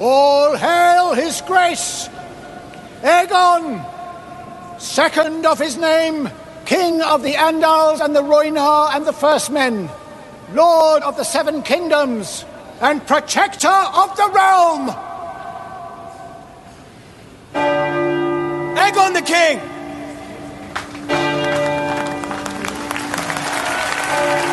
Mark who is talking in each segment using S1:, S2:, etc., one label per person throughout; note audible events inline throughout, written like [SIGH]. S1: All hail his grace, Aegon, second of his name, king of the Andals and the Rhoynar and the First Men, lord of the Seven Kingdoms, and protector of the realm.
S2: Aegon the King!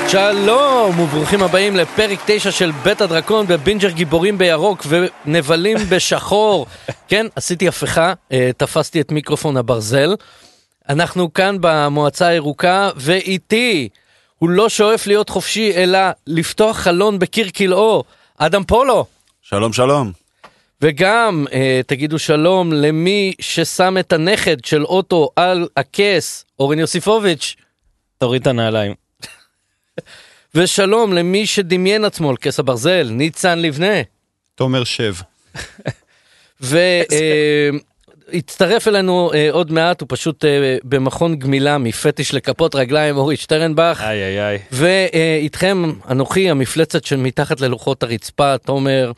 S3: שלום וברוכים הבאים לפרק 9 של בית הדרקון בבינג'ר גיבורים בירוק
S4: [LAUGHS]
S3: ונבלים בשחור. כן, עשיתי הפיכה, אה, תפסתי את מיקרופון הברזל. אנחנו כאן במועצה הירוקה ואיתי, הוא לא שואף להיות חופשי אלא לפתוח חלון בקיר כלאו, אדם פולו.
S5: שלום שלום.
S3: וגם אה, תגידו שלום למי ששם את הנכד של אוטו על הכס, אורן יוסיפוביץ'.
S4: תוריד את הנעליים.
S3: ושלום למי שדמיין עצמו על כס הברזל, ניצן לבנה.
S5: תומר שב.
S3: והצטרף אלינו אה, עוד מעט, הוא פשוט אה, במכון גמילה מפטיש לכפות רגליים, אורי שטרנבך.
S4: איי איי איי.
S3: ואיתכם אנוכי המפלצת שמתחת ללוחות הרצפה, תומר.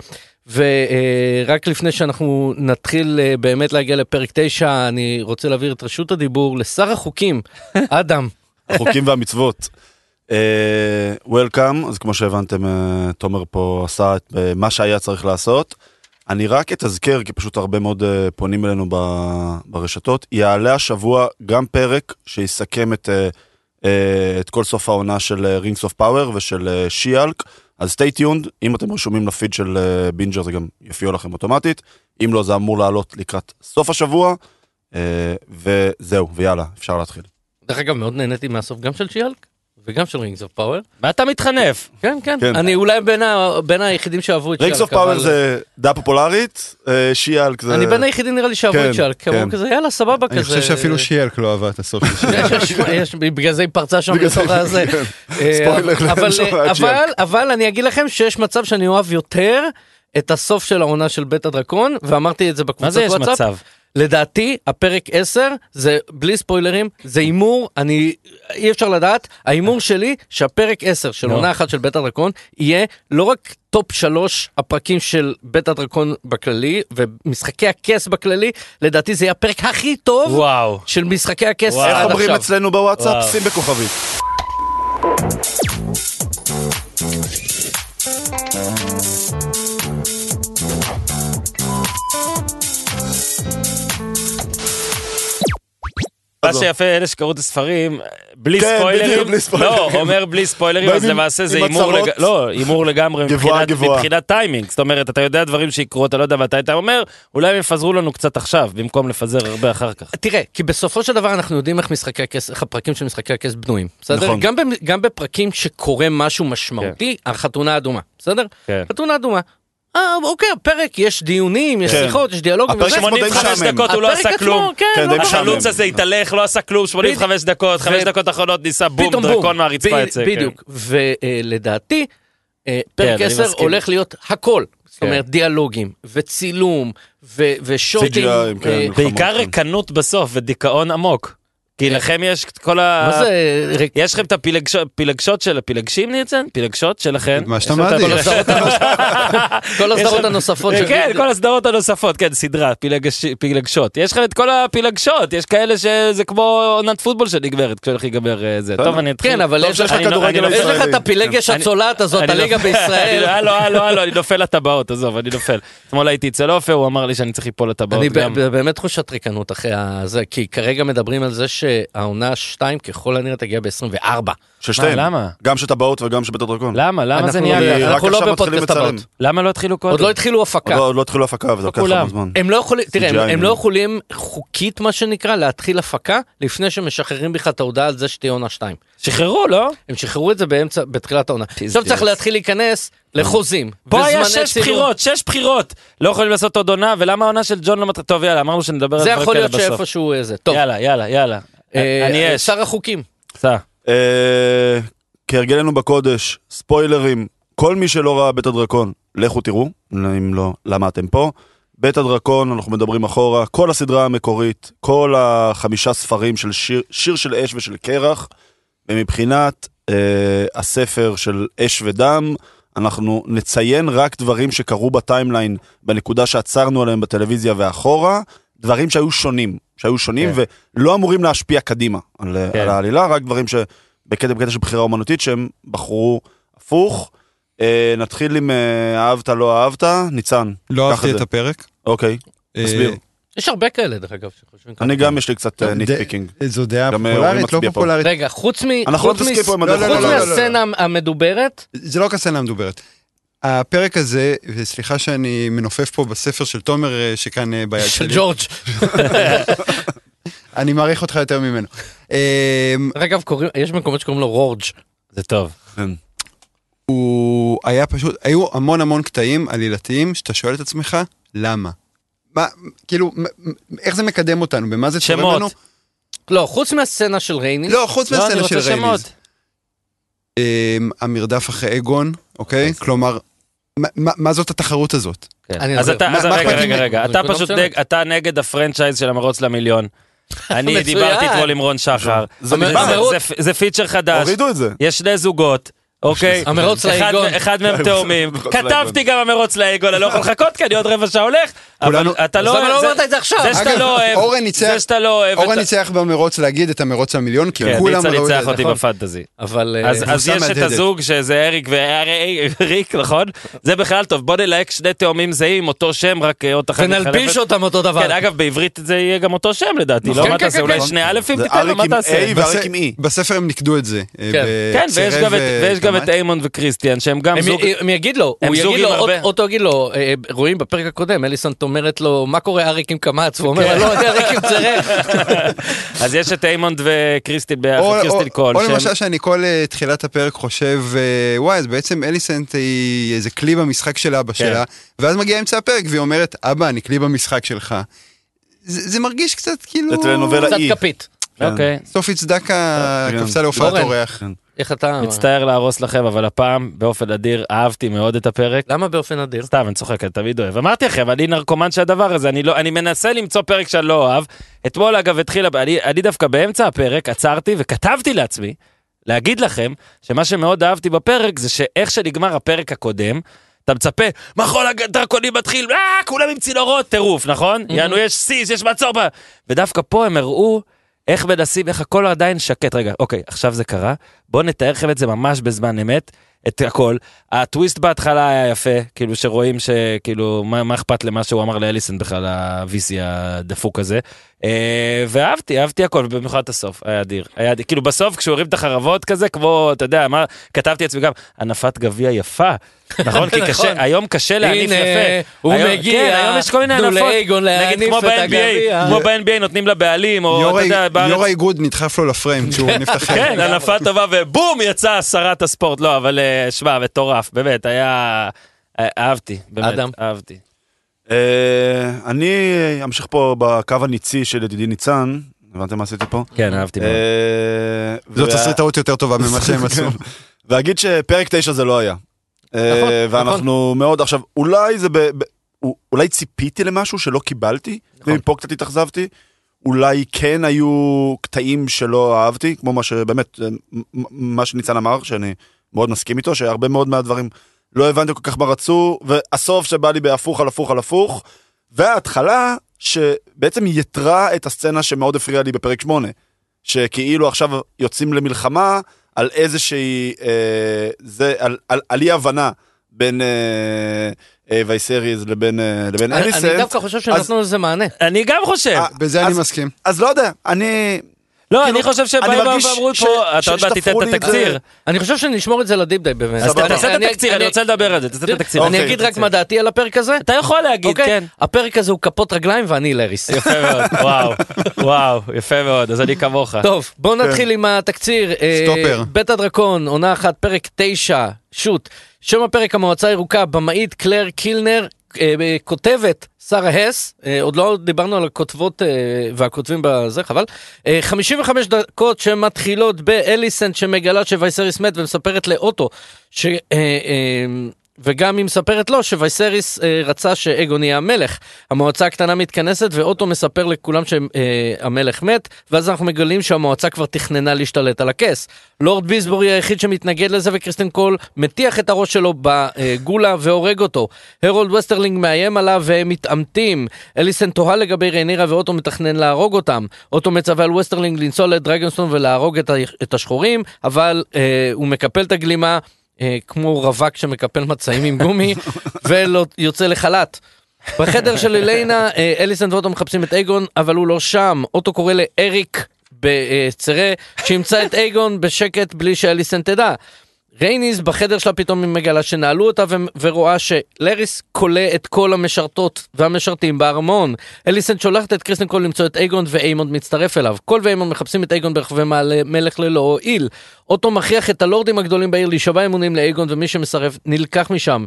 S3: ורק לפני שאנחנו נתחיל אה, באמת להגיע לפרק 9, אני רוצה להעביר את רשות הדיבור לשר
S4: [LAUGHS]
S3: החוקים, אדם.
S5: החוקים והמצוות. וולקאם, אז כמו שהבנתם, אה, תומר פה עשה את אה, מה שהיה צריך לעשות. אני רק אתזכר, כי פשוט הרבה מאוד אה, פונים אלינו ב- ברשתות, יעלה השבוע גם פרק שיסכם את, אה, אה, את כל סוף העונה של אה, רינגס אוף פאוור ושל שיאלק. אז סטי טיונד, אם אתם רשומים לפיד של אה, בינג'ר זה גם יופיע לכם אוטומטית, אם לא זה אמור לעלות לקראת סוף השבוע, אה, וזהו, ויאללה, אפשר להתחיל.
S3: דרך אגב, מאוד נהניתי מהסוף גם של שיאלק וגם של רינגס אוף פאוור.
S4: מה אתה מתחנף?
S3: כן, כן,
S5: כן.
S3: אני אולי בין ה- בין היחידים שאהבו את שאלק.
S5: רינגס אוף
S3: אבל-
S5: פאוור זה דעה פופולרית, אה, שיאלק זה...
S3: אני בין היחידים נראה לי שאהבו
S5: כן,
S3: את שאלק, אמרו
S5: כן.
S3: כזה יאללה סבבה כזה.
S6: אני חושב שאפילו שיאלק לא אהבה את הסוף
S5: [LAUGHS]
S6: של שיאלק.
S3: יש- יש- יש- בגלל זה היא פרצה שם
S5: בגלל זה-
S3: בתוך הזה.
S5: כן.
S3: אה,
S5: ספוילר
S3: אבל-
S5: למי שלא ראה את
S3: אבל
S5: שיאלק.
S3: אבל אני אגיד לכם שיש מצב שאני אוהב יותר את הסוף של העונה של בית הדרקון ואמרתי את זה
S4: מה
S3: בקבוצת
S4: זה יש
S3: וואטסאפ.
S4: מצב?
S3: לדעתי הפרק 10 זה בלי ספוילרים זה הימור אני אי אפשר לדעת ההימור שלי שהפרק 10 של
S4: נו.
S3: עונה אחת של בית הדרקון יהיה לא רק טופ 3 הפרקים של בית הדרקון בכללי ומשחקי הכס בכללי לדעתי זה יהיה הפרק הכי טוב
S4: וואו.
S3: של משחקי הכס
S4: וואו.
S5: איך
S3: עד
S5: אומרים
S3: עכשיו.
S5: אצלנו בוואטסאפ?
S4: וואו.
S5: שים בכוכבית.
S4: מה שיפה אלה שקראו את הספרים בלי
S5: כן,
S4: ספוילרים.
S5: בדיוק, בלי ספוילרים.
S4: לא, אומר בלי ספוילרים
S5: באים
S4: אז
S5: עם-
S4: למעשה זה
S5: עם
S4: הימור
S5: הצהרות.
S4: לג... לא, הימור לגמרי
S5: גבוהה,
S4: מבחינת-
S5: גבוהה.
S4: מבחינת טיימינג. זאת אומרת אתה יודע דברים שיקרו אתה לא יודע ואתה היית אומר אולי הם יפזרו לנו קצת עכשיו במקום לפזר הרבה אחר כך.
S3: תראה, כי בסופו של דבר אנחנו יודעים איך משחקי הכס, איך הפרקים של משחקי הכס בנויים, בסדר? נכון.
S5: נכון.
S3: גם, במ- גם בפרקים שקורה משהו משמעותי, החתונה האדומה, בסדר?
S4: כן.
S3: חתונה אדומה. אה, אוקיי, הפרק, יש דיונים, יש
S5: כן.
S3: שיחות, יש דיאלוגים.
S5: הפרק
S3: וזה.
S5: שמונה-
S4: 85
S5: משעמם.
S4: דקות הוא לא
S3: הפרק
S4: עשה
S3: עצמו,
S4: כלום. [LAUGHS]
S3: כן,
S5: כן,
S3: לא
S5: די
S3: ברור.
S5: משעמם.
S4: החלוץ הזה התהלך לא עשה כלום 85 דקות 5
S3: ו-
S4: דקות אחרונות ניסה בום
S3: פתאום בום.
S4: דרקון מהרצפה
S3: ב-
S4: יצא. כן.
S3: בדיוק, ולדעתי, אה, פרק
S4: אני
S3: 10
S4: מסכים.
S3: הולך להיות הכל. זאת
S4: כן.
S3: אומרת, דיאלוגים, וצילום, ו- ושוטים.
S5: CGI, כן,
S3: אה,
S5: נכון.
S4: בעיקר ריקנות בסוף ודיכאון עמוק. כי לכם יש את כל ה...
S3: כן. מה זה ריק-
S4: יש לכם את הפילגשות- פילגשות של הפילגשים ניצן? פילגשות שלכן?
S6: מה שאתה
S4: יש לכם את
S6: מעדיף.
S4: כל הסדרות
S3: כל
S4: יש
S3: הסדרות
S4: לכם-
S3: הנוספות של
S4: כן,
S3: ביבי.
S4: כל הסדרות הנוספות, כן, סדרה, פילגש- פילגשות. יש לכם את כל הפילגשות, יש כאלה שזה כמו עונת פוטבול שנגמרת, כשהולך להיגמר אה, זה. טוב, אני אתחיל.
S3: כן, אבל
S5: טוב
S3: יש
S5: שיש
S3: לך
S5: לך
S4: אני לא-
S5: כדורגל
S4: אני לא-
S3: יש
S5: ישראלי.
S3: לך את הפילגש
S4: אני-
S3: הצולעת הזאת,
S4: אני
S3: הליגה
S4: נופל. [LAUGHS] אני-
S3: בישראל.
S4: לא- הלו, הלו, הלו, אני נופל לטבעות, עזוב, אני נופל. אתמול הייתי אצל עופר, הוא אמר לי שאני צריך ליפול
S3: אני
S4: לטבעות
S3: ב-
S4: גם.
S3: ב- באמת תחושת ריקנות אחרי זה, כי כרגע מדברים על זה שהעונה 2 ככל הנראה תגיע ב-24.
S5: ששתיהם.
S3: אה,
S4: מה, למה?
S5: גם של טבעות וגם של בית הדרקון.
S4: למה? למה זה
S3: אנחנו
S4: נהיה
S3: לא-
S4: ככה?
S3: אנחנו
S5: רק
S3: לא
S5: עכשיו מתחילים
S3: בפודקאסט
S5: לצלם.
S3: הבאות.
S4: למה לא התחילו קודם?
S3: עוד לא התחילו
S5: עוד
S3: הפקה.
S5: לא- עוד לא התחילו הפקה וזה לוקח
S4: כולם.
S5: כמה זמן.
S3: הם לא יכולים, תראה, הם-
S5: CGI
S3: הם
S5: הם-
S3: לא יכולים חוקית, מה שנקרא, להתחיל הפקה לפני שמשחררים בכלל את ההודעה על זה שתהיה עונה 2.
S4: שחררו, לא?
S3: הם שחררו את זה באמצע, בתחילת העונה. עכשיו צריך להתחיל להיכנס לחוזים.
S4: פה היה
S3: וזמני
S4: שש
S3: צילום.
S4: בחירות, שש בחירות. לא יכולים לעשות עוד עונה, ולמה העונה של ג'ון לא מתחילה? טוב, יאללה, אמרנו שנדבר על
S3: זה
S4: דברים
S3: יכול
S4: כאלה
S3: להיות
S4: בסוף.
S3: שאיפשהו אה, זה. טוב,
S4: יאללה, יאללה, יאללה.
S3: אה,
S4: אני יש.
S3: שר החוקים.
S4: סע.
S5: אה, כהרגלנו בקודש, ספוילרים, כל מי שלא ראה בית הדרקון, לכו תראו, אם לא, למה אתם פה. בית הדרקון, אנחנו מדברים אחורה, כל הסדרה המקורית, כל החמישה ספרים של שיר, שיר של אש ושל קרח, ומבחינת אה, הספר של אש ודם, אנחנו נציין רק דברים שקרו בטיימליין, בנקודה שעצרנו עליהם בטלוויזיה ואחורה, דברים שהיו שונים, שהיו שונים
S4: כן.
S5: ולא אמורים להשפיע קדימה על,
S4: כן.
S5: על העלילה, רק דברים שבקטע בקטע של בחירה אומנותית שהם בחרו הפוך. אה, נתחיל עם אה, אהבת, לא אהבת, ניצן,
S6: לא
S5: קח את
S6: אהבתי את
S5: זה.
S6: הפרק.
S5: אוקיי. תסביר.
S6: אה,
S3: יש הרבה כאלה, דרך אגב, שחושבים ככה.
S5: אני גם יש לי קצת אה,
S6: לא, ד-
S5: ניטפיקינג.
S6: זו דעה
S5: גם, אה, אורי
S6: פופולרית, לא
S5: מצביע פה.
S6: פופולרית.
S3: רגע, חוץ מ...
S5: אנחנו לא
S3: חוץ מ-
S5: מתעסקים פה עם
S6: לא,
S5: הדרך.
S6: לא, לא,
S3: חוץ
S6: לא, לא.
S3: מהסצנה המדוברת,
S6: זה לא כסנה מדוברת. הפרק הזה, וסליחה שאני מנופף פה בספר של תומר אה, שכאן אה, ביד
S3: של
S6: שלי,
S3: ג'ורג'.
S6: אני מעריך אותך יותר ממנו. אה,
S3: אגב, קוראים- יש מקומות שקוראים לו רורג'.
S4: זה טוב.
S5: כן.
S6: הוא היה פשוט, היו המון המון קטעים עלילתיים שאתה שואל את עצמך, למה? מה, כאילו, מ- מ- איך זה מקדם אותנו? במה זה תורם
S4: שמות.
S6: לנו?
S3: לא, חוץ מהסצנה של רייני.
S6: לא, חוץ
S4: לא, אני
S6: מהסצנה של
S4: רוצה שמות.
S6: רייניז. אמ, המרדף אחרי אגון, אוקיי? כלומר, מה- מה- מה זאת התחרות הזאת?
S3: כן. אני
S4: אז
S3: עוזר.
S4: אתה,
S6: מה-
S4: אז
S6: מה
S4: רגע,
S6: אכפת
S4: רגע,
S6: לי?
S4: רגע,
S3: זו
S4: אתה
S3: נקודה
S4: פשוט,
S3: מצוינת.
S4: נג- אתה נגד הפרנצ'ייז של
S3: [LAUGHS]
S4: המרוץ למיליון. אני
S3: מצוין.
S4: דיברתי אתמול עם רון שחר.
S5: זה
S4: זה-
S5: נגמר.
S4: זה- זה- זה פיצ'ר חדש,
S5: הורידו את זה.
S4: יש שני זוגות. אוקיי,
S3: [LAUGHS] המרוץ
S4: אחד-
S3: לאגון.
S4: אחד מהם תאומים,
S5: המרוץ
S4: כתבתי
S5: לאגון.
S4: גם המרוץ לאגון, אני לא יכול לחכות כי אני עוד רבע שעה הולך, אבל
S6: כולנו-
S4: אתה
S3: אז
S4: לא,
S3: למה לא
S4: זה-
S3: אמרת את זה עכשיו?
S4: זה שאתה
S6: אגב,
S4: לא
S6: אורן
S4: אוהב,
S6: ניצח-
S4: זה שאתה לא אוהב,
S6: אורן
S4: את ה-
S6: ניצח במרוץ להגיד את המרוץ המיליון, כי
S4: כן,
S6: כולם
S4: ניצה
S6: ראו את
S4: ניצח
S6: זה.
S4: אותי
S3: נכון.
S4: בפנטזי.
S3: אבל... אה,
S4: אז, אז
S6: קבוצה
S4: יש את
S6: מהדהדת.
S4: הזוג שזה אריק אה, וריק, נכון? זה בכלל טוב, בוא נלהק שני תאומים זהים, אותו שם, רק אה, עוד אחת
S3: ונלביש אותם אותו דבר.
S4: כן, אגב, בעברית זה יהיה גם אותו שם לדעתי,
S3: נכון.
S4: לא? מה
S3: כן,
S4: תעשה?
S3: כן,
S4: אולי
S3: כן.
S4: שני אלפים
S5: זה
S4: תיתן לו,
S5: אריק
S4: מה
S5: עם
S4: תעשה?
S5: A ואריק עם E.
S6: בספר הם ניקדו את זה. אה,
S3: כן.
S6: ב-
S4: כן, ויש
S6: צירב,
S4: גם את-
S6: אה,
S4: ויש גם את
S6: גמל.
S4: איימון וקריסטיאן, שהם גם
S3: הם
S4: זוג...
S3: י- הם יגיד לו,
S4: הם
S3: הוא יגיד
S4: זוגים
S3: לו,
S4: הרבה.
S3: אות- אותו יגיד לו, אה, רואים בפרק הקודם, אליסנט אומרת לו, מה קורה אריק עם קמץ? הוא
S4: כן.
S3: אומר, לא, אריק עם
S6: [LAUGHS]
S3: צירף.
S4: אז יש את איימון וקריסטיאן ביחד,
S6: או, או,
S4: קריסטיאן אה, קול.
S6: או
S4: שהם-
S6: למשל שאני כל אה, תחילת הפרק חושב, אה, וואי, אז בעצם אליסנט היא איזה כלי במשחק של
S4: כן.
S6: אבא שלה, ואז מגיע אמצע הפרק והיא אומרת, אבא, אני כלי במשחק שלך. זה זה מרגיש קצת כאילו...
S5: זה טלנובלה.
S3: קצת
S5: אי.
S3: כפית.
S4: אוקיי.
S6: סופי
S4: אה,
S6: צדקה
S5: כן.
S6: קפצה להופעת
S3: אורן.
S6: אורח.
S3: איך אתה...
S4: מצטער להרוס לכם, אבל הפעם, באופן אדיר, אהבתי מאוד את הפרק.
S3: למה באופן אדיר?
S4: סתם, אני צוחק, אני תמיד אוהב. אמרתי לכם, אני נרקומן של הדבר הזה, אני, לא, אני מנסה למצוא פרק שאני לא אוהב. אתמול, אגב, התחילה, אני, אני דווקא באמצע הפרק עצרתי וכתבתי לעצמי, להגיד לכם, שמה שמאוד אהבתי בפרק זה שאיך שנגמר הפרק הקודם, אתה מצפה, מחול הדרקונים מתחיל, אה, כולם עם צינורות, טירוף, נכון? יענו, יש סיס, יש מצור. ב-" ודווקא פה הם הראו איך מנסים, איך הכל עדיין שקט. רגע, אוקיי, עכשיו זה קרה, בואו נתאר לכם את זה ממש בזמן אמת, את הכל. הטוויסט בהתחלה היה יפה, כאילו שרואים שכאילו, מה, מה אכפת למה שהוא אמר לאליסון בכלל, ה-VC הדפוק הזה. אה, ואהבתי, אהבתי הכל, במיוחד את הסוף, היה אדיר. היה אדיר. כאילו בסוף כשהוא הרים את החרבות כזה, כמו, אתה יודע, מה, כתבתי לעצמי גם, הנפת גביע יפה.
S3: [LAUGHS]
S4: נכון? כי קשה,
S3: נכון.
S4: היום קשה להניף
S3: הנה,
S4: יפה.
S3: הוא
S4: היום-
S3: מגיע,
S4: כן, היום יש כל מיני
S3: תנו
S4: הנפות.
S3: לאגון
S4: נגיד
S3: להניף
S4: כמו
S3: את
S4: ב-NBA,
S3: הגביע.
S4: כמו ב-NBA נותנים לבעלים, או אתה
S6: יו"ר
S4: יודע,
S6: ה-
S4: בארץ
S6: יו"ר האיגוד נדחף לו לפריים כשהוא נפתח.
S4: כן, הנפה טובה, ובום, יצאה שרת הספורט. לא, אבל אה, שמע, מטורף, באמת, היה... אה, אהבתי, באמת,
S3: אדם.
S4: אהבתי.
S5: אה, אני אמשיך פה בקו הניצי של ידידי ניצן, הבנתם מה עשיתי פה?
S4: כן, אהבתי מאוד.
S5: אה,
S6: זאת
S5: וה-
S6: תסריטאות יותר טובה
S3: [LAUGHS]
S6: ממה
S3: כן.
S6: שהם עשו.
S4: כן.
S5: ואגיד שפרק 9 זה לא היה. אה,
S3: נכון,
S5: ואנחנו מאוד עכשיו, אולי זה ב... ב- אולי ציפיתי למשהו שלא קיבלתי,
S3: נכון.
S5: ומפה קצת התאכזבתי. אולי כן היו קטעים שלא אהבתי, כמו מה שבאמת, אה, מ- מ- מה שניצן אמר, שאני מאוד מסכים איתו, שהרבה מאוד מהדברים לא הבנתי כל כך מה רצו, והסוף שבא לי בהפוך על הפוך על הפוך, וההתחלה שבעצם יתרה את הסצנה שמאוד הפריעה לי בפרק 8, שכאילו עכשיו יוצאים למלחמה על איזושהי, אה, זה, על, על, על אי הבנה בין אה, אה, וייסריז לבין, אה, לבין
S3: אני
S5: אליסנט.
S3: אני דווקא חושב שנתנו לזה מענה.
S4: אני גם חושב.
S5: אה,
S6: בזה אני
S5: אז-
S6: מסכים.
S5: אז לא יודע, אני...
S4: לא,
S5: כאילו,
S4: אני חושב שבאים
S5: אני מרגיש
S4: ואמרו
S5: ש-
S4: פה, אתה עוד מעט
S5: ששטפו לי
S4: תיתן את
S5: את זה.
S4: התקציר.
S3: אני חושב שנשמור את זה לדיפ דייב באמת.
S4: אז
S3: אני-
S4: תעשה את
S3: אני-
S4: התקציר, אני רוצה לדבר על זה, תעשה את התקציר.
S3: אני
S5: אוקיי,
S3: אגיד רק מה דעתי על הפרק הזה.
S4: אתה יכול להגיד,
S3: אוקיי?
S4: כן.
S3: הפרק הזה הוא כפות רגליים ואני לריס.
S4: יפה מאוד, וואו, וואו, יפה מאוד, אז אני כמוך.
S3: טוב, בואו נתחיל עם התקציר. אה,
S6: סטופר.
S3: בית הדרקון, עונה אחת, פרק 9, שוט. שם הפרק המועצה הירוקה, במאית קלר קילנר, אה, אה, כותבת שרה הס, אה, עוד לא דיברנו על הכותבות אה, והכותבים בזה, חבל. אה, 55 דקות שמתחילות באליסנט שמגלה שווייסריס מת ומספרת לאוטו ש... אה, אה, וגם היא מספרת לו שווייסריס אה, רצה שאגון יהיה המלך. המועצה הקטנה מתכנסת ואוטו מספר לכולם שהמלך מת, ואז אנחנו מגלים שהמועצה כבר תכננה להשתלט על הכס. לורד ביסבורי היחיד שמתנגד לזה וקריסטן קול מטיח את הראש שלו בגולה והורג אותו. הרולד וסטרלינג מאיים עליו והם מתעמתים. אליסן תוהה לגבי ריינירה ואוטו מתכנן להרוג אותם. אוטו מצווה על וסטרלינג לנסוע לדרגנסטון ולהרוג את, ה- את השחורים, אבל אה, הוא מקפל את הגלימה. אה, כמו רווק שמקפל מצעים עם גומי ויוצא לחל"ת. בחדר של אליינה אה, אליסן ואוטו מחפשים את אייגון אבל הוא לא שם אוטו קורא לאריק בצרה שימצא את אייגון בשקט בלי שאליסן תדע. רייניז בחדר שלה פתאום היא מגלה שנעלו אותה ו- ורואה שלריס כולא את כל המשרתות והמשרתים בארמון. אליסן שולחת את קריסטנקול למצוא את אייגון ואיימונד מצטרף אליו. קול ואיימונד מחפשים את אייגון ברחבי מעלה מלך ללא הועיל. אוטו מכריח את הלורדים הגדולים בעיר להישבע אמונים לאייגון ומי שמסרב נלקח משם.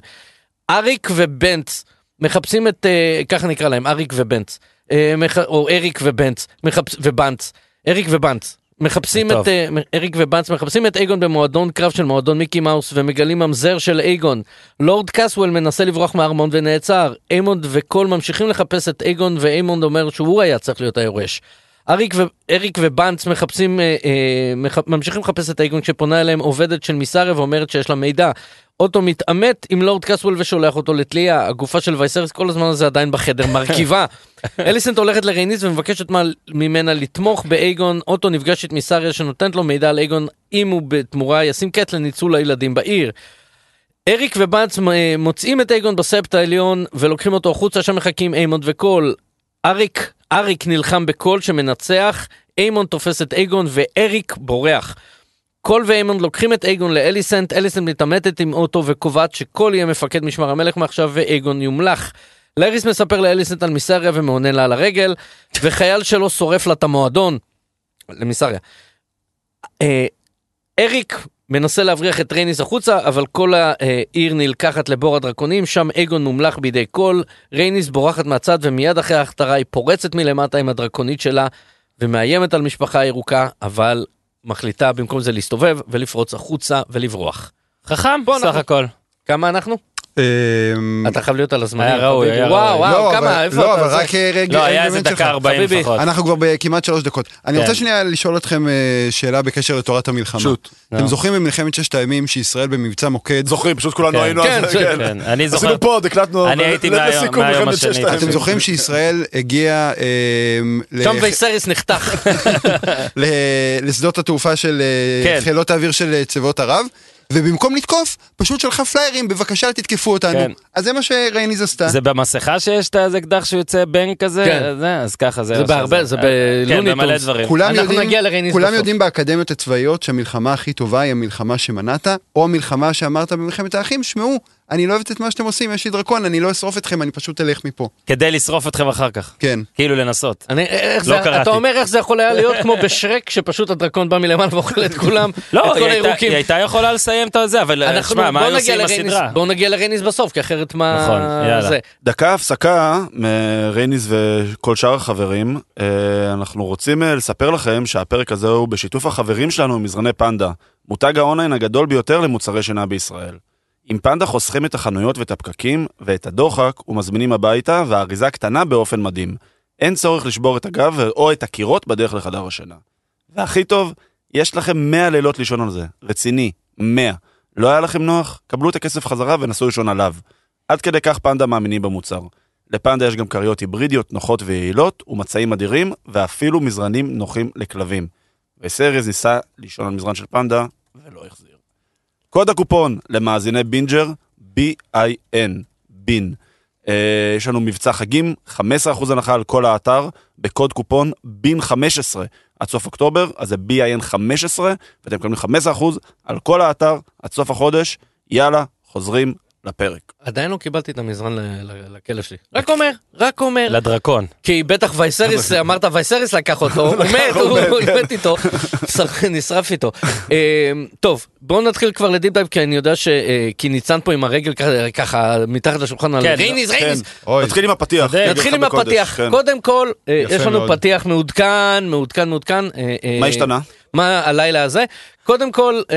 S3: אריק ובנץ מחפשים את, אה, ככה נקרא להם, אריק ובנץ, אה, מח- או אריק ובנץ, מחפש, ובנץ, אריק ובנץ. מחפשים
S4: טוב.
S3: את, אה, מ- אריק ובנץ מחפשים את אייגון במועדון קרב של מועדון מיקי מאוס ומגלים ממזר של אייגון. לורד קסוול מנסה לברוח מהארמון ונעצר. איימונד וקול ממשיכים לחפש את אייגון ואיימונד אומר שהוא היה צריך להיות היורש. אריק, ו... אריק ובנץ מחפשים, אה, אה, מח... ממשיכים לחפש את אייגון כשפונה אליהם עובדת של מיסרב ואומרת שיש לה מידע. אוטו מתעמת עם לורד קסוול ושולח אותו לתלייה, הגופה של וייסרס כל הזמן הזה עדיין בחדר מרכיבה. אליסנט הולכת לרייניס ומבקשת מה- ממנה לתמוך באייגון, אוטו נפגש עם מיסריה שנותנת לו מידע על אייגון אם הוא בתמורה ישים קץ לניצול הילדים בעיר. אריק ובץ אה, מוצאים את אייגון בספט העליון ולוקחים אותו החוצה שם מחכים איימונד וקול. אריק, אריק נלחם בקול שמנצח, איימונד תופס את אייגון ואריק בורח. קול ואיימונד לוקחים את אייגון לאליסנט, אליסנט מתעמתת עם אוטו וקובעת שקול יהיה מפקד משמר המלך מעכשיו ואייגון יומלך. לאריס מספר לאליסנט על מיסריה ומעונן לה על הרגל, וחייל שלו שורף לה את המועדון. למיסריה. אה, אריק מנסה להבריח את רייניס החוצה, אבל כל העיר נלקחת לבור הדרקונים, שם אגון מומלך בידי קול, רייניס בורחת מהצד ומיד אחרי ההכתרה היא פורצת מלמטה עם הדרקונית שלה ומאיימת על משפחה ירוקה, אבל מחליטה במקום זה להסתובב ולפרוץ החוצה ולברוח.
S4: חכם,
S3: בוא,
S4: סך
S3: אנחנו-
S4: הכל.
S3: כמה אנחנו?
S6: אמ,
S3: אתה חייב להיות על הזמן.
S4: היה ראוי, היה
S3: וואו,
S4: ראוי.
S3: וואו,
S6: לא, אבל-
S3: כמה, איפה אתה?
S6: לא, אבל
S3: זה?
S6: רק אה, רגע.
S4: לא, היה
S6: אלמנט
S4: איזה
S6: שלך.
S4: דקה 40
S3: חביבי.
S4: לפחות.
S6: אנחנו כבר בכמעט שלוש דקות. אני
S4: כן.
S6: רוצה שנייה לשאול אתכם אה, שאלה בקשר לתורת המלחמה.
S5: פשוט.
S6: אתם זוכרים במלחמת ששת הימים שישראל במבצע מוקד?
S5: זוכרים, פשוט כולנו
S4: כן.
S5: היינו...
S3: כן,
S5: אז-
S3: זה-
S4: כן, אני זוכר.
S5: עשינו פוד, הקלטנו...
S4: אני הייתי
S5: ל-
S4: מהיום-
S5: לסיכום
S4: מהיום
S5: מלחמת
S4: השני.
S5: ששת הימים.
S6: אתם זוכרים שישראל הגיעה אמ, ל-
S3: שם וייסריס נחתך.
S4: [LAUGHS]
S6: ל- לשדות התעופה של אה,
S4: כן.
S6: חילות האוויר של אה, צבאות ערב, ובמקום לתקוף, פשוט שלחה פליירים, בבקשה אל תתקפו אותנו.
S4: כן.
S6: אז זה מה שרייניז עשתה.
S4: זה במסכה שיש את האיזה אקדח שהוא יוצא בנק כזה?
S3: אה? כן.
S4: זה, אז ככה זה.
S3: זה בהרבה, זה בלוני
S4: כן, במלא
S3: טונס.
S4: דברים.
S6: כולם
S3: אנחנו
S6: יודעים,
S3: נגיע לרייניז
S6: כולם
S3: בסוף.
S6: יודעים באקדמיות הצבאיות שהמלחמה הכי טובה היא המלחמה שמנעת, או המלחמה שאמרת במלחמת האחים, שמעו, אני לא אוהבת את מה שאתם עושים, יש לי דרקון, אני לא אשרוף אתכם, אני פשוט אלך מפה.
S4: כדי לשרוף אתכם אחר כך.
S6: כן.
S4: כאילו לנסות.
S3: אני, איך
S4: לא
S3: זה,
S4: קראתי.
S3: אתה אומר איך זה יכול היה להיות כמו בשרק שפשוט הדרקון בא מלמעלה ואוכל את כולם,
S4: לא,
S3: את כל
S4: היא הייתה-
S3: הירוקים.
S4: היא הייתה יכולה לסיים את זה, אבל
S3: אנחנו,
S4: אה,
S3: לא-
S4: שמע, מה
S3: בוא
S4: היו
S3: נגיע
S4: עושים עם
S3: לרייניס,
S4: הסדרה?
S3: בואו נגיע לרייניס בסוף, כי אחרת מה...
S4: נכון, יאללה.
S3: זה.
S5: דקה הפסקה מרייניס וכל שאר החברים. אה, אנחנו רוצים אה, לספר לכם שהפרק הזה הוא בשיתוף החברים שלנו מזרני פנדה, מותג האונליין הגדול ביותר למוצרי שינה בישראל. עם פנדה חוסכים את החנויות ואת הפקקים ואת הדוחק ומזמינים הביתה והאריזה קטנה באופן מדהים. אין צורך לשבור את הגב או את הקירות בדרך לחדר השינה. והכי טוב, יש לכם 100 לילות לישון על זה. רציני, 100. לא היה לכם נוח? קבלו את הכסף חזרה ונסו לישון עליו. עד כדי כך פנדה מאמינים במוצר. לפנדה יש גם כריות היברידיות נוחות ויעילות, ומצעים אדירים, ואפילו מזרנים נוחים לכלבים. וסריז ניסה לישון על מזרן של פנדה, ולא החזיר. קוד הקופון למאזיני בינג'ר, B-I-N, בין. אה, יש לנו מבצע חגים, 15% הנחה על כל האתר, בקוד קופון בין 15 עד סוף אוקטובר, אז זה BIN 15, ואתם מקבלים 15% על כל האתר עד סוף החודש. יאללה, חוזרים לפרק.
S3: עדיין לא קיבלתי את המזרן ל- ל- לכלב שלי. רק אומר, רק אומר.
S4: לדרקון.
S3: כי בטח
S4: [LAUGHS]
S3: וייסריס, אמרת וייסריס לקח אותו, הוא מת, הוא הוא
S4: כן.
S3: מת איתו, שר- [LAUGHS] נשרף איתו. אמ, טוב, בואו נתחיל כבר לדיפ דייב, כי אני יודע ש... אה, כי ניצן פה עם הרגל כ- ככה מתחת לשולחן על
S4: כן,
S3: רייניס,
S5: כן,
S3: רייניס.
S5: [LAUGHS]
S6: אוי.
S5: נתחיל עם הפתיח.
S4: צודק.
S5: נתחיל
S3: נתחיל עם
S5: לך בקודש,
S3: הפתיח,
S5: כן.
S3: קודם כל, אה,
S6: יפה
S3: יש לנו
S6: מאוד.
S3: פתיח מעודכן, מעודכן, מעודכן. אה, אה,
S5: מה השתנה?
S3: מה הלילה הזה? קודם כל, אה,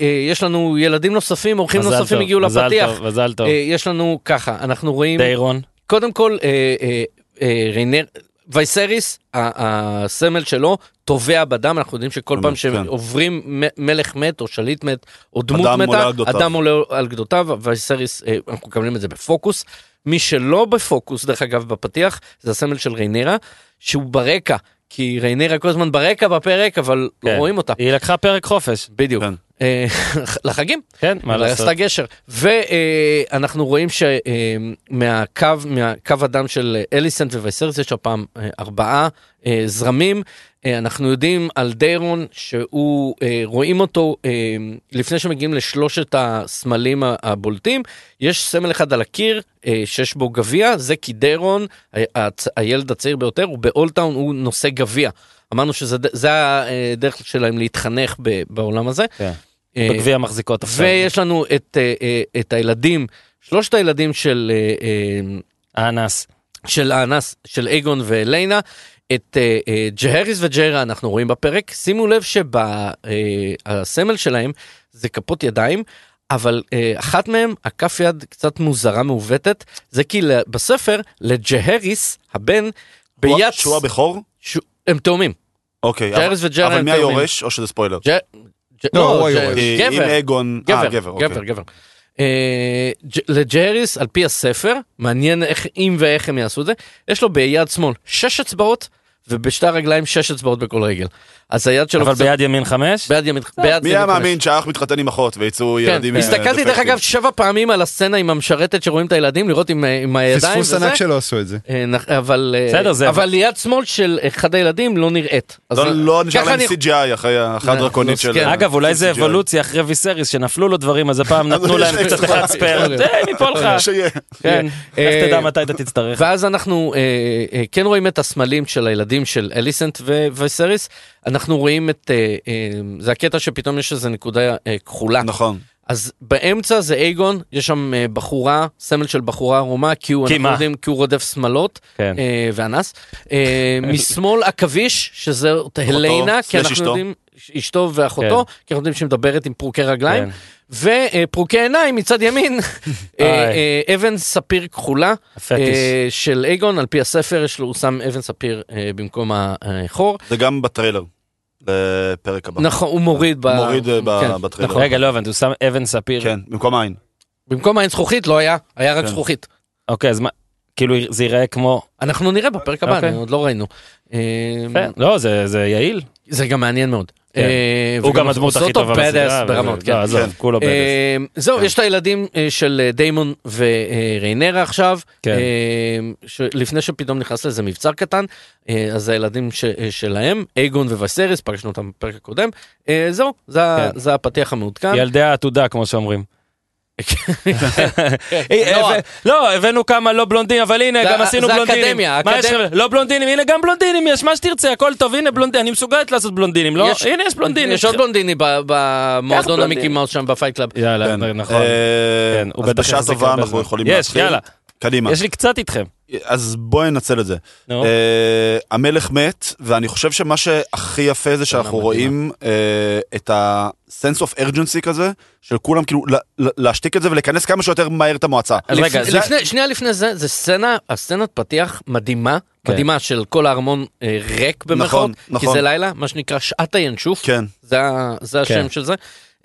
S3: אה, יש לנו ילדים נוספים, אורחים
S4: מזל
S3: נוספים
S4: טוב,
S3: הגיעו
S4: מזל
S3: לפתיח.
S4: טוב, מזל טוב.
S3: אה, לא יש לנו ככה, אנחנו רואים...
S4: דיירון.
S3: קודם כל, אה, אה, אה, ריינר, וייסריס, ה- הסמל שלו, טובע בדם, אנחנו יודעים שכל
S5: אמן,
S3: פעם
S5: כן.
S3: שעוברים מ- מלך מת או שליט מת או דמות
S5: הדם עולה
S3: מתה,
S5: על גדותיו.
S3: אדם עולה על גדותיו, וייסריס, אה, אנחנו מקבלים את זה בפוקוס. מי שלא בפוקוס, דרך אגב, בפתיח, זה הסמל של ריינרה, שהוא ברקע, כי ריינרה כל הזמן ברקע בפרק, אבל לא
S4: כן.
S3: רואים אותה.
S4: היא לקחה פרק חופש.
S3: בדיוק.
S5: כן.
S3: אה, [LAUGHS] לחגים.
S4: כן, מה
S3: אבל
S4: לעשות.
S3: עשתה גשר. ואנחנו רואים שמהקו, מהקו הדם של אליסנט ווייסרס יש הפעם אה, ארבעה אה, זרמים. אה, אנחנו יודעים על דיירון שהוא, אה, רואים אותו אה, לפני שמגיעים לשלושת הסמלים ה- הבולטים. יש סמל אחד על הקיר אה, שיש בו גביע, זה כי דיירון, אה, הצ- הילד הצעיר ביותר, הוא באולטאון, הוא נושא גביע. אמרנו שזה הדרך אה, שלהם להתחנך ב- בעולם הזה.
S4: כן.
S3: אה,
S4: בגביע מחזיקות עכשיו.
S3: ויש לנו את, אה, אה, את הילדים, שלושת הילדים של, אה, אה,
S4: אנס.
S3: של האנס, של אייגון ואליינה, את אה, אה, ג'הריס וג'רה אנחנו רואים בפרק. שימו לב שהסמל שלהם זה כפות ידיים. אבל אה, אחת מהם, הכף יד קצת מוזרה, מעוותת, זה כי ל- בספר, לג'הריס, הבן,
S5: שהוא-
S3: ביד...
S5: שהוא הבכור?
S3: ש- הם תאומים.
S5: אוקיי. אבל-
S3: ג'רס וג'רן
S5: אבל מי
S3: תאומים.
S5: היורש או שזה ספוילר?
S3: ג'- ג'-
S6: לא, הוא
S3: ג'-
S6: היורש.
S5: כי אם
S3: גבר.
S5: אגון... אה,
S3: גבר, גבר,
S5: אוקיי.
S3: גבר, גבר. אה, ג'- לג'ריס על פי הספר מעניין איך אם ואיך הם יעשו את זה יש לו ביד שמאל שש אצבעות ובשתי הרגליים שש אצבעות בכל רגל אז היד שלו
S4: אבל
S3: קצת-
S4: ביד ימין חמש?
S3: ביד ימין ביד
S5: מי
S3: ימין
S5: היה
S3: חמש.
S5: מאמין שהאח מתחתן עם אחות ויצאו
S3: כן,
S5: ילדים... עם, אה,
S3: הסתכלתי דרך
S5: דפקטים?
S3: אגב שבע פעמים על הסצנה עם המשרתת שרואים את הילדים לראות עם, אה, עם הידיים
S6: פספוס ענק שלא עשו את זה.
S3: אה, נכ- אבל אה,
S4: בסדר, זה-
S3: אבל ליד שמאל של אחד הילדים לא נראית אז
S5: לא- לא נשאר
S3: ככה
S5: להם
S3: אני-
S5: CGI אחרי האחת
S3: לא,
S5: דרקונית
S3: לא,
S5: של...
S3: כן.
S4: אוקיי. אגב, אולי זה
S5: CGI.
S4: אבולוציה אחרי ויסריס, שנפלו לו דברים, אז הפעם נתנו
S5: אז
S4: להם
S5: יש
S4: קצת
S5: אקסטרה.
S4: אחד
S3: [LAUGHS]
S4: ספייר. תן, ניפול לך.
S5: שיהיה.
S4: כן,
S3: אה,
S4: [LAUGHS] איך תדע מתי אתה תצטרך.
S3: ואז אנחנו אה, אה, כן רואים את הסמלים של הילדים של אליסנט וויסריס, אנחנו רואים את, אה, אה, זה הקטע שפתאום יש איזה נקודה אה, כחולה.
S5: נכון.
S3: אז באמצע זה אייגון, יש שם אה, בחורה, סמל של בחורה ערומה, כי הוא,
S4: כי
S3: אנחנו
S4: מה?
S3: יודעים, כי הוא רודף שמאלות,
S4: כן.
S3: אה, ואנס. אה,
S4: [LAUGHS]
S3: משמאל עכביש, שזאת הלנה, כי
S5: סלש
S3: אנחנו
S5: אשתו.
S3: יודעים, אשתו ואחותו, כי אנחנו יודעים שהיא מדברת עם פרוקי רגליים.
S4: כן.
S3: ופרוקי עיניים מצד ימין,
S4: [LAUGHS]
S3: אה,
S4: איי.
S3: אה, אבן ספיר כחולה
S4: הפטיש.
S3: אה, של אייגון, על פי הספר יש לו, הוא שם אבן ספיר אה, במקום החור.
S5: זה גם בטריילר. לפרק הבא.
S3: נכון, הוא מוריד ב...
S5: הוא מוריד, אה, ב-
S3: כן,
S5: בטריילר.
S3: נכון.
S4: רגע, לא הבנתי, הוא שם אבן ספיר.
S5: כן, במקום עין.
S3: במקום העין זכוכית לא היה, היה רק
S5: כן.
S3: זכוכית.
S4: אוקיי, אז מה, כאילו זה ייראה כמו...
S3: אנחנו נראה בפרק הבא,
S4: אוקיי.
S3: אני עוד לא ראינו. אה,
S4: כן, לא, זה זה יעיל.
S3: זה גם מעניין מאוד.
S4: כן.
S3: אה,
S4: הוא
S3: וגם
S4: גם הדמות הכי
S3: עושות
S4: טובה
S3: אותו
S4: בסדרה.
S3: badass
S4: וזה-
S3: ברמות, כן.
S4: לא, עזוב,
S5: כן.
S4: כולו בדס.
S3: אה,
S4: כן.
S3: זהו, יש את הילדים אה, של אה, דיימון וריינרה עכשיו,
S4: כן.
S3: אה, ש- לפני שפתאום נכנס לאיזה מבצר קטן, אה, אז הילדים ש- אה, שלהם, אייגון וויסריס, פגשנו אותם בפרק הקודם, אה, זהו, זה ה-
S4: כן.
S3: זה הפתיח המעודכן.
S4: ילדי העתודה, כמו שאומרים. אה,
S3: נועה.
S4: הבא- לא, הבאנו כמה לא בלונדינים, אבל הנה,
S3: זה-
S4: גם עשינו
S3: זה
S4: בלונדינים.
S3: אקדמיה,
S4: מה יש
S3: אקדמיה.
S4: לכם? לא בלונדינים, הנה גם בלונדינים יש, מה שתרצה, הכל טוב, הנה בלונדינים, אני מסוגלת לעשות בלונדינים, לא?
S3: יש-
S4: הנה יש בלונדינים.
S3: יש עוד בלונדיני ב- במועדון
S4: בלונדיני.
S3: המיקי מאוס שם בפייט קלאב.
S4: יאללה,
S5: כן.
S4: נכון.
S5: אה,
S4: כן, הוא
S5: אז
S4: בטח
S5: בשעה
S4: יחזיק
S5: טובה
S4: הרבה
S5: אנחנו
S4: זמן.
S5: יכולים
S4: יש,
S5: להתחיל.
S4: יאללה.
S5: קדימה.
S4: יש לי קצת איתכם.
S5: אז בואי ננצל את זה.
S4: נו.
S5: אה, המלך מת, ואני חושב שמה שהכי יפה זה שאנחנו
S3: מדהימה.
S5: רואים אה, את ה-sense of urgency כזה, של כולם כאילו ל- ל- להשתיק את זה ולכנס כמה שיותר מהר את המועצה.
S4: אז רגע,
S3: לפ-
S4: זה-
S3: לפני- שנייה לפני זה, זה סצנה, הסצנת פתיח מדהימה,
S4: כן.
S3: מדהימה של כל הארמון אה, ריק במרכאות, כי
S5: נכון.
S3: זה לילה, מה שנקרא שעת הינשוף,
S5: כן.
S3: זה ה- זה
S4: כן.
S3: השם של זה.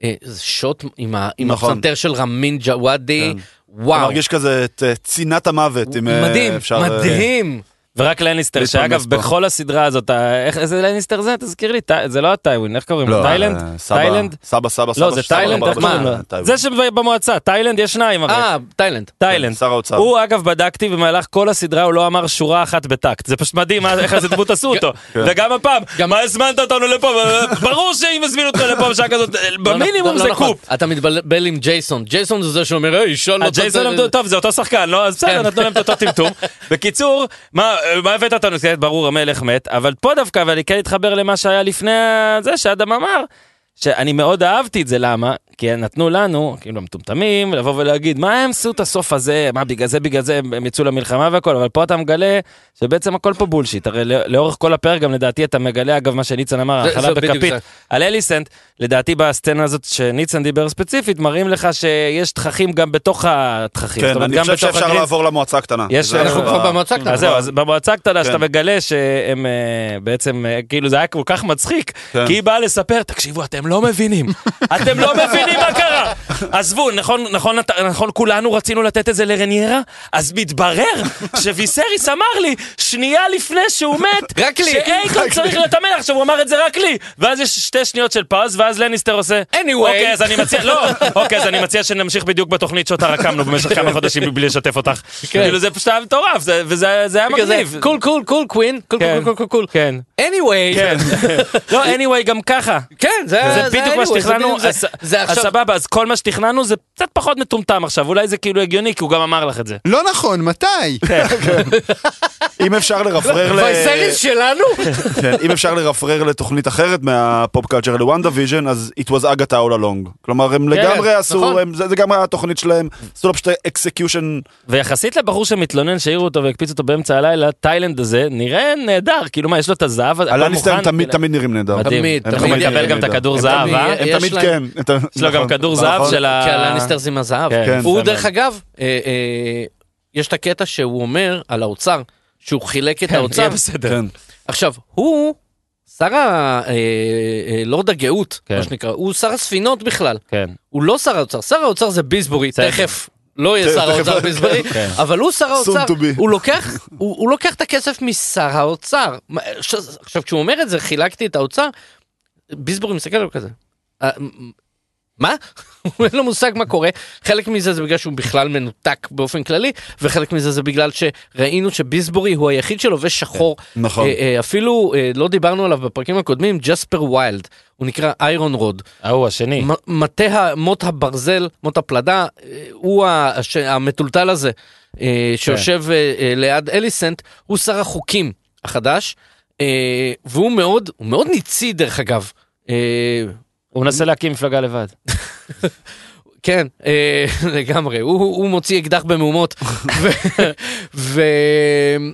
S3: אה, זה שוט עם ה- עם
S5: נכון.
S3: הפסנתר של רמין ג'וואדי,
S5: כן. אתה
S3: וואו,
S5: מרגיש כזה את אה, צינת המוות, אם אה,
S3: מדהים,
S5: אפשר... אה,
S3: מדהים.
S4: ורק לניסטר,
S6: להתפרנס
S4: שאגב,
S6: פה.
S4: בכל הסדרה הזאת, ה- איך, איזה לניסטר זה? תזכיר לי, טי- זה לא הטיווין, איך קוראים לו?
S5: לא,
S4: תאילנד?
S5: אה, סבא-
S4: תאילנד?
S5: סבא, סבא, סבא.
S4: לא, זה
S5: של סבא,
S4: תאילנד,
S5: רבא,
S4: איך
S5: רבא,
S4: קוראים לו?
S5: אה, תאילנד.
S4: זה שבמועצה, תאילנד יש שניים הרי.
S3: אה, תאילנד.
S4: תאילנד.
S5: כן, שר האוצר.
S4: הוא אגב בדקתי במהלך כל הסדרה הוא לא אמר שורה אחת בטקט זה פשוט מדהים מה- איך איזה דמות
S3: [LAUGHS]
S4: עשו אותו
S5: כן.
S4: וגם הפעם
S3: גם-
S4: מה הזמנת אותנו לפה ברור שאם הזמינו אותך לפה בשעה כזאת
S3: לא נכון,
S4: במינימום
S3: לא
S4: זה
S3: נכון.
S4: קופ.
S3: אתה מתבלבל עם ג'ייסון. ג'ייסון זה זה שאומר, היי, שון לא...
S4: הג'ייזון אה, למדו, טוב זה אותו שחקן, לא? אז בסדר,
S3: כן.
S4: נתנו להם את אותו
S3: [LAUGHS]
S4: טמטום. בקיצור, מה מה הבאת אותנו? כן, ברור המלך מת, אבל פה דווקא, ואני כן אתחבר למה שהיה לפני ה- זה שאדם אמר, שאני מאוד אהבתי את זה, למה? כי נתנו לנו, כאילו המטומטמים, לבוא ולהגיד, מה הם עשו את הסוף הזה, מה בגלל זה, בגלל זה הם הם יצאו למלחמה והכל, אבל פה אתה מגלה שבעצם הכל פה בולשיט, הרי לא- לאורך כל הפרק גם לדעתי אתה מגלה, אגב מה שניצן אמר,
S3: זה-
S4: האכלה
S3: זה בדיוק
S4: בכפית,
S3: זה.
S4: על אליסנט, לדעתי בסצנה הזאת שניצן דיבר ספציפית, מראים לך שיש תככים גם בתוך התככים. זאת
S5: כן,
S4: אומרת,
S5: אני
S4: גם
S5: חושב
S4: בתוך
S5: שאפשר
S4: הגרינס.
S5: לעבור למועצה הקטנה.
S4: יש-
S5: זה
S3: אנחנו
S5: ה-
S3: כבר במועצה קטנה.
S4: אז זהו, אז במועצה הקטנה שאתה
S5: כן.
S4: מגלה שהם אה, בעצם, אה, כאילו זה היה כל כך מצחיק,
S5: כן.
S4: כי היא באה לספר, תקשיבו, אתם לא
S3: [LAUGHS]
S4: מבינים, אתם לא מבינים מה קרה. עזבו, נכון, נכון, נכון, כולנו רצינו לתת את זה לרניירה, אז מתברר שוויסריס אמר לי, שנייה לפני שהוא מת,
S3: [LAUGHS] רק לי.
S4: שאייטון צריך להיות המלך, עכשיו הוא אמר את זה רק לי, ואז יש שתי שניות של פאוז, ואז לניסטר עושה,
S3: Anyway.
S4: אוקיי, אז אני מציע, לא, אוקיי, אז אני מציע שנמשיך בדיוק בתוכנית שאותה רקמנו במשך כמה חודשים מבלי לשתף אותך.
S3: כן.
S4: כאילו זה פשוט היה מטורף, זה- וזה זה היה
S3: כזה,
S4: מגניב.
S3: קול, קול, קול, קווין. קול,
S4: כן.
S3: קול, קול, קול, קול.
S4: כן.
S3: anyway. [LAUGHS]
S4: כן. לא, anyway, גם ככה.
S3: כן, זה
S4: זה בדיוק מה
S3: anyway, זה
S4: שתכננו,
S3: בדיוק זה.
S4: אז-
S3: זה
S4: אז
S3: עכשיו...
S4: סבבה, אז כל מה שתכננו זה קצת פחות מטומטם עכשיו, אולי זה כאילו הגיוני, כי הוא גם אמר לך את זה.
S6: לא נכון, מתי?
S5: אם אפשר אה, לרפרר
S4: [LAUGHS]
S5: ל...
S3: וייסריס שלנו?
S5: כן, אם אפשר לרפרר לתוכנית אחרת מהפופ קלצ'ר לוואן דיוויז'ן, אז it was Agatha all along. כלומר, הם לגמרי
S3: נכון.
S5: עשו, הם- זה זה גם היה התוכנית שלהם, עשו לה פשוט אקסקיושן.
S4: ויחסית לבחור שמתלונן שהעירו אותו והקפיצו אותו באמצע הלילה, תאילנד הזה נראה נהדר, כאילו מה, יש לו את הזהב, הכל
S5: הלניסטרים
S4: מוכן,
S5: תמיד
S4: כאילו.
S5: תמיד נראים נהדר.
S4: מדהים.
S3: תמיד,
S4: הוא
S3: תמיד
S4: מקבל
S3: נראים
S4: גם את
S5: נהדר.
S4: הכדור
S3: הם
S4: זאב,
S3: תמיד-
S4: אה?
S5: הם
S3: יש
S5: תמיד
S3: להם-
S5: כן.
S4: יש לו גם כדור
S5: נכון.
S4: זהב [LAUGHS] של ה...
S3: כי הלניסטרס עם הזהב.
S4: כן,
S5: כן.
S3: הוא
S4: בסדר.
S3: דרך אגב, אה, אה, יש את הקטע שהוא אומר על האוצר, שהוא חילק את
S4: כן,
S3: האוצר.
S4: יהיה בסדר.
S5: כן.
S3: עכשיו, הוא שר הלורד הגאות,
S4: כן.
S3: מה שנקרא, הוא שר הספינות בכלל.
S4: כן.
S3: הוא לא שר האוצר, שר האוצר זה ביסבורי,
S4: בסדר.
S3: תכף. לא יהיה
S5: כן,
S3: שר
S5: תכף,
S3: האוצר ביסברי,
S4: כן.
S3: אבל הוא שר האוצר,
S5: to be.
S3: הוא לוקח, הוא הוא לוקח את הכסף משר האוצר. מה, ש- עכשיו כשהוא אומר את זה, חילקתי את האוצר, ביסבורי מסתכל עליו כזה. "אה, מ- מה? [LAUGHS] אין לו מושג מה קורה, חלק מזה זה בגלל שהוא בכלל מנותק באופן כללי, וחלק מזה זה בגלל שראינו שביסבורי הוא היחיד שלובש שחור.
S5: נכון.
S3: אה, אה, אפילו אה, לא דיברנו עליו בפרקים הקודמים, ג'ספר ויילד, הוא נקרא איירון רוד.
S4: ההוא השני.
S3: מ- מטה ה- מוט הברזל, מוט הפלדה, אה, הוא ה- הש- המטולטל הזה אה, שיושב אה, אה, ליד אליסנט, הוא שר החוקים החדש, אה, והוא מאוד, הוא מאוד ניצי דרך אגב. אה,
S4: הוא מנסה להקים מפלגה לבד.
S3: כן, אה, [LAUGHS] לגמרי, הוא, הוא מוציא אקדח במהומות. ו...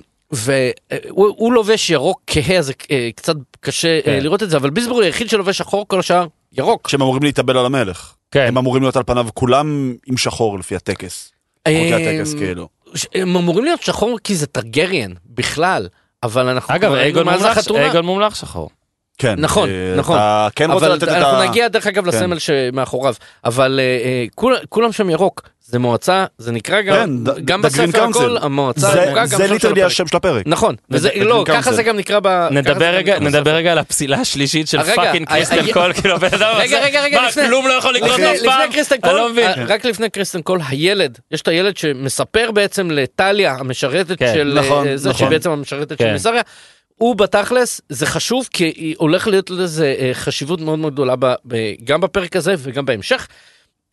S3: ו... והוא הוא לובש ירוק כהה, אז אה, קצת קשה כן.
S4: כן.
S3: לראות את זה, אבל ביסבור הוא היחיד שלובש שחור, כל השאר ירוק.
S5: כשהם אמורים להתאבל על המלך.
S4: כן.
S5: הם אמורים להיות על פניו כולם עם שחור לפי הטקס. חוקי הטקס
S3: אה,
S5: כאילו.
S3: ש- הם אמורים להיות שחור כי זה טרגריאן בכלל, אבל אנחנו...
S4: אגב,
S3: כבר ראינו
S4: אייגון
S3: מה זה
S4: מומלך-
S3: החתונה.
S4: אייגון מומלך שחור.
S5: כן.
S3: נכון,
S5: אה,
S3: נכון.
S5: אתה כן רוצה
S3: אבל
S5: לתת את ה...
S3: אנחנו נגיע דרך אגב
S5: כן.
S3: לסמל שמאחוריו, אבל אה, אה, כול- כולם שם ירוק, זה מועצה, זה נקרא גם,
S5: כן, ד-
S3: גם
S5: The Green
S3: בספר הכל,
S5: Council.
S3: המועצה,
S5: זה-
S3: הירוקה, גם
S5: זה
S3: שם של
S5: ליטרלי
S3: הפרק.
S5: השם של הפרק.
S3: נכון, וזה,
S5: The
S3: לא,
S5: Green
S3: ככה
S5: Council.
S3: זה גם נקרא ב... אה, ככה זה
S4: נדבר
S3: גם
S4: רגע,
S3: נקרא
S4: נדבר רגע על הפסילה השלישית של
S3: רגע,
S4: פאקינג
S3: ה-
S4: קריסטל
S3: ה-
S4: קול, כאילו הבן אדם
S3: רגע,
S4: עשה,
S3: רגע, רגע,
S4: מה,
S3: לפני-
S4: כלום לא יכול לקרות
S3: לפני,
S4: אף פעם?
S3: לפני קריסטן
S4: אני לא
S3: קול,
S4: מבין.
S3: אה, רק לפני קריסטן קול, הילד, יש את הילד שמספר בעצם לטליה, המשרתת
S4: כן,
S3: של,
S5: נכון,
S3: אה, זה
S5: נכון.
S3: שבעצם המשרתת
S4: כן.
S3: של מסריה, הוא בתכלס, זה חשוב, כי היא- הולך להיות לזה אה, חשיבות מאוד מאוד גדולה ב- ב- גם בפרק הזה וגם בהמשך.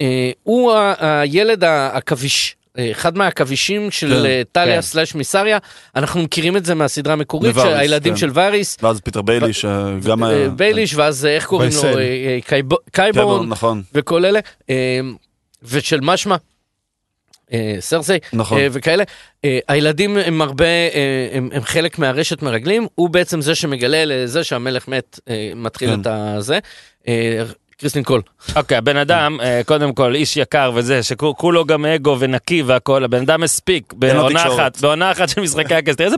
S3: אה, הוא ה- הילד ה- עכביש. אה, אחד מהעכבישים של
S5: כן,
S3: אה,
S4: כן.
S3: טליה סלאש מסריה, אנחנו מכירים את זה מהסדרה המקורית,
S5: לווריס,
S3: שהילדים
S5: כן.
S3: של ואריס,
S5: ואז פיטר ביילי שגם...
S3: אה,
S5: היה-
S3: בייליש ואז אה, איך קוראים לו
S6: בייסל.
S3: אה, אה, קייב-
S5: כן,
S3: קייבורן
S5: נכון.
S3: וכל אלה אה, ושל משמע. אה, סרסי
S5: נכון.
S3: אה, וכאלה אה, הילדים הם הרבה אה, הם, הם חלק מהרשת מרגלים הוא בעצם זה שמגלה לזה שהמלך מת אה, מתחיל
S5: כן.
S3: את הזה. אה, קריסטין קול.
S4: אוקיי, הבן אדם, אה, קודם כל, איש יקר וזה, שכולו גם אגו ונקי והכל, הבן אדם הספיק
S5: לו
S4: בעונה
S5: תקשורת.
S4: אחת, בעונה אחת של משחקי הכס, תראה איזה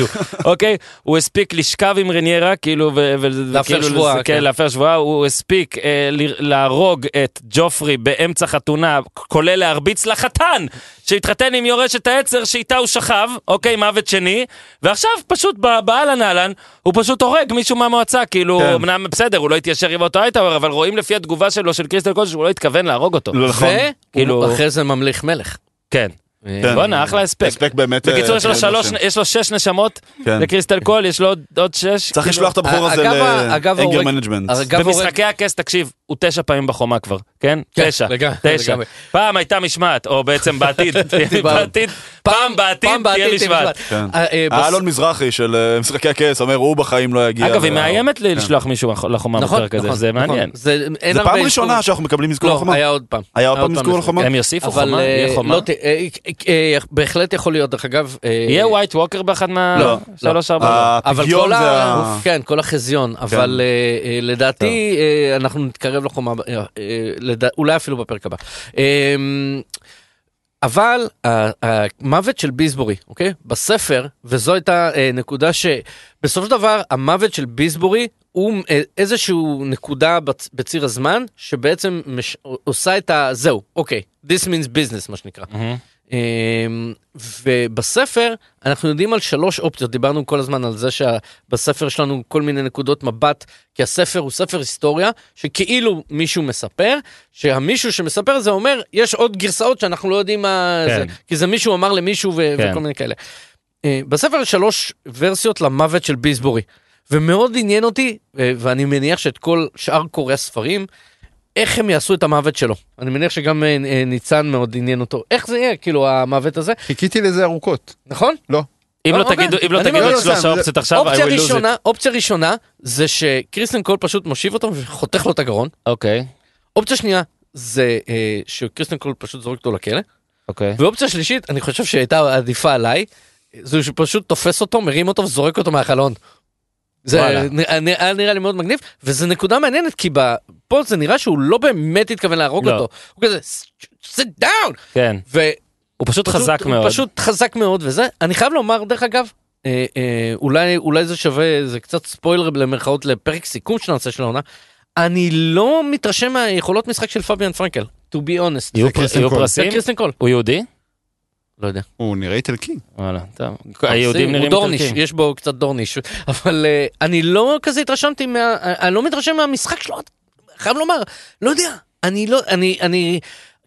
S3: [LAUGHS]
S4: הוא, אוקיי? הוא הספיק לשכב עם רניירה, כאילו, ו- ו-
S3: להפר
S4: וכאילו
S3: שבועה,
S4: לס- כן,
S3: כן.
S4: להפר שבועה, הוא הספיק אה, ל- להרוג את ג'ופרי באמצע חתונה, כולל להרביץ לחתן שהתחתן עם יורשת העצר שאיתה הוא שכב, אוקיי, מוות שני, ועכשיו פשוט ב- באהלן אהלן, הוא פשוט הורג מישהו מהמועצה, כאילו,
S5: כן.
S4: אמנם בסדר, הוא לא התיישר עם אותו הייטאוור, אבל רואים לפי התגובה שלו, של קריסטל קול, שהוא לא התכוון להרוג אותו.
S5: לא, נכון.
S4: כאילו,
S3: אחרי זה ממליך מלך. אה,
S4: כן.
S5: כן.
S4: בואנה, אחלה הספק.
S5: הספק באמת...
S4: בקיצור,
S5: אה,
S4: יש לו
S5: כן,
S4: שלוש,
S5: כן.
S4: יש לו שש נשמות,
S5: כן.
S4: לקריסטל קול, יש לו עוד- עוד שש.
S5: צריך לשלוח את הבחור הזה
S3: כאילו, אה, אגב, אגב,
S5: לאנגר
S3: ההורג-
S5: מנג'מנט.
S3: אגב, הורג-
S4: במשחקי הכס, תקשיב, הוא תשע פעמים בחומה כבר, כן?
S3: כן,
S4: תשע,
S3: לגמרי,
S4: תשע.
S3: לגמרי.
S4: פעם הייתה משמעת, או בעצם בעתיד,
S3: [LAUGHS]
S4: תהיה-
S3: דיברנו.
S4: בעתיד, פעם בעתיד תהיה משמעת.
S5: כן.
S3: אה, אה, בס-
S5: אלון מזרחי של אה, משחקי הכס אומר, הוא בחיים לא יגיע.
S4: אגב, היא
S5: ל-
S4: מאיימת
S3: כן.
S4: ל- לשלוח מישהו לח- לחומה
S3: נכון,
S4: בפרק הזה,
S3: נכון,
S4: זה
S3: נכון.
S4: מעניין.
S3: זה אין
S5: זה
S3: הרבה
S5: פעם
S3: אזכור.
S5: ראשונה שאנחנו מקבלים אזכור
S3: לא,
S5: לחומה.
S3: היה עוד פעם.
S5: היה עוד פעם אזכור לחומה?
S4: הם יוסיפו
S3: אבל,
S4: חומה?
S3: אה,
S4: יהיה חומה?
S3: לא ת- אה, אה, אה, בהחלט יכול להיות, דרך אגב. אה,
S4: יהיה ווייט ווקר באחד
S3: לא, אה,
S4: מה... שלוש, ארבע?
S3: אבל
S5: הפיגיון
S3: כל
S5: זה
S3: ה...
S5: ה...
S3: כן, כל החזיון, אבל אה, אה, לדעתי אה, אנחנו נתקרב לחומה, אה, אה, לדע- אולי אפילו בפרק הבא. אה, אבל ה- המוות של ביסבורי, אוקיי? בספר, וזו הייתה אה, נקודה שבסופו של דבר המוות של ביסבורי הוא אה, איזשהו נקודה בצ- בציר הזמן שבעצם מש... עושה את ה... זהו, אוקיי, this means business מה שנקרא.
S4: מהמם.
S3: אמ, ובספר אנחנו יודעים על שלוש אופציות, דיברנו כל הזמן על זה שבספר יש לנו כל מיני נקודות מבט, כי הספר הוא ספר היסטוריה, שכאילו מישהו מספר, שהמישהו שמספר זה אומר, יש עוד גרסאות שאנחנו לא יודעים מה
S4: כן.
S3: זה, כי זה מישהו אמר למישהו ו-
S4: כן.
S3: וכל מיני כאלה. אה, בספר יש שלוש ורסיות למוות של ביסבורי, ומאוד עניין אותי, אה, ואני מניח שאת כל שאר קוראי הספרים, איך הם יעשו את המוות שלו. אני מניח שגם אה, אה, ניצן מאוד עניין אותו. איך זה יהיה, כאילו, המוות הזה,
S6: חיכיתי לזה ארוכות.
S3: נכון?
S6: לא.
S4: אם לא
S3: אוקיי.
S4: תגידו אם לא
S3: אני
S4: תגידו
S6: לא
S4: את
S6: יודע,
S4: שלוש
S6: זה-
S4: האופציות עכשיו, I
S3: אופציה
S4: will lose it.
S3: ראשונה, אופציה ראשונה זה שקריסטן קול פשוט מושיב אותו וחותך לו את הגרון.
S4: אוקיי,
S3: אופציה שנייה זה אה, שקריסטן קול פשוט זורק אותו לכלא.
S4: אוקיי.
S3: ואופציה שלישית, אני חושב שהייתה עדיפה עליי, זה שפשוט תופס אותו, מרים אותו וזורק אותו מהחלון. זה
S4: וואלה.
S3: נראה- נראה אה, נראה לי מאוד מגניב, וזו נקודה מעניינת, כי ב- פה זה נראה שהוא לא באמת התכוון להרוג
S4: לא.
S3: אותו. הוא כזה, sit down!
S4: כן.
S3: ו-
S4: הוא פשוט חזק
S3: הוא
S4: מאוד.
S3: פשוט חזק מאוד וזה. אני חייב לומר, דרך אגב, אה, אה, אולי, אולי זה שווה, זה קצת ספוילר למרכאות לפרק סיכום שנעשה של העונה. אני לא מתרשם מהיכולות משחק של פביאן פרנקל, to be honest.
S4: יהיו
S6: זה קריסטן
S4: יהיו
S6: קול.
S3: זה
S4: פרסים?
S3: קריסטן קול.
S4: הוא יהודי?
S3: לא יודע.
S6: הוא נראה איטלקי.
S4: וואלה, טוב. היהודים
S3: הוא
S4: נראים
S3: דורניש,
S4: איטלקים.
S3: יש בו קצת דורניש. [LAUGHS] אבל אה, אני לא כזה התרשמתי מה... אני לא מתרשם מהמשחק שלו, חייב לומר, לא יודע. אני לא, אני, אני...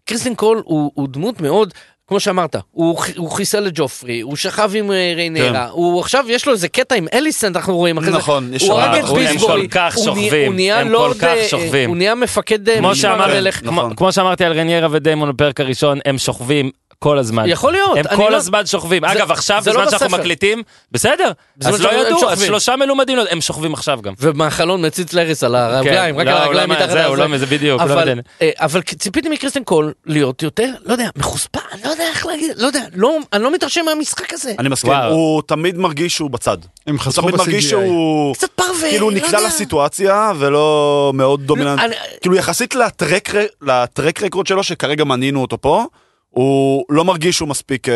S3: קריסטין קול הוא, הוא דמות מאוד... כמו שאמרת, הוא, ח- הוא חיסל את ג'ופרי, הוא שכב עם אה, ריינרה,
S5: כן.
S3: הוא עכשיו יש לו איזה קטע עם אליסנד, אנחנו רואים אחרי
S5: נכון, יש
S3: זה, הוא
S5: שם-
S3: הרג את
S4: הם כל
S3: ביסבורי,
S4: כך
S3: הוא נה-
S4: שוכבים,
S3: הוא נהיה
S4: הם כל
S3: לורד,
S4: כך
S3: אה, אה,
S4: שוכבים.
S3: הוא נהיה מפקד אה,
S4: כמו
S3: משמר
S4: שאמר-
S3: המלך.
S4: כמו-
S5: נכון.
S4: כמו שאמרתי על רניירה ודיימון בפרק הראשון, הם שוכבים כל הזמן.
S3: יכול להיות,
S4: הם
S3: אני
S4: כל
S3: לא-
S4: הזמן שוכבים.
S3: זה-
S4: אגב, עכשיו,
S3: זה לא
S4: בזמן שאנחנו
S3: בספר.
S4: מקליטים, בסדר,
S3: בזמן
S4: אז לא
S3: שאנחנו- הם
S4: ידעו, אז
S3: שוכבים.
S4: שלושה מלומדים, לא- הם שוכבים עכשיו גם.
S3: ומהחלון מציץ לארץ על
S4: כן,
S3: הרגליים, רק
S4: לא,
S3: על
S4: הוא
S3: הרגליים
S4: לא-
S3: מתחת
S4: זהו,
S3: לזה.
S4: לא, זה בדיוק, לא
S3: אבל,
S4: יודע.
S3: אה, אבל ציפיתי מקריסטן קול להיות יותר, לא יודע, מחוספן, לא יודע איך להגיד, לא יודע, לא, אני לא מתרשם מהמשחק הזה.
S5: אני מסכים,
S4: וואו.
S5: הוא תמיד מרגיש שהוא בצד.
S6: הם
S5: הוא
S6: חסכו
S5: תמיד מרגיש
S6: ב-CGI.
S5: שהוא...
S3: קצת פרווה,
S5: כאילו הוא
S3: לא
S5: נקלע
S3: יודע.
S5: לסיטואציה ולא מאוד דומיננט.
S3: אני-
S5: כאילו יחסית לטרק ר- לטרק רקורד שלו, שכרגע מנינו אותו פה, הוא לא מרגיש שהוא מספיק אה,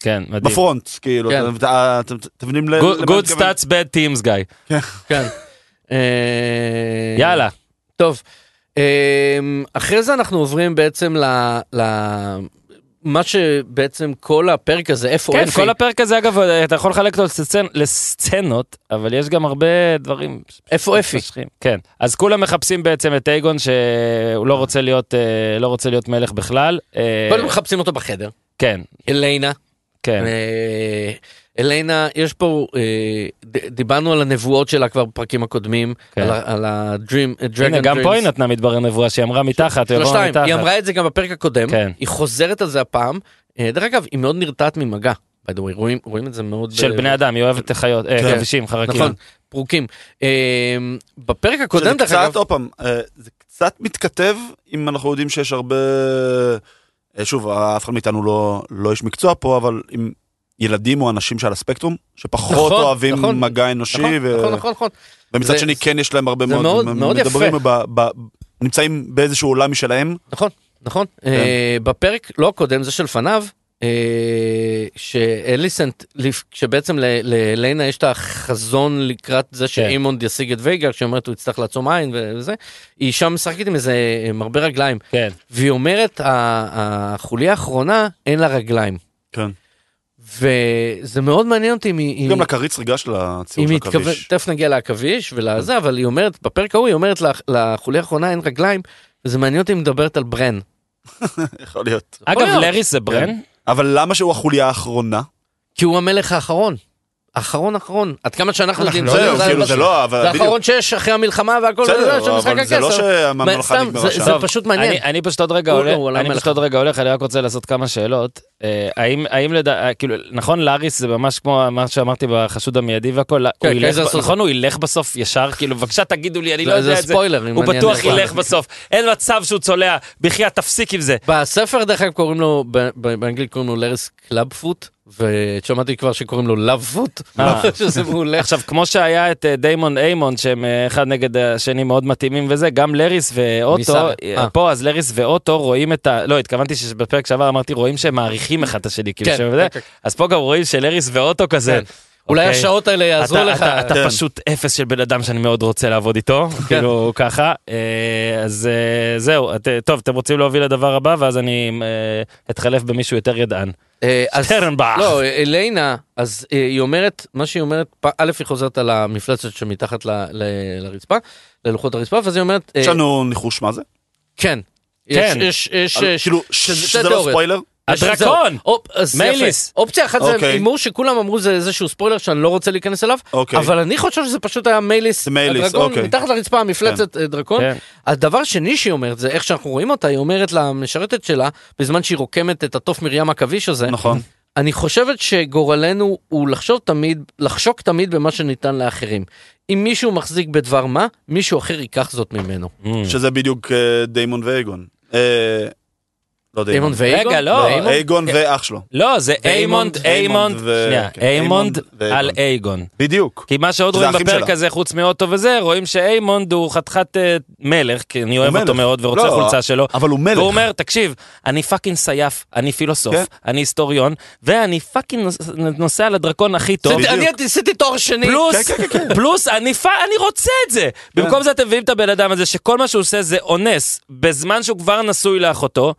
S4: כן, מדהים.
S5: בפרונט, כאילו,
S3: כן.
S5: אתם- אה, אתם אתם מבינים ל- למה אני
S4: Good
S5: מתכוון?
S4: stats, bad teams, גיא.
S3: כן. אה,
S4: יאללה.
S3: טוב, אה, אחרי זה אנחנו עוברים בעצם ל... ל- מה שבעצם כל הפרק הזה, איפה
S4: כן,
S3: אפי,
S4: כל הפרק הזה, אגב, אתה יכול לחלק אותו לסצנ- לסצנות, אבל יש גם הרבה דברים
S3: איפה אפי?
S4: מתמשכים. כן. אז כולם מחפשים בעצם את אייגון, שהוא לא רוצה להיות, אה, לא רוצה להיות מלך בכלל. אה,
S3: קודם מחפשים אותו בחדר,
S4: כן,
S3: אליינה,
S4: כן.
S3: אה, אליינה, יש פה, אה, ד- דיברנו על הנבואות שלה כבר בפרקים הקודמים,
S4: כן.
S3: על ה- על ה-Dream, Dragon Dreams.
S4: הנה, גם פה היא נתנה מתברר נבואה שהיא אמרה מתחת, היא אמרה
S3: שלושתיים,
S4: מתחת.
S3: היא אמרה את זה גם בפרק הקודם,
S4: כן.
S3: היא חוזרת על זה הפעם. אה, דרך אגב, היא מאוד נרתעת ממגע, by the way, רואים- רואים את זה מאוד...
S4: של
S3: ב-
S4: בני אדם, היא אוהבת חיות, אה,
S3: כן.
S4: כבישים, חרקים.
S3: נכון, פרוקים. אה, בפרק
S5: שזה
S3: הקודם, דרך
S5: קצת,
S3: אגב,
S5: עוד פעם, אה, זה קצת מתכתב אם אנחנו יודעים שיש הרבה... אה, שוב, אף אחד מאיתנו לא, לא איש מקצוע פה, אבל עם ילדים או אנשים שעל הספקטרום, שפחות
S3: נכון,
S5: אוהבים
S3: נכון.
S5: מגע אנושי,
S3: נכון,
S5: ו...
S3: נכון, נכון, נכון.
S5: ומצד
S3: זה-
S5: שני כן יש להם הרבה
S3: זה
S5: מאוד,
S3: מאוד-
S5: הם
S3: מאוד
S5: מדברים
S3: יפה.
S5: ב, ב, נמצאים באיזשהו עולם משלהם,
S3: נכון, נכון. אה, בפרק, לא הקודם, זה שלפניו, אה, שאליסנט, לפ- כשבעצם ל- לאלנה יש את החזון לקראת זה שאימונד ישיג את וייגר, שאומרת הוא יצטרך לעצום עין וזה, היא שם משחקת עם איזה מרבה רגליים,
S4: כן.
S3: והיא אומרת "ה- החוליה האחרונה אין לה רגליים.
S5: כן.
S3: וזה מאוד מעניין אותי אם היא...
S5: גם
S3: אם-
S5: לקריץ ריגש לציור
S3: אם
S5: של
S3: היא התכוונת,
S5: עכביש.
S3: תכף נגיע לעכביש ולזה, אבל היא אומרת, בפרק ההוא היא אומרת לך, לחוליה האחרונה אין רגליים, וזה מעניין אותי אם היא מדברת על ברן.
S5: יכול להיות.
S4: אגב,
S3: להיות.
S4: לריס זה ברן?
S5: אבל למה שהוא החוליה האחרונה?
S3: אה, כי הוא המלך האחרון. אחרון אחרון. עד כמה שאנחנו יודעים,
S5: לא יודעים, כאילו, זה לא, אבל
S3: זה
S5: בדיוק.
S3: האחרון שיש אחרי המלחמה והכל,
S5: בסדר,
S3: וזה, של
S5: אבל
S3: משחק
S5: זה לא
S3: הכסף.
S5: שהממלכה
S3: מה, סתם,
S5: נגמרה
S3: זה-
S5: שם.
S3: זה
S4: טוב,
S3: פשוט מעניין.
S4: אני, אני פשוט עוד רגע
S3: הוא-
S4: הולך,
S3: הוא עלה
S4: אני
S3: מלך.
S4: פשוט עוד רגע הולך, אני רק רוצה לעשות כמה שאלות. אה, האם, האם לדע, אה, כאילו, נכון, לאריס זה ממש כמו מה שאמרתי בחשוד המיידי והכל,
S3: כן,
S4: הוא ילך,
S3: קייזר
S4: ב-
S3: סוזה.
S4: נכון, הוא ילך בסוף ישר, כאילו, בבקשה תגידו לי, אני
S3: זה-
S4: לא יודע
S3: זה
S4: את זה.
S3: ספוילר, נכון. אם
S4: הוא
S3: אני
S4: בטוח
S3: אענה
S4: ילך
S3: לך.
S4: בסוף, אין מצב שהוא צולע, בחייאת תפסיק עם זה.
S3: בספר דרך אגב קוראים לו, ב- ב- באנגלית קוראים לו לרס קלאב פוט, ושמעתי כבר שקוראים לו לאב פוט,
S4: אה.
S3: [LAUGHS] שזה מעולה.
S4: עכשיו, כמו שהיה את אה, דיימון איימון, שהם אה, אחד נגד השני מאוד מתאימים וזה, גם לריס ואוטו,
S3: ניסן,
S4: אה,
S3: אה.
S4: פה אז לריס ואוטו רואים את ה... לא, התכוונתי שבפרק שעבר אמרתי, רואים שהם מעריכים אחד את השני, כאילו,
S3: כן,
S4: שהם זה.
S3: כן,
S4: אז פה גם רואים שלריס ואוטו כזה.
S3: כן. אולי
S4: אוקיי.
S3: השעות האלה יעזרו
S4: אתה-
S3: לך.
S4: אתה, אתה
S5: כן.
S4: פשוט אפס של בן אדם שאני מאוד רוצה לעבוד איתו, כאילו ככה. אה, אז אה, זהו, את, טוב, אתם רוצים להוביל לדבר הבא, ואז אני אה, אתחלף במישהו יותר ידען.
S3: אה, אז-
S4: שטרנבך.
S3: לא, אליינה, אז אה, היא אומרת, מה שהיא אומרת, פ- א', היא חוזרת על המפלצת שמתחת ל- ל- לרצפה, ללוחות הרצפה, ואז היא אומרת, אה,
S5: יש לנו ניחוש מה זה?
S3: כן.
S4: כן.
S3: יש, יש, יש,
S5: אבל-
S3: יש,
S5: כאילו, ש-
S3: שזה-
S5: שזה
S3: זה
S5: לא
S3: תיאוריה.
S5: ספוילר?
S3: יש-
S4: הדרקון!
S3: זהו. אופ- אז יפה.
S4: מייליס.
S3: אופציה אחת זה
S5: אוקיי.
S3: הימור שכולם אמרו זה איזשהו ספוילר שאני לא רוצה להיכנס אליו,
S5: אוקיי.
S3: אבל אני חושב שזה פשוט היה מייליס,
S5: זה מייליס,
S3: הדרקון,
S5: אוקיי.
S3: מתחת לרצפה המפלצת אה, דרקון.
S4: כן.
S3: הדבר שני שהיא אומרת זה איך שאנחנו רואים אותה, היא אומרת למשרתת שלה, בזמן שהיא רוקמת את התוף מרים עכביש הזה,
S5: נכון.
S3: אני חושבת שגורלנו הוא לחשוב תמיד, לחשוק תמיד במה שניתן לאחרים. אם מישהו מחזיק בדבר מה, מישהו אחר ייקח זאת ממנו.
S4: Hmm.
S5: שזה בדיוק אה, דיימון ואייגון. אה, לא
S3: דיימון
S5: דיימון.
S3: ואייגון?
S4: רגע, לא.
S3: ואיימון?
S5: אייגון ואח שלו.
S4: לא, זה
S3: ואיימונד,
S4: איימונד,
S5: איימונד
S4: איימונד,
S5: ו-
S4: שנייה,
S5: כן,
S4: איימונד
S5: איימונד ואייגון.
S4: על אייגון.
S5: בדיוק.
S4: כי מה שעוד
S5: זה
S4: רואים
S5: האחים
S4: בפרק
S5: שלה.
S4: הזה, חוץ מאוטו וזה, רואים שאיימונד הוא חתיכת אה, מלך, כי אני אוהב
S5: הוא
S4: אותו
S5: מלך.
S4: מאוד ורוצה
S5: לא,
S4: חולצה שלו.
S5: אבל הוא מלך.
S4: והוא אומר, תקשיב, אני פאקינג סייף, אני פילוסוף,
S5: כן.
S4: אני היסטוריון, ואני פאקינג נוס- נוסע על הדרקון הכי טוב.
S3: עשיתי- אוקיי, אני עשיתי תואר שני.
S4: פלוס, פלוס, אני פ- אני רוצה את זה. במקום זה אתם מביאים את הבן אדם הזה, שכל מה שהוא עושה זה אונס, בזמן שהוא כבר נשוי לאחותו.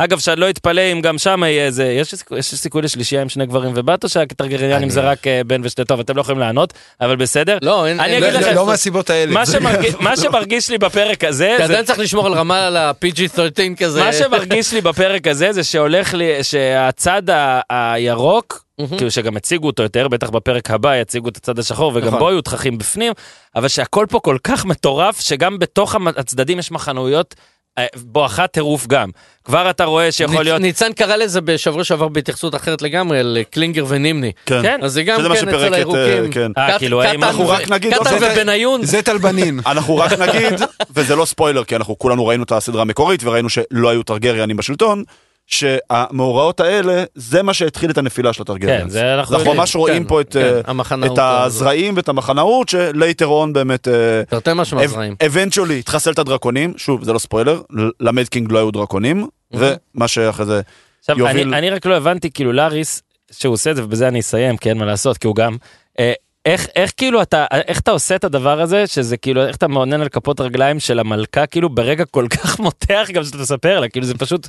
S4: אגב, שאני לא אתפלא אם גם שם יהיה איזה, יש סיכו- יש סיכוי לשלישייה עם שני גברים ובת, או שהטרגריאנים זה רק אה, בן ושתי, טוב, אתם לא יכולים לענות, אבל בסדר.
S3: לא, אין-
S4: אני
S3: אין-
S4: אגיד
S3: לא-
S4: לכם,
S6: לא מהסיבות האלה.
S4: מה
S6: זה-
S4: שמרגיש- מה שמרגיש לי בפרק הזה,
S3: אתה
S4: זה-
S3: עדיין צריך לשמור על רמה על ה-PG-13 כזה.
S4: מה שמרגיש לי בפרק הזה זה שהולך לי, שהצד ה- הירוק, כאילו שגם הציגו אותו יותר, בטח בפרק הבא יציגו את הצד השחור וגם
S5: נכון.
S4: בו יהיו תככים בפנים, אבל שהכל פה כל כך מטורף, שגם בתוך המ- הצדדים יש מחנויות אה, בואכה טירוף גם. כבר אתה רואה שיכול
S3: ניצ-
S4: להיות...
S3: ניצן קרא לזה בשבוע שעבר בהתייחסות אחרת לגמרי, על אה, קלינגר ונימני.
S4: כן.
S3: אז זה גם
S5: שזה מה
S3: כן
S5: שפירק
S3: אצל
S5: את, אה,
S3: הירוקים.
S5: כן.
S4: אה,
S3: קט-
S4: כאילו, האם
S3: קטן
S4: אנחנו
S3: ו-
S5: רק נגיד,
S3: קטן
S5: לא, זה-
S3: ובניון.
S6: זה טלבנין.
S5: אנחנו רק
S4: [LAUGHS]
S5: נגיד, וזה לא ספוילר, כי אנחנו כולנו ראינו את הסדרה המקורית וראינו שלא היו טרגריאנים בשלטון, שהמאורעות האלה, זה מה שהתחיל את הנפילה של הטרגריאנים.
S4: כן, זה אנחנו יודעים.
S5: ממש רואים
S3: כן,
S5: פה את,
S3: כן,
S5: אה,
S3: המחנאות
S5: את הזרעים ואת המחנאות, שלייטר און באמת... אה,
S3: תרתי משמע זרעים.
S5: אבנצ'ולי התחסל את הדרקונים, שוב, זה לא ספוילר, ל- למד קינג לא היו דרקונים,
S3: Mm-hmm.
S5: ומה שאחרי זה
S4: עכשיו,
S5: יוביל-
S4: אני, אני רק לא הבנתי, כאילו, לאריס, שהוא עושה את זה, ובזה אני אסיים, כי אין מה לעשות, כי הוא גם... אה, איך, איך כאילו אתה, איך אתה עושה את הדבר הזה, שזה כאילו, איך אתה מעונן על כפות רגליים של המלכה, כאילו ברגע כל כך [LAUGHS] מותח גם שאתה מספר לה, כאילו זה פשוט...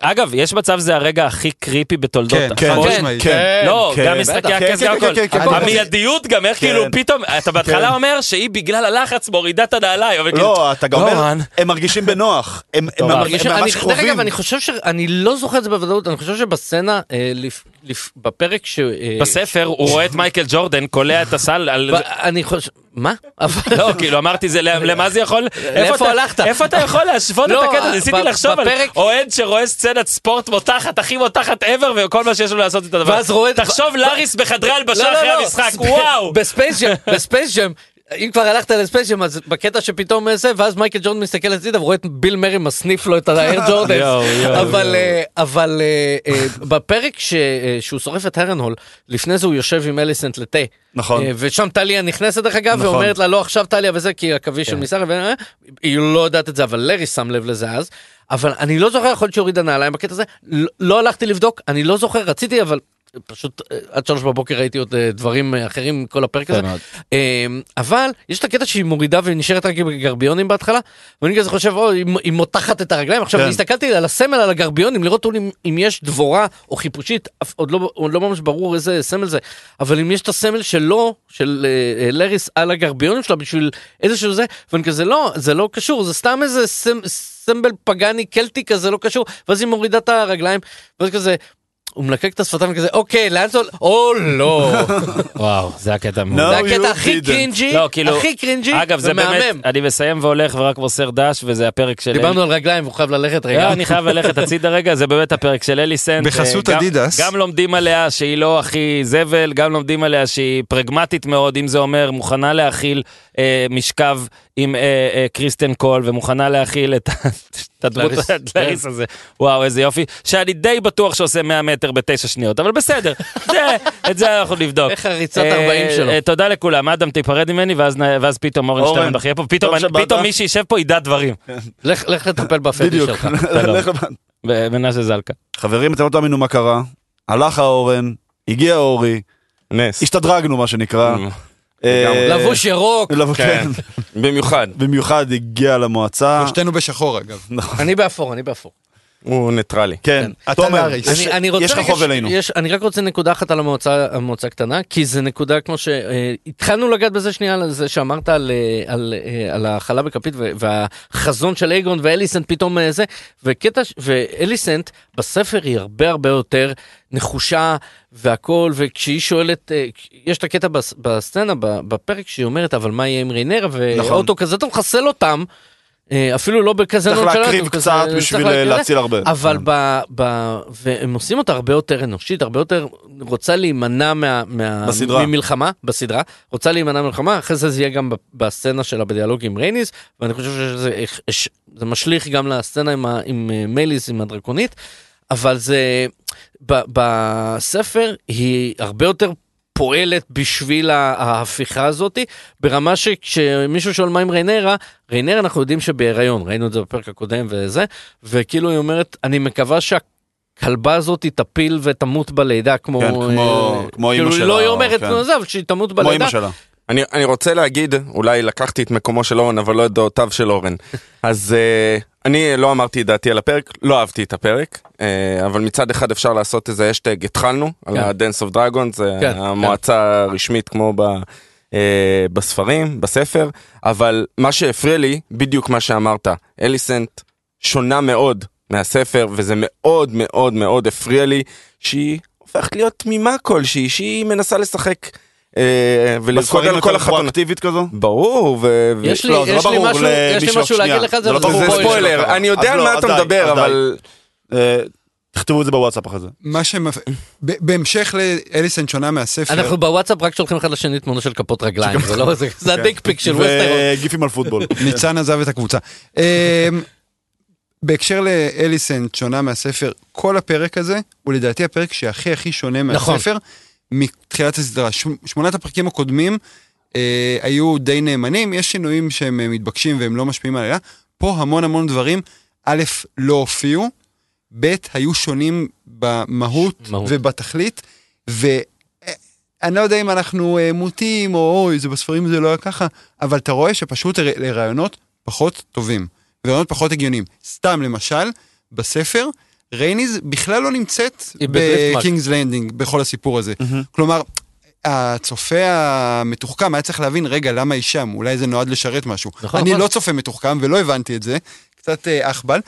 S4: אגב, יש מצב זה הרגע הכי קריפי בתולדות.
S6: כן,
S4: הכל.
S6: חד
S3: כן,
S6: משמעית.
S5: כן.
S4: לא,
S5: כן,
S4: גם
S5: בטח.
S4: משחקי
S5: כן,
S4: הכס,
S5: כן,
S4: גם
S5: כן,
S4: הכל.
S5: כן, כן,
S6: כן.
S4: המיידיות גם, איך כאילו
S5: כן.
S4: פתאום, אתה בהתחלה
S5: כן.
S4: אומר שהיא בגלל הלחץ מורידה את הנעליים, אבל כאילו,
S5: לא, אתה גם אומר,
S4: גורן.
S5: הם מרגישים בנוח, הם הם
S4: מטורף.
S5: מרגישים
S3: אני-
S5: ממש
S3: דרך
S5: קרובים.
S3: אגב, אני חושב ש... אני לא זוכר את זה בוודאות, אני חושב שבסצנה, אה, לפ- לפ- בפרק ש... אה,
S4: בספר הוא רואה את מייקל ג'ורדן קולע את הסל על...
S3: ב- אני חושב... מה? אבל-
S4: לא, כאילו, אמרתי זה, ל- למה זה יכול...
S3: לאיפה
S4: אתה-
S3: הלכת?
S4: איפה אתה יכול להשוות את
S3: לא,
S4: הקטע? ניסיתי
S3: ב-
S4: לחשוב על
S3: בפרק-
S4: אוהד שרואה סצנת ספורט מותחת, הכי מותחת ever, וכל מה שיש לו לעשות את הדבר.
S3: ואז רואה את-
S4: תחשוב לאריס בחדרי
S3: לא,
S4: הלבשה
S3: לא, [LAUGHS]
S4: אחרי
S3: לא.
S4: המשחק,
S3: ספ-
S4: וואו!
S3: בספייס ג'ם, בספייס ג'ם. אם כבר הלכת לספיישם, אז בקטע שפתאום אה, זה, ואז מייקל ג'ורדן מסתכל הצידה ורואה את ביל מרי מסניף לו את
S4: [LAUGHS]
S3: האייר ג'ורדן.
S4: יואו, יואו,
S3: אבל
S4: יואו.
S3: אה, אבל אה, אה, בפרק ש- אה, שהוא שורף את הרנהול, לפני זה הוא יושב עם אליסנט לתה.
S5: נכון.
S3: אה, ושם טליה נכנסת דרך אגב,
S5: נכון. כן.
S3: ואומרת לה לא עכשיו טליה וזה, כי עכביש של מיסר, היא לא יודעת את זה, אבל לארי שם לב לזה אז. אבל אני לא זוכר, יכול להיות שהורידה נעליים בקטע הזה, לא- לא הלכתי לבדוק, אני לא זוכר, רציתי, אבל פשוט אה, עד שלוש בבוקר ראיתי עוד אה, דברים אה, אחרים כל הפרק
S5: כן,
S3: הזה.
S4: יפה מאוד.
S3: אמ, אבל יש את הקטע שהיא מורידה ונשארת רק עם הגרביונים בהתחלה ואני כזה חושב או היא מ- היא מותחת את הרגליים עכשיו
S5: כן.
S3: אני הסתכלתי על הסמל על הגרביונים לראות אולי אם- אם יש דבורה או חיפושית אף- עוד לא עוד לא ממש ברור איזה סמל זה אבל אם יש את הסמל שלו של אה, אה, לריס על הגרביונים שלה בשביל איזשהו זה ואני כזה לא זה לא קשור זה סתם איזה סמ- סמל פגאני קלטי כזה לא קשור ואז היא מורידה את הרגליים ואז כזה. הוא מלקק את השפתיים כזה אוקיי לאן זה הולך? או לא.
S4: [LAUGHS] וואו, זה הקטע מאוד.
S5: No,
S3: זה
S5: you
S3: הקטע הכי
S5: didn't.
S3: קרינג'י,
S4: לא, כאילו-
S3: הכי קרינג'י,
S4: אגב, זה באמת, אה,
S3: ומהמם.
S4: אני מסיים והולך ורק מוסר דש, וזה הפרק של...
S3: דיברנו על רגליים, הוא חייב ללכת רגע.
S4: לא, אני חייב ללכת הצידה רגע, זה באמת הפרק של אליסנט.
S6: בחסות
S4: אה, גם-
S6: אדידס.
S4: גם לומדים עליה שהיא לא הכי זבל, גם לומדים עליה שהיא פרגמטית מאוד, אם זה אומר, מוכנה להכיל אה, משכב עם אה, אה, קריסטן קול, ומוכנה להכיל את ה- את הדמות, [LAUGHS]
S3: לריס,
S4: את לריס
S5: כן.
S4: הזה. וואו, איזה יופי, שאני די בטוח שעושה 100 מטר בתשע שניות, אבל בסדר, [LAUGHS] זה- את זה אנחנו נבדוק.
S3: איך הריצת
S4: אה,
S3: 40 שלו.
S4: אה, תודה לכולם, אדם תיפרד ממני, ואז נ- ואז פתאום אורן
S5: אורן,
S4: שטרנבך יהיה פה, פתאום
S5: טוב
S4: אני-
S5: שבאת. כן.
S4: פתאום מי שישב פה ידע דברים.
S3: לך לך לטפל בפטיש
S5: בדיוק. [LAUGHS]
S3: שלך. לא.
S5: לך לבן.
S4: ו- מנשה זלקה.
S5: חברים, אתם לא תאמינו מה קרה. הלך האורן, הגיע אורי,
S2: נס.
S5: השתדרגנו מה שנקרא. אה,
S3: לבוש ירוק,
S5: לבוש,
S2: כן.
S5: כן.
S2: במיוחד.
S5: במיוחד הגיע למועצה.
S6: שתינו בשחור אגב.
S3: אני באפור, אני באפור.
S2: הוא ניטרלי.
S5: כן.
S6: אתה
S5: תומר,
S6: לאריס.
S5: יש-
S3: אני- אני רוצה
S5: יש לך
S3: רגע
S5: חוב
S3: ש-
S5: אלינו.
S3: יש- אני רק רוצה נקודה אחת על המועצה המועצה הקטנה, כי זה נקודה כמו שהתחלנו לגעת בזה שנייה, על זה שאמרת על, אה, על, אה, על החלה בכפית ו- והחזון של אייגון ואליסנט פתאום אה, זה, וקטע, ש- ואליסנט בספר היא הרבה הרבה יותר נחושה והכל, וכשהיא שואלת, אה, יש את הקטע בס- בסצנה, ב- בפרק שהיא אומרת, אבל מה יהיה עם ריינרה,
S5: נכון.
S3: ואוטו כזה, אתה מחסל אותם. אה, אפילו לא בכזה
S5: צריך
S3: נונשלנטיות,
S5: להקריב
S3: כזה,
S5: קצת
S3: צריך
S5: בשביל
S3: להקריב זה.
S5: להציל הרבה.
S3: אבל ב... ב... והם עושים אותה הרבה יותר אנושית, הרבה יותר רוצה להימנע מה... מה...
S5: בסדרה.
S3: ממלחמה, בסדרה, רוצה להימנע ממלחמה, אחרי זה זה יהיה גם ב- בסצנה שלה בדיאלוג עם רייניס, ואני חושב שזה ש- זה משליך גם לסצנה עם, ה... עם אה, מייליס, עם הדרקונית, אבל זה... ב... בספר היא הרבה יותר... פועלת בשביל ה- ההפיכה הזאת, ברמה שכשמישהו שואל מה עם ריינרה, ריינרה אנחנו יודעים שבהיריון, ראינו את זה בפרק הקודם וזה, וכאילו היא אומרת, אני מקווה שהכלבה הזאת תפיל ותמות בלידה, כמו...
S5: כן, כמו-
S3: אה,
S5: כמו
S3: כאילו,
S5: אמא
S3: לא
S5: שלה,
S3: היא אומרת,
S5: כן.
S3: "נו, זה, אבל שהיא תמות
S5: כמו
S3: בלידה.
S5: אימא שלה.
S2: אני, אני רוצה להגיד, אולי לקחתי את מקומו של אורן, אבל לא את דעותיו
S3: [LAUGHS]
S2: של אורן. אז uh, אני לא אמרתי את דעתי על הפרק, לא אהבתי את הפרק, uh, אבל מצד אחד אפשר לעשות איזה אשטג, התחלנו, על
S3: כן.
S2: ה-Dance of Dragons, זה
S3: כן,
S2: המועצה הרשמית כמו ב, uh, בספרים, בספר, אבל מה שהפריע לי, בדיוק מה שאמרת, אליסנט שונה מאוד מהספר, וזה מאוד מאוד מאוד הפריע לי, שהיא הופכת להיות תמימה כלשהי, שהיא מנסה לשחק. אה, ולרקוד
S5: בספרים
S2: על כל
S5: יותר
S2: החתונה.
S5: פרואקטיבית כזו?
S2: ברור, ו... ו-
S3: יש לי
S5: לא, זה לא
S3: יש לי
S5: ברור
S3: משהו- יש לי
S5: למישהו,
S3: משהו
S5: שנייה.
S3: להגיד לך על זה,
S5: זה
S3: אבל
S5: לא ברור,
S2: זה
S5: ספוילר.
S2: ספוילר,
S5: לא,
S2: אני יודע
S5: אז
S2: על
S5: לא,
S2: מה אתה
S5: אז די,
S2: מדבר,
S5: אז
S2: אבל...
S5: אה, תכתבו את זה בוואטסאפ אחרי זה.
S6: מה שמפ... ב- בהמשך לאליסן שונה מהספר,
S3: אנחנו בוואטסאפ רק שולחים אחד לשני תמונה של כפות רגליים, זה לא... זה- זה הדיק פיק של ווסטרון.
S5: וגיפים על פוטבול.
S6: ניצן עזב את הקבוצה. אמ, בהקשר לאליסנט שונה מהספר, כל הפרק הזה הוא לדעתי הפרק שהכי הכי שונה
S3: נכון.
S6: מהספר מתחילת הסדרה. ש- שמונת הפרקים הקודמים אה, היו די נאמנים, יש שינויים שהם אה, מתבקשים והם לא משפיעים על העלילה. פה המון המון דברים, א', לא הופיעו, ב', היו שונים במהות
S3: מהות.
S6: ובתכלית, ו... אה, אני לא יודע אם אנחנו אה, מוטים, או אוי, זה בספרים זה לא היה ככה, אבל אתה רואה שפשוט הר- לרעיונות פחות טובים, ורעיונות פחות הגיוניים. סתם, למשל, בספר, רייניז בכלל לא נמצאת
S3: היא בדריפטמרק.
S6: בקינגס לנדינג, בכל הסיפור הזה. כלומר, הצופה המתוחכם היה צריך להבין, רגע, למה היא שם? אולי זה נועד לשרת משהו.
S3: נכון,
S6: אני
S3: נכון.
S6: לא צופה מתוחכם ולא הבנתי את זה, קצת אה, אחבל,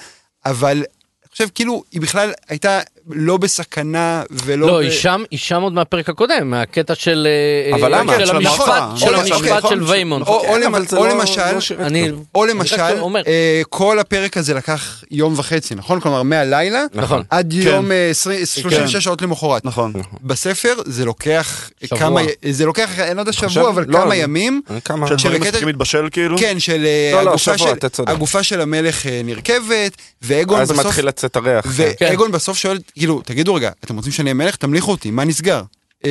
S6: אבל אני חושב כאילו, היא בכלל הייתה לא בסכנה ולא...
S3: לא,
S6: ב-
S3: היא שם, היא שם עוד מהפרק הקודם, מהקטע של אה,
S2: אבל
S3: אה,
S2: למה?
S3: של
S2: של
S3: המשפט
S6: כן, המרפאה.
S3: של
S6: אוקיי,
S3: המשפט
S6: אוקיי,
S3: של ויימון.
S6: או- או
S2: כן,
S6: למ-
S2: אבל זה
S6: או
S2: לא-
S6: למשל- אה,
S2: לא שירת
S3: אני,
S6: או
S3: אני רק
S6: למשל,
S3: אומר,
S6: אה, כל הפרק הזה לקח יום וחצי, נכון? כלומר, מהלילה
S3: נכון. כן.
S6: עד
S2: כן.
S6: יום אה, עשרים- 36 שעות למחרת.
S5: נכון.
S6: בספר זה לוקח
S3: שבוע.
S6: כמה, זה לוקח, אני לא יודע
S2: עכשיו,
S6: שבוע, אבל
S2: לא,
S6: כמה
S2: אני-
S6: ימים,
S5: אה,
S2: אני כמה...
S6: של-
S5: שדברים
S6: שבקטע-
S5: מספיקים להתבשל כאילו?
S6: כן, של אה,
S2: לא, לא,
S6: הגופה
S2: שבוע,
S6: של-
S2: אתה צודק.
S6: הגופה של המלך אה, נרכבת, ואגון
S2: אז
S6: בסוף,
S2: מתחיל לצאת הריח.
S5: אה,
S2: כן.
S6: ואגון בסוף שואל, כאילו, תגידו רגע, אתם רוצים שאני אהיה מלך? תמליכו אותי, מה נסגר? אה,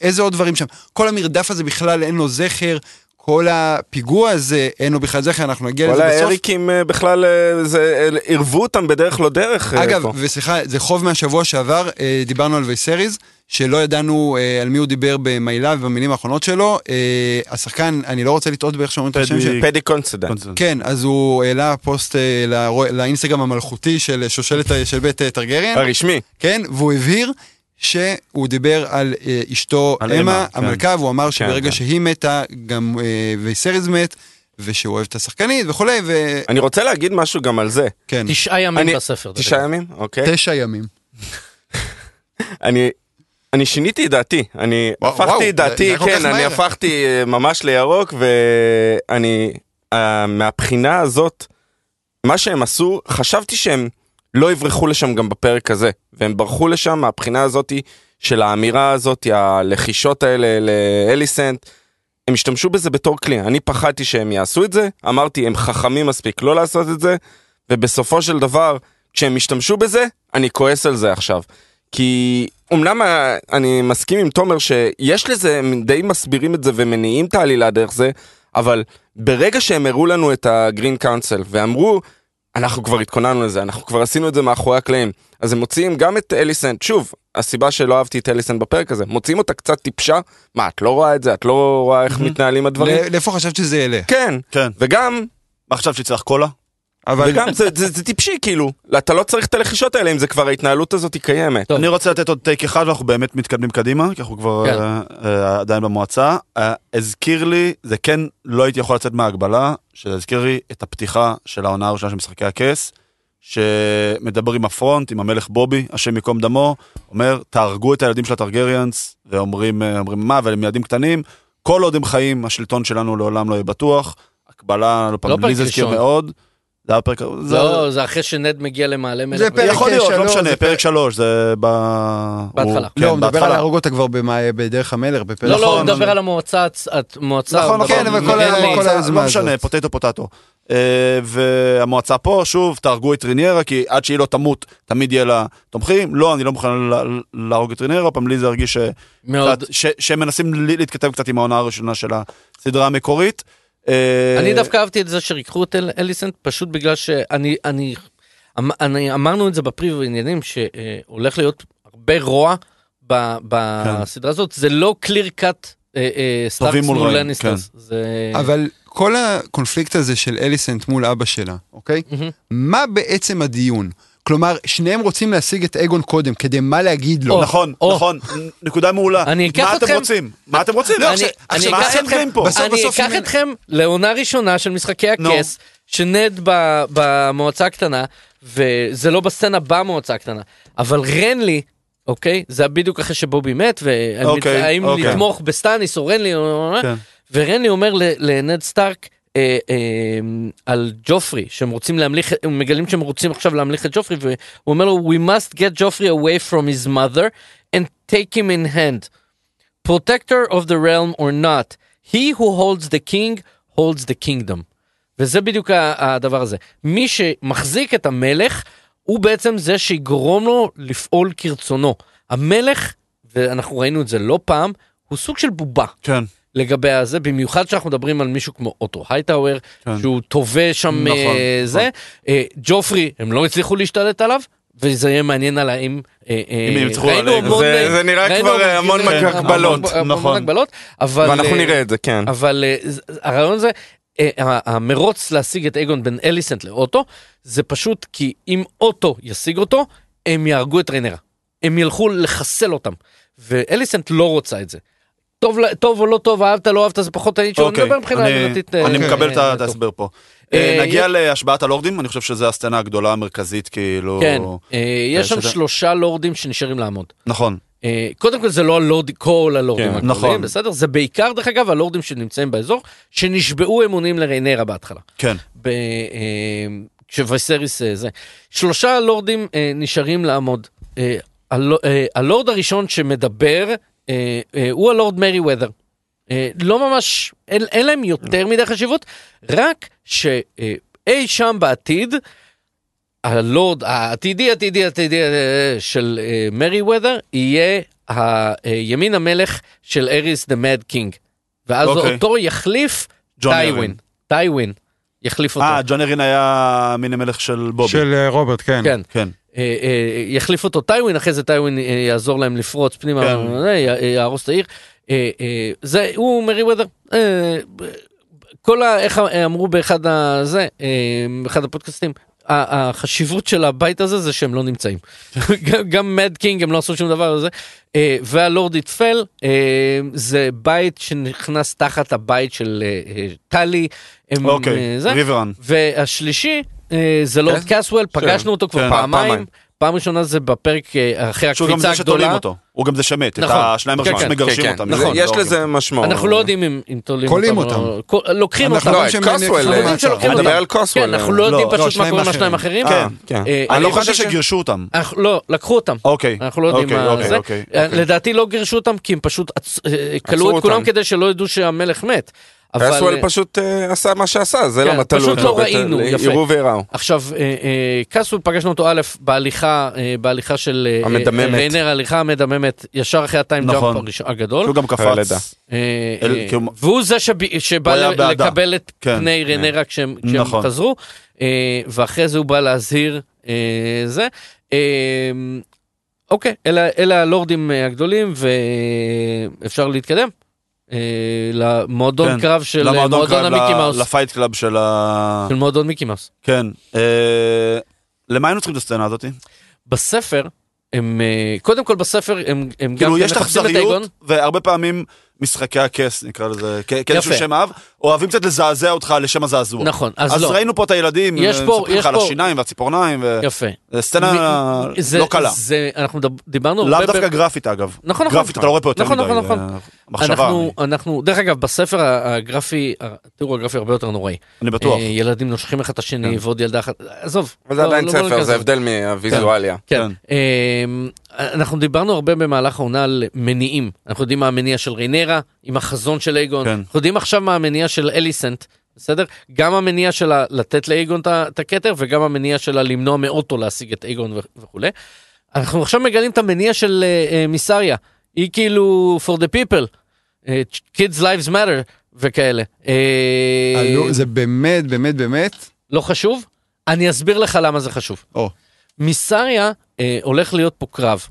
S6: איזה עוד דברים שם? כל המרדף הזה בכלל אין לו זכר, כל הפיגוע הזה אין לו בכלל זכר, אנחנו נגיע
S2: כל
S6: לזה בסוף.
S2: האריקים אה, בכלל, אה, זה, אה, עירבו אותם בדרך לא דרך. אה,
S6: אגב,
S2: פה.
S6: וסליחה, זה חוב מהשבוע שעבר, אה, דיברנו על וייסריז, שלא ידענו אה, על מי הוא דיבר במעילה ובמילים האחרונות שלו. אה, השחקן, אני לא רוצה לטעות באיך שאומרים את השם שלו.
S5: פדי-
S2: פדי קונסטנט.
S5: קונסטנט.
S6: כן, אז הוא העלה פוסט אה, לרו- לאינסטגרם המלכותי של שושלת ה- של בית אה, טרגריאן,
S2: הרשמי.
S6: כן, והוא הבהיר שהוא דיבר על אה, אשתו
S5: על
S6: אמה,
S5: אמה, כן.
S6: המלכה, והוא אמר
S2: כן.
S6: שברגע שהיא מתה, גם אה, וייסריז מת, ושהוא אוהב את השחקנית וכולי, כן. וכן,
S2: אני רוצה להגיד משהו גם על זה.
S3: תשעה ימים
S2: אני-
S3: בספר. דרך
S2: תשעה
S3: אגב.
S2: ימים? אוקיי.
S6: תשע ימים.
S2: אני... אני שיניתי את דעתי, אני
S6: וואו,
S2: הפכתי
S6: וואו,
S2: את דעתי,
S6: זה היה כל
S2: כן,
S6: כך
S2: אני
S6: מהר.
S2: הפכתי אה, ממש לירוק, ואני, אה, מהבחינה הזאת, מה שהם עשו, חשבתי שהם לא יברחו לשם גם בפרק הזה, והם ברחו לשם מהבחינה הזאת של האמירה הזאת, הלחישות האלה לאליסנט, הם השתמשו בזה בתור כלי, אני פחדתי שהם יעשו את זה, אמרתי, הם חכמים מספיק לא לעשות את זה, ובסופו של דבר, כשהם השתמשו בזה, אני כועס על זה עכשיו. כי אמנם אה, אני מסכים עם תומר שיש לזה, הם די מסבירים את זה ומניעים את העלילה דרך זה, אבל ברגע שהם הראו לנו את הגרין קאונסל ואמרו, אנחנו כבר התכוננו לזה, אנחנו כבר עשינו את זה מאחורי הקלעים, אז הם מוציאים גם את אליסנט, שוב, הסיבה שלא אהבתי את אליסנט בפרק הזה, מוציאים אותה קצת טיפשה, מה, את לא רואה את זה? את לא רואה איך מתנהלים הדברים?
S6: לא- לאיפה חשבת שזה ילך?
S2: כן,
S5: כן.
S2: וגם
S5: מה עכשיו שיצטרך קולה?
S6: אבל
S2: וגם זה, זה, זה טיפשי כאילו, אתה לא צריך את הלחישות האלה אם זה כבר ההתנהלות הזאת היא קיימת.
S3: טוב.
S5: אני רוצה לתת עוד טייק אחד ואנחנו באמת מתקדמים קדימה כי אנחנו כבר
S3: כן.
S5: אה, אה, עדיין במועצה. אה, הזכיר לי זה כן לא הייתי יכול לצאת מההגבלה שזה הזכיר לי את הפתיחה של העונה הראשונה של משחקי הכס. שמדבר עם הפרונט עם המלך בובי השם ייקום דמו אומר תהרגו את הילדים של הטרגריאנס ואומרים אה, אומרים מה אבל הם ילדים קטנים כל עוד הם חיים השלטון שלנו לעולם לא יהיה בטוח. הקבלה לא
S3: לא
S5: פעם
S3: פרק
S5: לי זה הזכיר
S3: ראשון.
S5: מאוד. זה היה פרק זה-
S3: לא, זה אחרי שנד מגיע למעלה מלך.
S6: זה פרק-
S5: יכול להיות, לא
S6: שלוש,
S5: משנה,
S6: זה
S5: פרק
S6: פרק-
S5: שלוש, זה ב...
S3: בהתחלה.
S5: הוא-
S6: לא, הוא
S5: כן,
S6: מדבר על
S5: בהתחלה.
S6: להרוג אותה כבר במא- בדרך המלך, בפרק.
S3: לא, לא, הוא
S5: נכון,
S3: מדבר
S5: אבל-
S3: על המועצה, הצ- המועצה,
S5: נכון,
S3: הוא
S5: נכון,
S6: כן,
S3: מדבר-
S6: אבל כל ה-
S3: אין לי-
S6: כל ה-
S5: לא
S6: היוזמה
S5: משנה,
S6: הזאת.
S5: פוטטו פוטטו. אה, והמועצה פה, שוב, תהרגו את טריניירה, כי עד שהיא לא תמות, תמיד יהיה לה תומכים. לא, אני לא מוכן לה- להרוג את טריניירה, פעם לי זה הרגיש ש-
S3: מאוד.
S5: קצת- ש- שהם מנסים ל- להתכתב קצת עם העונה הראשונה של הסדרה המקורית. אה,
S3: אני דווקא אהבתי את זה שריקחו את אל- אליסנט, פשוט בגלל שאני, אני, אמ- אני, אמרנו את זה בפרי ובעניינים, שהולך להיות הרבה רוע ב- בסדרה הזאת, זה לא קליר קאט סטארקס
S5: כן. טובים מול
S3: אה, מול
S5: רעים, כן.
S3: לניסטרס. זה-
S6: אבל כל הקונפליקט הזה של אליסנט מול אבא שלה, אוקיי?
S3: מהמם.
S6: מה בעצם הדיון? כלומר, שניהם רוצים להשיג את אגון קודם, כדי מה להגיד לו.
S5: נכון,
S3: או.
S5: נכון, נקודה מעולה.
S3: אני אקח
S5: מה אתם
S3: אתכם- לא,
S5: רוצים? מה אתם רוצים?
S3: אני-
S5: עכשיו-
S3: אני
S5: עכשיו,
S3: אקח
S5: מה אתם
S3: אתכם-
S5: פה?
S6: בסוף-
S3: אני
S6: בסוף
S3: אקח
S6: אם-
S3: אתכם לעונה ראשונה של משחקי
S5: נו.
S3: הכס, שנד ב- במועצה הקטנה, וזה לא בסצנה במועצה הקטנה, אבל רנלי, אוקיי? זה היה בדיוק אחרי שבובי מת,
S5: אוקיי,
S3: והאם
S5: אוקיי.
S3: לתמוך בסטאניס או רנלי,
S5: כן.
S3: ורנלי אומר ל- לנד סטארק, אה, אה, על ג'ופרי שהם רוצים להמליך הם מגלים שהם רוצים עכשיו להמליך את ג'ופרי והוא אומר לו we must get ג'ופרי away from his mother and take him in hand protector of the realm or not, he who holds the king holds the kingdom. וזה בדיוק ה- הדבר הזה. מי שמחזיק את המלך, הוא בעצם זה שיגרום לו לפעול כרצונו. המלך, ואנחנו ראינו את זה לא פעם, הוא סוג של בובה.
S5: כן.
S3: לגבי הזה, במיוחד שאנחנו מדברים על מישהו כמו אוטו הייטאוור, כן. שהוא טובה שם
S5: נכון,
S3: נכון, זה.
S5: נכון.
S3: אה, ג'ופרי, הם לא הצליחו להשתלט עליו, וזה יהיה מעניין על האם... אה, אה,
S5: אם הם יצחקו
S3: ראינו
S5: עליהם.
S3: המון,
S2: זה-
S3: אה,
S2: זה נראה
S3: ראינו
S2: כבר,
S3: המון-
S2: אה, המון
S3: כן,
S2: הגבלות,
S3: המון- המון
S5: נכון.
S3: הגבלות, אבל...
S2: ואנחנו
S3: אה,
S2: נראה את זה, כן.
S3: אבל אה, ז- הרעיון זה, אה, ה- המרוץ להשיג את אגון בין אליסנט לאוטו, זה פשוט כי אם אוטו ישיג אותו, הם יהרגו את ריינרה. הם ילכו לחסל אותם. ואליסנט לא רוצה את זה. טוב, ל- טוב או לא טוב, אהבת, לא אהבת, זה פחות העניין שלו, אני
S5: אוקיי,
S3: מדבר מבחינה
S5: אני-
S3: הגנתית.
S5: אני
S3: אה,
S5: מקבל את
S3: אה,
S5: ה- את
S3: טוב.
S5: ההסבר פה.
S3: אה,
S5: אה, נגיע
S3: יש-
S5: להשבעת הלורדים, אני חושב שזו הסצנה הגדולה המרכזית, כאילו...
S3: כן, אה, יש שם
S5: שזה-
S3: שלושה לורדים שנשארים לעמוד.
S5: נכון.
S3: אה, קודם כל זה לא הלורד, כל הלורדים
S2: כן,
S3: הגדולים,
S5: נכון.
S3: בסדר? זה בעיקר, דרך אגב, הלורדים שנמצאים באזור, שנשבעו אמונים לריינרה בהתחלה.
S5: כן.
S3: ב- אה, כשוויסריס אה, זה. שלושה לורדים אה, נשארים לעמוד. אה, הלו- אה, הלורד הראשון שמדבר אה, אה, הוא הלורד מרי ות'ר. אה, לא ממש, אין, אין להם יותר מדי חשיבות, רק שאי אה, שם בעתיד, הלורד העתידי עתידי עתידי אה, של אה, מרי ות'ר יהיה ה- אה, ימין המלך של אריס דה מד קינג. ואז
S5: אוקיי.
S3: אותו יחליף
S5: ג'ון
S3: טייווין.
S5: ארין.
S3: טייווין יחליף אותו.
S5: אה, ג'ון ארין היה מין המלך של בובי.
S6: של אה, רוברט, כן.
S3: כן.
S5: כן.
S3: אה, אה, יחליף אותו טייווין, אחרי זה טייווין אה, יעזור להם לפרוץ פנימה,
S5: כן.
S3: אה, י- יהרוס את העיר. אה, אה, זה, הוא מרי וודר. אה, ב- כל ה... איך אמרו באחד ה... זה, אה, באחד הפודקאסטים, ה- החשיבות של הבית הזה זה שהם לא נמצאים. [LAUGHS] גם- גם מד קינג הם לא עשו שום דבר וזה. אה, והלורד איטפל אה, זה בית שנכנס תחת הבית של אה, אה, טלי. הם,
S5: אוקיי,
S3: אה, זה.
S5: ריברן.
S3: והשלישי אה, זה לורד
S2: כן?
S3: קסוול, פגשנו אותו כבר
S5: כן,
S3: פעמיים.
S5: פעמיים.
S3: פעם ראשונה זה בפרק אה, אחרי
S5: שהוא גם
S3: הקפיצה
S5: זה שתולים
S3: הגדולה.
S5: אותו. הוא גם זה שמת. את
S3: נכון.
S5: השניים
S3: כן,
S5: הראשונים
S3: כן,
S5: מגרשים
S2: כן,
S5: אותם.
S2: זה-
S5: נכון,
S2: יש
S5: לא,
S2: לזה משמעות.
S3: אנחנו לא יודעים אם- אם תולים אותם.
S6: קולים
S3: או- כל- לוקחים אותם.
S6: אנחנו
S2: לא,
S6: אבל
S2: את
S6: שהם
S2: קוסוול,
S6: נפלו
S2: אה,
S6: במעצר.
S2: אני מדבר על אה. קוסוול.
S3: כן, אנחנו לא
S5: לא,
S3: יודעים
S6: לא,
S3: פשוט מה
S6: שניים
S3: קורה עם השניים
S6: האחרים.
S3: האחרים.
S5: כן.
S2: כן.
S3: אה,
S5: אני לא
S2: הבנתי
S5: חושב
S2: ש-
S5: שגירשו אותם.
S3: אנחנו- לא, לקחו אותם.
S5: אוקיי.
S3: אנחנו לא יודעים
S5: אוקיי,
S3: מה
S5: אוקיי,
S3: זה.
S5: אוקיי,
S3: אה,
S5: אוקיי.
S3: לדעתי לא גירשו אותם כי הם פשוט עצ- אה, כלאו את
S2: אותם.
S3: כולם כדי שלא ידעו שהמלך מת. אבל,
S2: קסוול
S3: אה,
S2: פשוט אה, עשה מה שעשה, זה
S3: כן,
S2: למה תלו אותו.
S3: פשוט לא ראינו,
S2: אה,
S3: יפה.
S2: יראו ויראו.
S3: עכשיו, אה, אה, קסוול, פגשנו אותו א', בהליכה, אה, בהליכה של... אה,
S2: המדממת.
S3: אה, ריינר, ההליכה המדממת, ישר אחרי הטיים
S5: נכון.
S3: ג'אמפ הראשון- הגדול.
S5: שהוא גם
S2: הילדה.
S5: קפץ.
S3: אה,
S5: אל-
S3: אה,
S5: כי הוא-
S3: והוא זה שב- שבא
S5: הוא היה
S3: ל-
S5: בעדה.
S3: לקבל את
S5: כן,
S3: פני רנרה כשהם כשהם
S5: נכון.
S3: חזרו, אה, ואחרי זה הוא בא להזהיר אה, זה. אה, אוקיי, אלה אלה הלורדים אה, הגדולים, ואפשר להתקדם. אה, למועדון
S5: כן,
S3: קרב של אה,
S5: למועדון
S3: מועדון
S5: קרב,
S3: המיקי
S5: ל-
S3: מאוס.
S5: לפייט קלאב של ה...
S3: של מועדון מיקי מאוס.
S5: כן. אה, למה היינו צריכים את הסצנה הזאת?
S3: בספר, הם, אה, קודם כל בספר הם הם גם
S5: כאילו
S3: כן
S5: יש
S3: מחפשים את האגון.
S5: אכזריות, והרבה פעמים משחקי הכס, נקרא לזה, כ- כאיזשהו
S3: יפה.
S5: שם אב, אוהבים קצת לזעזע אותך לשם הזעזוע.
S3: נכון, אז
S5: אז
S3: לא.
S5: ראינו פה את הילדים,
S3: יש
S5: אה,
S3: פה-
S5: מספרים
S3: יש
S5: לך על
S3: פה-
S5: השיניים והציפורניים, ו-
S3: יפה.
S5: זה סצנה
S3: מ- זה-
S5: לא קלה.
S3: זה- אנחנו דב- דיברנו
S5: לאו
S3: הרבה ב-
S5: דווקא גרפית אגב.
S3: נכון, נכון.
S5: גרפית אתה לא רואה פה יותר
S3: נכון,
S5: מדי.
S3: נכון, נכון.
S5: אה, מחשבה,
S3: אנחנו,
S5: אני-
S3: אנחנו, דרך אגב, בספר הגרפי, התיאור הגרפי הרבה יותר נוראי.
S5: אני בטוח. כן.
S3: אה, ילדים נושכים אחד את השני ועוד ילדה אחת, עזוב.
S2: אבל זה
S3: לא-
S2: עדיין
S3: לא
S2: ספר,
S3: ניכנס
S2: זה
S3: לזה.
S2: הבדל מהוויזואליה.
S3: כן.
S5: כן.
S3: אה, אנחנו דיברנו הרבה במהלך העונה על מניעים. אנחנו יודעים מה המניע של ריינרה, עם החזון של אייגון.
S5: כן.
S3: אנחנו יודעים עכשיו מה המניע של אליסנט, בסדר? גם המניע שלה לתת לאייגון את ה- את הכתר, וגם המניע שלה למנוע מאוטו להשיג את אייגון ו- וכולי. אנחנו עכשיו מגלים את המניע של אה, אה, מיסריה. היא כאילו for the people, אה, kids lives matter וכאלה. אה,
S6: עלו- לא, זה באמת, באמת, באמת,
S3: לא חשוב? אני אסביר לך למה זה חשוב.
S6: או.
S3: מיסריה אה, הולך להיות פה קרב,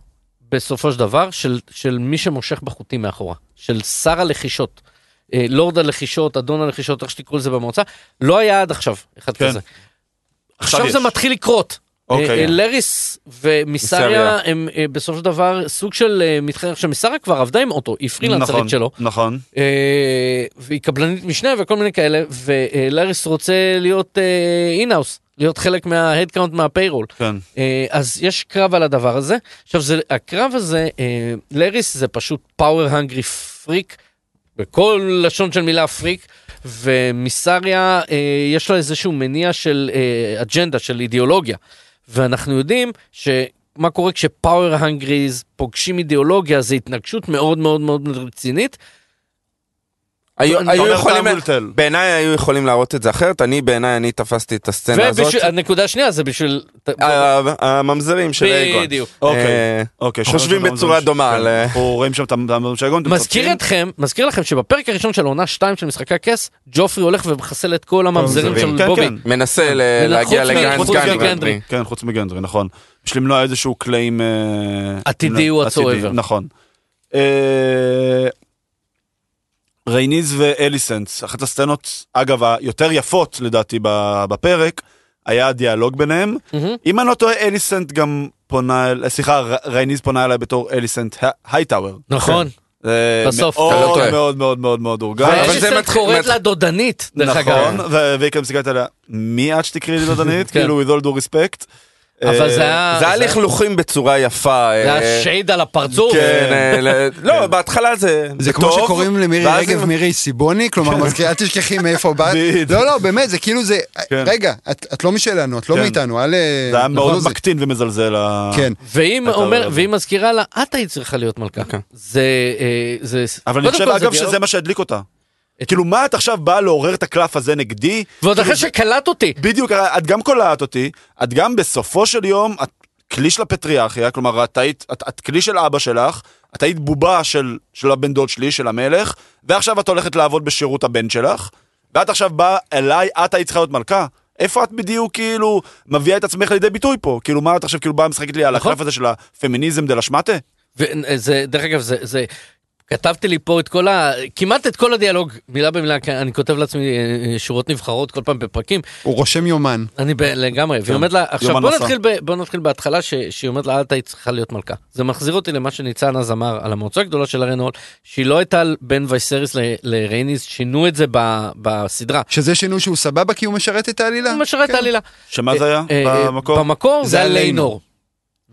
S3: בסופו של דבר, של, של מי שמושך בחוטים מאחורה, של שר הלחישות, אה, לורד הלחישות, אדון הלחישות, איך שתקראו לזה במועצה, לא היה עד עכשיו אחד
S5: כן.
S3: כזה. עכשיו
S5: יש.
S3: זה מתחיל לקרות.
S5: אוקיי.
S3: אה, אה, לריס ומיסריה
S2: מיסריה.
S3: הם אה, בסופו של דבר סוג של אה, מתחרה, עכשיו מיסריה כבר עבדה עם אוטו, היא פרילנסרית
S5: נכון,
S3: שלו,
S5: נכון.
S3: אה, והיא קבלנית משנה וכל מיני כאלה, ולאריס רוצה להיות אינהאוס, להיות חלק מההדקאונט מהפיירול.
S5: כן.
S3: אה, אז יש קרב על הדבר הזה. עכשיו, זה, הקרב הזה, אה, לאריס זה פשוט פאוור הנגרי פריק, בכל לשון של מילה פריק, ומיסריה אה, יש לה איזשהו מניע של אה, אג'נדה, של אידיאולוגיה. ואנחנו יודעים ש... מה קורה כשפאוור הנגריז פוגשים אידיאולוגיה, זו התנגשות מאוד מאוד מאוד רצינית,
S2: היו
S3: אתה
S2: היו
S5: אומר
S2: יכולים,
S5: טעם מולטל.
S2: בעיניי היו יכולים להראות את זה אחרת, אני בעיניי אני תפסתי את הסצנה הזאת, אה,
S3: ובשביל, הנקודה השנייה זה בשביל...
S2: ה- הממזרים של אייגון.
S3: בדיוק.
S5: אוקיי.
S2: אה,
S5: אוקיי.
S2: חושבים
S5: שומעים
S2: בצורה
S5: אותם,
S2: דומה
S5: כן.
S2: על-
S5: אנחנו רואים שם את המדברים של כן, הגונד.
S2: אוקיי.
S3: מזכיר אתכם, מזכיר לכם שבפרק הראשון של עונה 2 של משחקי הכס, ג'ופרי הולך ומחסל את כל הממזרים של
S5: כן,
S3: בובי.
S5: כן.
S2: מנסה ל-
S3: ונח-
S2: להגיע
S3: חוץ מ-
S2: לגרנד
S3: חוץ מגנדרי.
S2: גנדרי.
S5: כן, חוץ מגנדרי, נכון. בשביל למנוע איזשהו קליים... אה,
S3: עתידי הוא
S5: עתידי,
S3: whatsoever.
S5: נכון. אה, רייניז ואליסנס, אחת הסצנות, אגב, היותר יפות לדעתי ב- בפרק, היה הדיאלוג ביניהם.
S3: מהמם.
S5: אם אני לא טועה, אה, אליסנט גם פונה, אל- סליחה, ר- רייניז פונה אליי בתור אליסנט ה- הייטאוור.
S3: נכון,
S5: זה
S3: בסוף.
S5: מאוד
S2: אתה לא טועה.
S5: מאוד מאוד מאוד מאוד אורגן.
S2: כן. אבל זה
S3: ואליסנד
S2: מתחיל-
S3: קוראת
S2: מתחיל-
S3: לה דודנית, דרך אגב.
S5: נכון, ו- והיא גם מסתכלת עליה, מי את שתקראי לי
S3: [LAUGHS]
S5: דודנית?
S3: כן.
S5: כאילו, with all due respect. אה,
S3: אבל אה, זה היה...
S2: אה, זה היה לכלוכים בצורה יפה.
S3: זה
S2: אה,
S3: היה שייד על הפרצוף.
S2: כן, אה, ל- לא, בהתחלה זה
S6: זה כמו
S2: טוב,
S6: שקוראים למירי
S2: ואז
S6: רגב
S2: היא-
S6: מירי סיבוני, כלומר, מזכיר, אל תשכחי מאיפה באת.
S5: כן. בדיוק.
S6: לא, לא, באמת, זה כאילו זה, רגע, את את לא משלנו, את לא
S5: כן.
S6: מאיתנו, אל... אה,
S3: נכון,
S5: זה היה
S6: לא
S5: מאוד
S6: זה.
S5: מקטין ומזלזל. ה-
S6: כן.
S3: והיא
S5: אתה
S3: אומר,
S2: לא-
S5: רואה.
S3: והיא מזכירה לה, את היית צריכה להיות מלכה.
S2: אוקיי.
S3: זה, אה, זה,
S5: אבל אני
S3: קודם
S5: חושב
S3: כל, זה
S5: אגב
S3: דיאלוג.
S5: שזה מה שהדליק אותה. כאילו מה את עכשיו באה לעורר את הקלף הזה נגדי?
S3: ועוד
S5: כאילו,
S3: אחרי שקלט אותי.
S5: בדיוק, אה, את גם קולעת אותי, את גם בסופו של יום, את כלי של הפטריארכיה, כלומר את היית, את, את כלי של אבא שלך, את היית בובה של, של הבן דוד שלי, של המלך, ועכשיו את הולכת לעבוד בשירות הבן שלך, ואת עכשיו באה אליי, את היית צריכה להיות מלכה. איפה את בדיוק כאילו מביאה את עצמך לידי ביטוי פה? כאילו מה את עכשיו כאילו באה משחקת לי על
S3: נכון.
S5: הקלף הזה של הפמיניזם דה לשמטה?
S3: וזה, דרך אגב, זה, זה, כתבתי לי פה את כל ה... כמעט את כל הדיאלוג, מילה במילה, כי אני כותב לעצמי אה, אה, שורות נבחרות כל פעם בפרקים,
S6: הוא רושם יומן.
S3: אני ב... לגמרי, והיא אומרת לה, עכשיו
S5: כן. יומן
S3: בוא
S5: מסע.
S3: נתחיל, ב... בוא נתחיל בהתחלה ש... שהיא אומרת לה, את היית צריכה להיות מלכה. זה מחזיר אותי למה שניצן אז אמר על המועצה הגדולה של הרנול, שהיא לא הייתה בין וייסריס ל... לרייניס, שינו את זה ב... בסדרה.
S6: שזה שינוי שהוא סבבה כי הוא משרת את העלילה.
S3: הוא משרת
S6: כן.
S3: עלילה.
S5: שמה זה היה?
S3: אה, אה,
S5: במקור?
S3: במקור
S6: זה
S3: זה היה
S6: היה
S3: ליינור.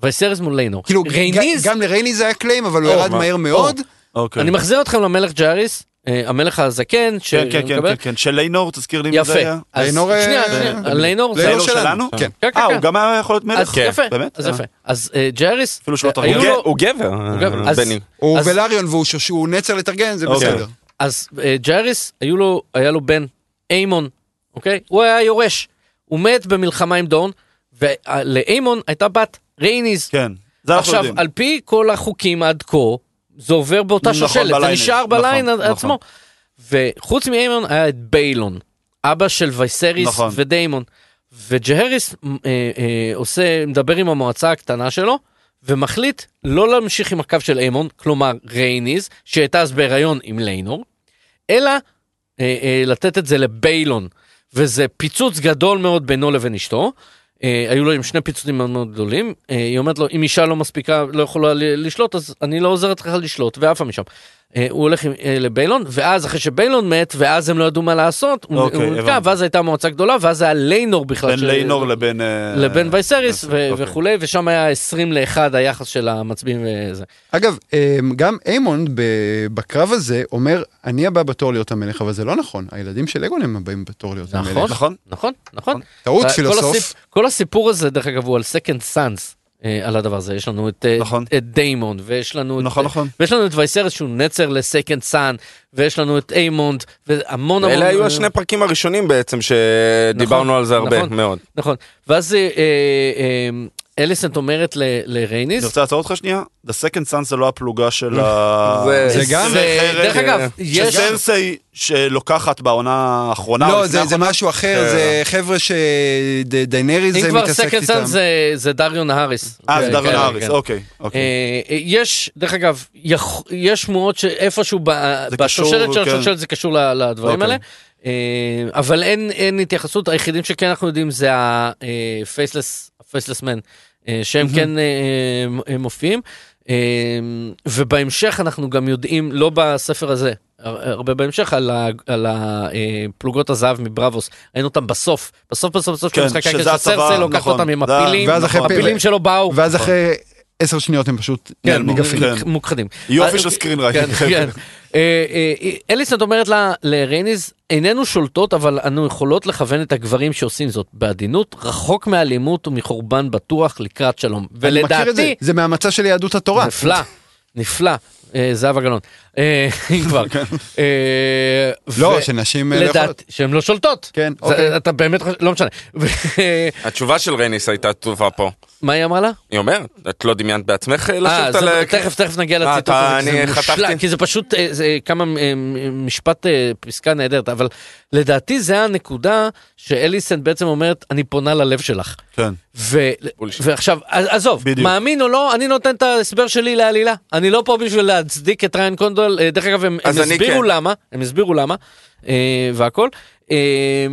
S3: וייסריס מול ליינור.
S6: כאילו,
S3: רייניז,
S6: ג- גם לרייניז היה קליים, אבל הוא
S3: או,
S6: ירד
S5: מה?
S6: מהר מאוד.
S5: אוקיי.
S3: אני מחזיר אתכם למלך ג'אריס, אה, המלך הזקן,
S5: כן, כן, כן,
S3: שמקבל-
S5: כן, כן, של ליינור, תזכיר לי מי
S3: יפה.
S5: זה היה.
S3: אז
S6: ליינור, אה,
S3: שנייה,
S6: אה,
S3: שנייה, ליינור זה...
S6: ליינור
S5: ליינור שלנו?
S6: כן.
S3: כן, כן,
S5: אה, הוא
S3: כן.
S5: גם היה יכול להיות מלך?
S3: אז יפה,
S5: באמת?
S3: אז
S5: אה.
S3: יפה. אז אה, ג'אריס,
S5: אפילו שלא כן,
S3: אה,
S5: תרגום.
S2: הוא
S3: היו
S2: ג-
S3: לו-
S2: הוא גבר,
S3: גבר.
S2: אה,
S3: אז-
S2: בני.
S6: הוא
S3: אז-
S6: ולאריון והוא שוש- הוא נצר לתרגן, זה
S5: אוקיי.
S6: בסדר.
S3: אז אה, ג'אריס, היו לו, היה לו בן, איימון, אוקיי? הוא היה יורש. הוא מת במלחמה עם דון, ולאיימון הייתה בת רייניז.
S5: כן, זה אנחנו
S3: עכשיו,
S5: יודעים.
S3: על פי כל החוקים עד כה, זה עובר באותה
S5: נכון,
S3: שושלת, זה
S5: בליינר.
S3: נשאר
S5: נכון,
S3: בליין
S5: נכון.
S3: עצמו. וחוץ מאיימון היה את ביילון, אבא של וייסריס
S5: נכון.
S3: ודיימון. וג'הריס אה, אה, עושה, מדבר עם המועצה הקטנה שלו, ומחליט לא להמשיך עם הקו של איימון, כלומר רייניז, שהייתה אז בהיריון עם ליינור, אלא אה, אה, לתת את זה לביילון. וזה פיצוץ גדול מאוד בינו לבין אשתו. אה, היו להם שני פיצוצים מאוד מאוד גדולים. אה, היא אומרת לו, אם אישה לא מספיקה, לא יכולה ל- לשלוט, אז אני לא עוזרת לך לשלוט, ועפה משם. אה, הוא הולך עם, אה, לביילון, ואז אחרי שביילון מת, ואז הם לא ידעו מה לעשות, הוא-
S5: אוקיי,
S3: הוא נתקע,
S5: הבנתי.
S3: ואז הייתה מועצה גדולה, ואז היה ליינור בכלל.
S5: בין
S3: של-
S5: ליינור לבין... אה,
S3: לבין וייסריס ו-
S5: אוקיי.
S3: וכולי, ושם היה 20 ל-1 היחס של המצביעים וזה.
S6: אגב, אמ, גם איימון ב- בקרב הזה אומר, אני הבא בתור להיות המלך, אבל זה לא נכון, הילדים של אגון הם הבאים בתור להיות המלך.
S3: נכון,
S5: נכון.
S3: נכון, נכון.
S6: טעות
S3: כל
S6: פילוסוף.
S3: הסיפ- כל הסיפור הזה, דרך אגב, הוא על סקנד סאנס, על הדבר הזה. יש לנו את אה,
S5: נכון.
S3: את דיימון, ויש לנו את-
S5: נכון, נכון.
S3: ויש לנו את וייסרס שהוא נצר לסקנד סאן, ויש לנו את איימונד, והמון המון...
S2: אלה היו השני פרקים הראשונים בעצם שדיברנו על זה הרבה
S3: לא נכון.
S2: מאוד.
S3: נכון. ואז אה, אה, אה, אליסנט אומרת ל-
S5: אני
S3: לרייניס,
S5: רוצה לעצור אותך שנייה? The Second Sun זה לא הפלוגה של ה...
S2: זה-
S5: של
S6: זה גם-
S3: זה- דרך אגב,
S5: אה,
S3: יש...
S5: שסנסי שלוקחת בעונה האחרונה. או
S6: לא,
S5: אה, לפני
S6: זה זה
S5: האחרונה. כן.
S6: משהו אחר, זה חבר'ה שדיינריז
S3: אם כבר
S6: מתעסקת
S3: סקנד סאן
S6: איתם.
S3: זה- זה דריון האריס.
S5: אה, זה
S3: כן,
S5: דרן
S3: כן,
S5: האריס,
S3: כן.
S5: אוקיי. אוקיי.
S3: אה, אה, יש, דרך אגב, יכ- יש שמועות שאיפשהו ב-
S5: זה
S3: בשושלת
S5: קשור,
S3: של
S5: כן.
S3: השושלת זה קשור ל- לדברים
S5: אוקיי.
S3: האלה. אה, אבל אין אין התייחסות, היחידים שכן אנחנו יודעים זה אה, הפייסלס, הפייסלס מן, שהם כן אה, אה, הם מופיעים. אה, ובהמשך אנחנו גם יודעים, לא בספר הזה, הר- הרבה בהמשך, על ה- על הפלוגות הזהב מבראבוס, ראינו אותם בסוף, בסוף בסוף בסוף,
S5: כן,
S3: כשמשחק
S5: שזה
S3: הקשר,
S5: הצבא,
S3: סרסי לוקח
S5: נכון.
S3: אותם עם
S5: זה ה-
S3: הפילים, נכון,
S6: ואז אחרי פרק-
S3: הפילים שלו באו.
S6: ואז
S5: נכון.
S6: אחרי עשר שניות הם פשוט
S3: כן,
S5: נעלמו.
S6: ניגפים.
S5: כן.
S3: מוכחדים.
S5: יופי
S3: אה,
S5: של סקרין רייט.
S3: כן,
S6: [LAUGHS]
S3: כן. אה, אה, אליסנט אומרת לה, לרייניז, איננו שולטות, אבל אנו יכולות לכוון את הגברים שעושים זאת בעדינות, רחוק מאלימות ומחורבן בטוח לקראת שלום.
S6: אני מכיר את זה,
S3: ולדעתי,
S6: זה מהמצע של יהדות התורה.
S3: נפלא, נפלא, אה, זהבה גלאון, אה, [LAUGHS] אם כבר. אה,
S6: כן. לא,
S3: ו-
S6: שנשים אה, לא יכולות.
S3: לדעת שהן לא שולטות.
S6: כן,
S3: זה-
S6: אוקיי.
S3: אתה באמת, חושב- לא משנה. [LAUGHS] ו- אה,
S2: התשובה של רייניס הייתה טובה פה.
S3: מה היא אמרה לה?
S2: היא אומרת, את לא דמיינת בעצמך
S3: אה,
S2: לשבת
S3: זה-
S2: על... ה-
S3: תכף, תכף נגיע
S2: אה,
S3: לציטוט
S2: אתה-
S3: הזה, כי
S2: אני
S3: זה מושלג,
S2: חתכתי.
S3: כי זה פשוט אה, זה כמה אה, מ- משפט, אה, פסקה נהדרת, אבל לדעתי זה הנקודה שאליסן בעצם אומרת, אני פונה ללב שלך.
S5: כן.
S3: ו-
S2: בולשיט.
S3: ועכשיו, אז- עזוב,
S5: בדיוק.
S3: מאמין או לא, אני נותן את ההסבר שלי לעלילה. אני לא פה בשביל להצדיק את ריין קונדול, אה, דרך אגב, הם הם
S2: אז אני
S3: הסבירו
S2: כן.
S3: למה, הם הסבירו למה, אה, והכל. אה,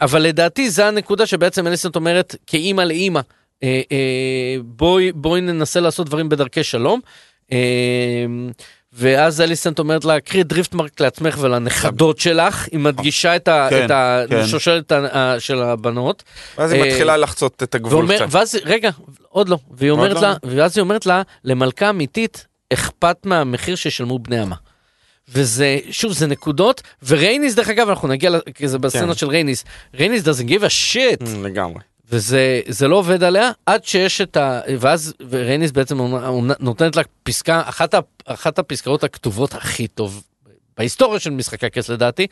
S3: אבל לדעתי זה הנקודה שבעצם אליסנט אומרת, כאימא לאימא, אה, אה, בואי בואי ננסה לעשות דברים בדרכי שלום. אה, ואז אליסנט אומרת לה, קחי דריפטמרק לעצמך ולנכדות שלך, היא מדגישה את ה-
S5: כן,
S3: את ה-
S5: כן.
S3: שושלת ה- ה- של הבנות.
S2: ואז היא
S3: אה,
S2: מתחילה לחצות את הגבול
S3: ואומר-
S2: קצת.
S3: ואז, רגע, עוד לא. והיא
S5: עוד
S3: אומרת
S5: לא?
S3: לה, ואז היא אומרת לה, למלכה אמיתית אכפת מהמחיר שישלמו בני עמה. וזה, שוב, זה נקודות, ורייניס, דרך אגב, אנחנו נגיע לזה בסצנות של רייניס, רייניס doesn't give a shit,
S2: Mm, לגמרי.
S3: וזה זה לא עובד עליה עד שיש את ה... ואז רייניס בעצם נותנת לה פסקה, אחת, ה- אחת הפסקאות הכתובות הכי טוב בהיסטוריה של משחקי הכס לדעתי,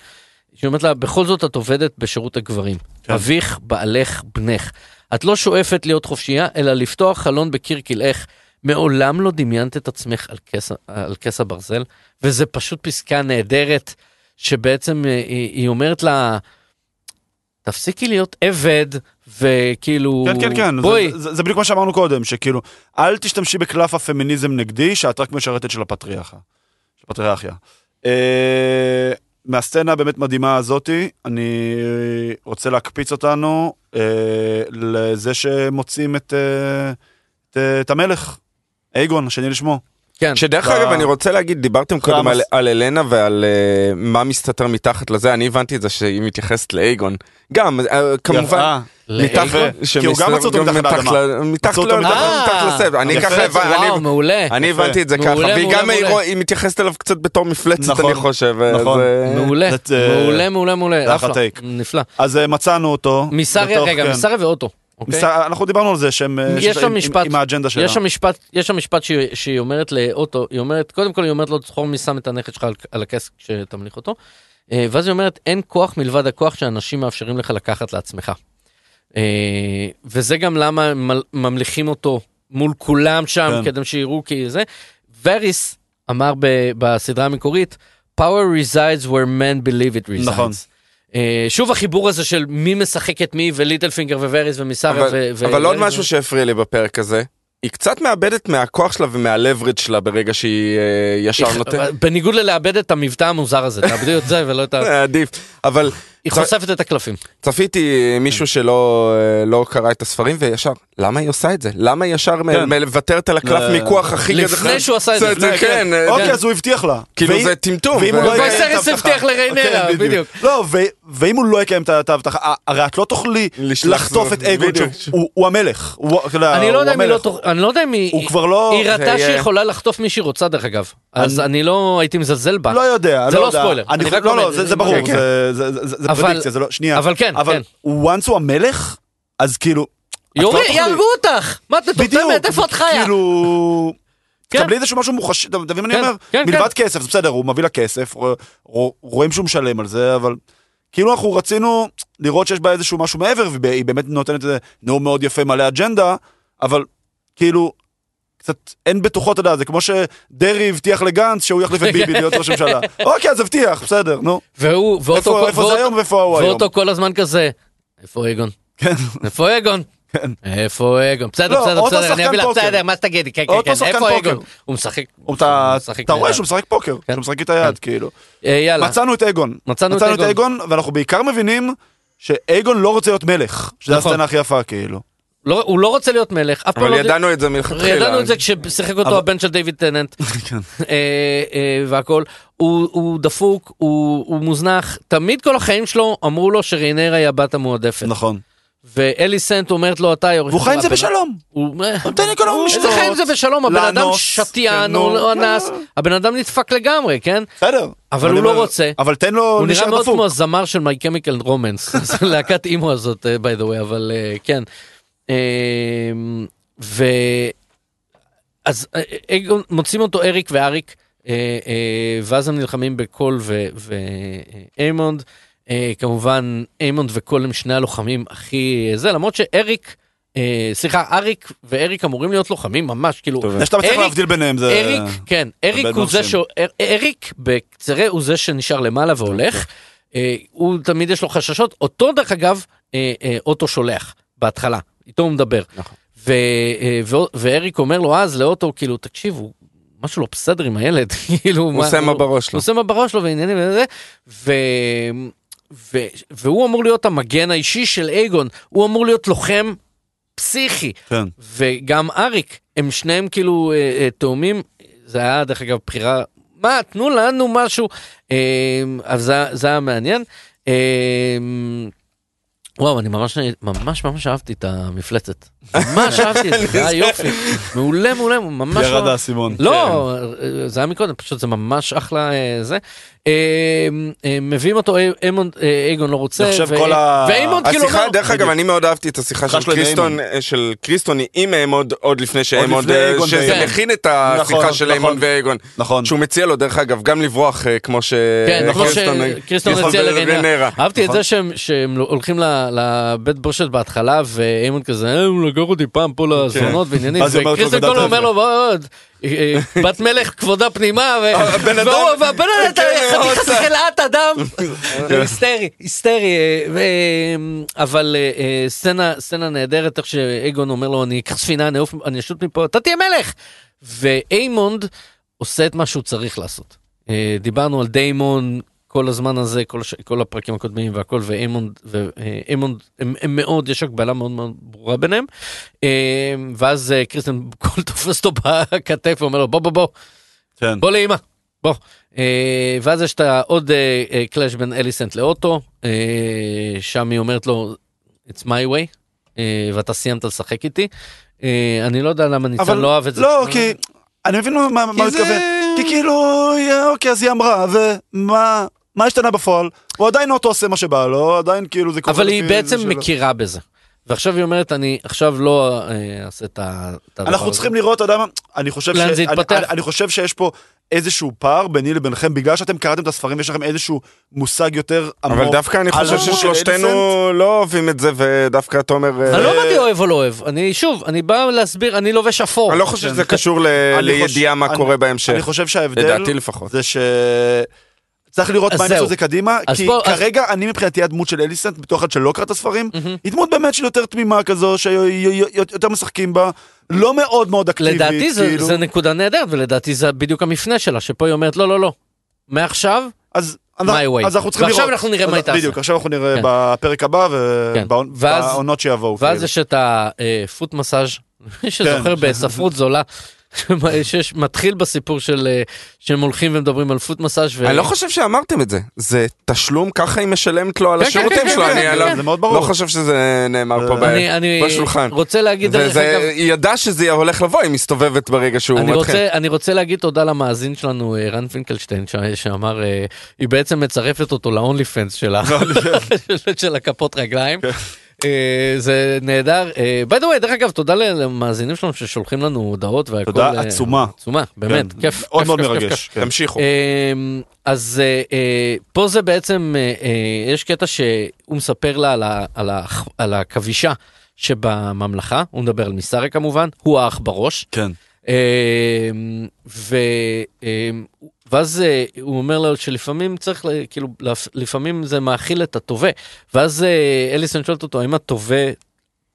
S3: שהיא אומרת לה, בכל זאת את עובדת בשירות הגברים. כן. אביך, בעלך, בנך. את לא שואפת להיות חופשייה, אלא לפתוח חלון בקיר כלאך. מעולם לא דמיינת את עצמך על כס, על כס הברזל, וזה פשוט פסקה נהדרת, שבעצם אה, היא, היא אומרת לה, תפסיקי להיות עבד, וכאילו,
S5: כן, כן, כן,
S3: בואי,
S5: זה, זה, זה בדיוק מה שאמרנו קודם, שכאילו, אל תשתמשי בקלף הפמיניזם נגדי, שאת רק משרתת של הפטריארכה. של הפטריארכיה. אה, מהסצנה הבאמת מדהימה הזאתי, אני רוצה להקפיץ אותנו אה, לזה שמוצאים את, אה, את, אה, את המלך, אייגון, השני לשמו.
S3: כן,
S2: שדרך
S5: ב-
S2: אגב, אני רוצה להגיד, דיברתם קודם
S5: במס-
S2: על- על אלנה ועל אה, מה מסתתר מתחת לזה, אני הבנתי את זה שהיא מתייחסת לאייגון. גם, אה, כמובן,
S5: אה,
S2: מתחת,
S3: לאגו?
S5: כי הוא גם מצא אותו מתחת לאדמה.
S2: ל- מתחת
S5: מצא אותו
S2: ל-
S3: מתחת-
S2: מתחת לספר, אני
S5: יפה,
S2: ככה הבנתי,
S3: אה! וואו, מעולה.
S2: אני
S5: יפה.
S2: הבנתי את זה
S3: מעולה,
S2: ככה, והיא
S3: מעולה,
S2: גם
S3: מעולה.
S2: היא מתייחסת אליו קצת בתור מפלצת,
S5: נכון,
S2: אני חושב.
S5: נכון.
S2: אז, אה,
S3: מעולה,
S5: That, uh,
S3: מעולה, מעולה, מעולה,
S5: זה
S3: אחלה,
S5: אחלה טייק.
S3: נפלא.
S5: אז אה, מצאנו אותו.
S3: מסריה,
S5: בתוך-
S3: רגע,
S5: כן.
S3: מסריה ואוטו. אוקיי?
S5: מסר- אנחנו דיברנו על זה שהם... אה,
S3: יש
S5: שיש- עם-
S3: שם משפט,
S5: עם- עם האג'נדה שלה.
S3: יש שם משפט, יש שם משפט שהיא, שהיא אומרת לאוטו, היא אומרת, קודם כל היא אומרת לו, זכור מי שם את הנכד שלך על, על הכס כשתמליך אותו, אה, ואז היא אומרת, אין כוח מלבד הכוח שאנשים מאפשרים לך לקחת לעצמך. אה, וזה גם למה הם מל- ממליכים אותו מול כולם שם,
S5: כן.
S3: כדי שיראו כי זה. וריס אמר ב, בסדרה המקורית, power resides where men believe it resides.
S5: נכון.
S3: אה, שוב החיבור הזה של מי משחק את מי וליטל פינגר ווריס ומיסארה
S2: אבל-
S3: ו... ו-
S2: אבל עוד
S3: ו-
S2: משהו שהפריע לי בפרק הזה, היא קצת מאבדת מהכוח שלה ומהלברד שלה ברגע שהיא אה, ישר נותנת.
S3: בניגוד ללאבד את המבטא המוזר הזה, תאבדי את זה ולא את
S5: [LAUGHS]
S3: ה...
S2: אה, עדיף, אבל
S3: היא
S2: צר-
S3: חושפת את הקלפים.
S5: אה,
S2: צפיתי מישהו שלא אה, לא קרא את הספרים וישר, למה היא עושה את זה? למה היא ישר מ-
S5: כן.
S2: מוותרת על הקלף
S5: אה,
S2: מיקוח הכי גדול?
S3: לפני שהוא עשה את זה, לפני,
S2: כן,
S3: כן.
S2: אה,
S5: אוקיי, אז הוא הבטיח לה.
S2: כאילו
S5: והיא-
S2: זה טמטום.
S5: ואם
S2: ו-
S5: הוא לא
S2: ו-
S5: יקיים את
S3: וסרס הבטיח
S5: ההבטחה-
S3: לריינלה,
S5: כן,
S3: בדיוק.
S5: לא, ו- ואם הוא לא יקיים את ה- את ההבטחה, ה- הרי את לא תוכלי
S2: לשלוח
S5: לחטוף
S2: זה-
S5: את אייגון,
S2: בדיוק.
S5: שהוא- הוא- הוא המלך. הוא- אתה יודע,
S3: אני לא
S5: הוא
S3: יודע אם היא
S5: המלך.
S3: לא תוך... אני לא יודע אם היא...
S5: הוא כבר לא-
S3: היא
S2: זה
S3: ראתה
S2: יהיה-
S3: שהיא יכולה לחטוף מי שהיא רוצה, דרך אגב. אז אני לא הייתי מזלזל בה.
S5: לא יודע,
S3: זה
S5: לא
S3: לא
S5: יודע.
S3: ספוילר, אני
S5: אני
S3: רק
S5: חושב, לא,
S3: אומר,
S5: לא, זה
S3: זה-
S5: זה ברור,
S3: כן.
S5: זה- זה- זה- זה
S3: אבל-
S5: פרדיקציה, זה לא, שנייה.
S3: אבל כן,
S5: אבל
S3: כן.
S5: once הוא המלך, אז כאילו... את לא
S3: יורי,
S5: תוכלי-
S3: יהרגו אותך! מה, את מטומטמת? איפה את חיה?
S5: כאילו...
S3: כן.
S5: תקבלי איזשהו משהו מוחשי, אתה מבין מה אני
S3: כן,
S5: אומר?
S3: כן,
S5: מלבד כסף, זה בסדר, הוא מביא לה כסף, רוא- רוא- רואים שהוא משלם על זה, אבל כאילו אנחנו רצינו לראות שיש בה איזשהו משהו מעבר, והיא באמת נותנת איזה נאום מאוד יפה מלא אג'נדה, אבל כאילו, קצת אין בתוכו, אתה יודע, זה כמו שדרעי הבטיח לגנץ שהוא
S3: [LAUGHS]
S5: יחליף את
S3: כן.
S5: ביבי להיות ראש ממשלה. אוקיי, אז הבטיח, בסדר, נו.
S3: והוא, ואותו...
S5: איפה-
S3: כל-
S5: איפה זה
S3: ואותו-
S5: היום ואיפה הוא היום?
S3: ואותו כל הזמן כזה, איפה אגון?
S5: כן.
S3: איפה אגון? איפה אגון? בסדר,
S5: לא,
S3: בסדר,
S5: אותו
S3: בסדר, אני
S5: שחקן
S3: אביא לך,
S5: פוקר.
S3: בסדר, מה שתגידי? כן,
S5: אותו
S3: כן, כן,
S5: שחקן
S3: איפה
S5: פוקר.
S3: אגון? הוא משחק...
S5: אתה
S3: הוא משחק
S5: אתה רואה
S3: ביד.
S5: שהוא משחק פוקר,
S3: כן.
S5: שהוא משחק את היד, כאילו.
S3: אה, יאללה.
S5: מצאנו את אגון.
S3: מצאנו את
S5: את אגון, ואנחנו בעיקר מבינים שאגון לא רוצה להיות מלך, שזה
S3: נכון.
S5: הסצנה הכי יפה, כאילו.
S3: לא, הוא לא רוצה להיות מלך, אף פעם
S2: אבל
S3: לא...
S2: ידענו את זה מלכתחילה.
S3: ידענו את זה כששיחק אותו
S5: אבל- כן.
S3: הבן של דיוויד
S5: [LAUGHS]
S3: טננט אה, אה, והכל. הוא, הוא דפוק, הוא, הוא מוזנח, תמיד כל החיים שלו אמרו לו שריינר היא הבת המועדפת.
S5: נכון.
S3: ואלי סנט אומרת לו אתה יורך.
S5: והוא חי עם זה בשלום.
S3: הוא
S5: נותן לי כל היום
S3: איזה
S5: לשתות,
S3: חיים זה בשלום, הבן אדם
S5: לאנוס, כן,
S3: שתיין,
S5: נו,
S3: הוא
S5: כן.
S3: אנס, הבן אדם נדפק לגמרי, כן?
S5: בסדר.
S3: אבל
S5: אני
S3: הוא לא
S5: אומר,
S3: רוצה.
S5: אבל תן לו
S3: הוא נראה
S5: נשאר
S3: מאוד
S5: דפוק.
S3: כמו הזמר של My Chemical Romance, [LAUGHS] זה להקת אימו הזאת, אה, by the way, אבל אה, כן. אה, ו... אז אה, אה, אגון- מוצאים אותו אריק ואריק, אה, אה, ואז הם נלחמים בקול ואיימונד. אה, כמובן, איימונד וקול הם שני הלוחמים הכי אה, זה, למרות שאריק, אה, סליחה, אריק ואריק אמורים להיות לוחמים ממש, כאילו,
S5: זה שאתה מצליח
S3: אריק-
S5: להבדיל ביניהם זה...
S3: אריק, כן, אריק
S5: הרבה
S3: הוא זה ש...
S5: נושאים.
S3: אריק בקצרה הוא זה שנשאר למעלה והולך.
S2: אוקיי.
S3: אה, הוא תמיד יש לו חששות. אותו דרך אגב, אה, אה, אוטו שולח בהתחלה, איתו הוא מדבר.
S2: נכון.
S3: ו- אה, ו- ואריק אומר לו אז לאוטו, כאילו, תקשיבו, משהו לא בסדר עם הילד, [LAUGHS] כאילו...
S2: הוא עושה מה בראש
S3: הוא
S2: לו.
S3: עושה מה בראש לו ועניינים וזה, ו... ו... והוא אמור להיות המגן האישי של אייגון, הוא אמור להיות לוחם פסיכי.
S5: כן.
S3: וגם אריק, הם שניהם כאילו אה, אה, תאומים, זה היה דרך אגב בחירה מה, תנו לנו משהו. אה, אז זה, זה היה מעניין. אה, וואו, אני ממש, ממש ממש אהבתי את המפלצת.
S5: [LAUGHS]
S3: ממש אהבתי את זה, זה היה יופי. מעולה, מעולה, ממש...
S5: ירד
S3: לא-
S5: האסימון. כן.
S3: לא, זה היה מקודם, פשוט זה ממש אחלה אה, זה. אה, אה, מביאים אותו, אה, איימון, אה, אייגון לא רוצה.
S5: אני חושב
S3: ו-
S5: כל ה-
S3: ואיימון כאילו
S2: השיחה,
S3: אומר...
S2: דרך אגב, אני מאוד אהבתי את השיחה של
S5: שלו עם
S2: קריסטון, אה, של קריסטון עם אמוד עוד לפני שאמוד,
S5: לפני אייגון
S2: שזה
S3: ואייגון.
S2: מכין את השיחה
S5: נכון,
S2: של אמון
S5: נכון.
S2: ואייגון.
S5: נכון.
S2: שהוא מציע לו, דרך אגב, גם לברוח אה, כמו אה,
S3: כן, כמו
S2: שקריסטון
S3: שקריסטון הציע לרנרה. אהבתי את
S5: נכון.
S3: זה שהם- שהם הולכים ל- לבית בושת בהתחלה, ואיימון כזה, "אה, הוא לגור אותי פעם פה לזונות ועניינים,
S5: ואז כן. היא אומרת לו,
S3: וקריסטון
S5: "גדלת
S3: כולו אומר
S5: יפה".
S3: לו, "ועוד, אה, אה, בת מלך כבודה פנימה, ו-
S5: אה,
S2: הבן אדם-
S3: והוא, והבן אדם, אתה
S2: כן, מאוד
S3: חתיכת
S2: צר.
S3: חלאת אדם, זה היסטרי, היסטרי, אה, ו- אבל אה, אה, סצנה סצנה נהדרת, איך שאגון אומר לו, אני אקח ספינה, אני אעוף, אני אשוט מפה, אתה תהיה מלך. ואיימונד עושה את מה שהוא צריך לעשות. אה, דיברנו על דיימון כל הזמן הזה, כל, הש... כל הפרקים הקודמים והכל, ואיימונד, ואיימונד הם, הם מאוד, יש הגבלה מאוד מאוד ברורה ביניהם. אה, ואז אה, קריסטן [LAUGHS] כל תופס אותו בכתף ואומר לו בוא בוא בוא,
S5: כן.
S3: בוא לאמא, בוא. אה, ואז יש את העוד אה, אה, קלאש בין אליסנט לאוטו, אה, שם היא אומרת לו, it's my way, אה, ואתה סיימת לשחק איתי. אה, אני לא יודע למה ניצן לא אהב את זה.
S5: לא, כי... אני מבין מה- מה מה הוא
S6: זה-
S5: התכוון. כי כאילו, יא, אוקיי, אז היא אמרה, ומה... מה השתנה בפועל? הוא עדיין אוטו עושה מה שבא לו, עדיין כאילו זה קורה.
S3: אבל היא
S5: לפי זה
S3: בעצם
S5: שלו.
S3: מכירה בזה. ועכשיו היא אומרת, אני עכשיו לא אה, אעשה את ה... את הדבר
S5: אנחנו
S3: הזה."
S5: צריכים לראות, אתה יודע מה? אני חושב
S3: לאן זה
S5: אני-
S3: יתפתח?
S5: אני- אני חושב שיש פה איזשהו פער ביני לביניכם, בגלל שאתם קראתם את הספרים ויש לכם איזשהו מושג יותר עמוק.
S2: אבל דווקא אני
S5: על
S2: חושב
S5: הדמות של
S2: ששלושתנו
S5: אליסנט.
S2: לא אוהבים את זה, ודווקא תומר... אה,
S3: אני לא אמרתי אוהב או לא אוהב, אני שוב, אני בא להסביר, אני לובש אפור.
S2: אני לא חושב שזה קשור ל-
S5: כן. אני
S2: לידיעה
S5: חושב-
S2: מה
S5: אני-
S2: קורה בהמשך.
S5: אני חושב שההבדל
S2: לדעתי לפחות.
S5: זה ש... צריך לראות
S3: אז
S5: מה הם
S3: זהו.
S5: יעשו את זה קדימה,
S3: אז
S5: כי
S3: בוא- אז-
S5: כרגע אני מבחינתי הדמות של אליסנט, בתור אחד שלא קרא את הספרים, היא דמות באמת של יותר תמימה כזו, שיותר משחקים בה, לא מאוד מאוד אקטיבית,
S3: לדעתי זה,
S5: כאילו.
S3: זה נקודה נהדרת, ולדעתי זה בדיוק המפנה שלה, שפה היא אומרת, לא, לא, לא. מעכשיו,
S5: אז אנחנו-
S3: My way.
S5: אז אנחנו צריכים לראות.
S3: ועכשיו אנחנו נראה מה
S5: אז-
S3: היא תעשה.
S5: בדיוק, עכשיו אנחנו נראה
S3: כן.
S5: בפרק הבא
S3: כן. ואז-
S5: ובעונות שיבואו.
S3: ואז
S5: כאילו.
S3: יש את הפוט מסאז', [LAUGHS] מי שזוכר בספרות זולה, [LAUGHS] שיש, מתחיל בסיפור של, אה, שהם הולכים ומדברים על פוט מסאז' ו...
S2: אני לא חושב שאמרתם את זה, זה תשלום, ככה היא משלמת לו על
S3: כן, כן,
S2: השירותים
S3: כן,
S2: שלו,
S3: כן,
S2: אני
S3: כן,
S2: לא-
S3: כן.
S5: זה מאוד ברור.
S2: לא חושב שזה נאמר פה ב-
S3: אני, אני
S2: בשולחן.
S3: רוצה להגיד,
S2: זה-
S3: דרך
S2: זה-
S3: אגב,
S2: היא ידעה שזה הולך לבוא, היא מסתובבת ברגע שהוא
S3: אני
S2: מתחיל.
S3: רוצה, אני רוצה להגיד תודה למאזין שלנו אה, רן פינקלשטיין ש... שאמר אה, היא בעצם מצרפת אותו לאונלי פנס שלה [LAUGHS] של הכפות רגליים. אה, זה נהדר. אה, ביי דה ווי, דרך אגב, תודה למאזינים שלנו ששולחים לנו הודעות והכל.
S5: תודה
S3: אה,
S5: עצומה.
S3: עצומה, באמת,
S5: כן,
S3: כיף.
S5: מאוד
S3: כיף,
S5: מאוד
S3: כיף, כיף, כיף.
S5: מרגש. כן.
S2: תמשיכו.
S3: אמ, אז אה, אה, פה זה בעצם, אה, אה, יש קטע שהוא מספר לה על ה- על ה- על הכבישה שבממלכה, הוא מדבר על מיסריה כמובן, הוא האח בראש.
S5: כן.
S3: אמ, ו... אמ, ואז אה, הוא אומר לו שלפעמים צריך, ל- כאילו, לפ- לפעמים זה מאכיל את התובע. ואז אה, אליסון שואלת אותו, האם התובע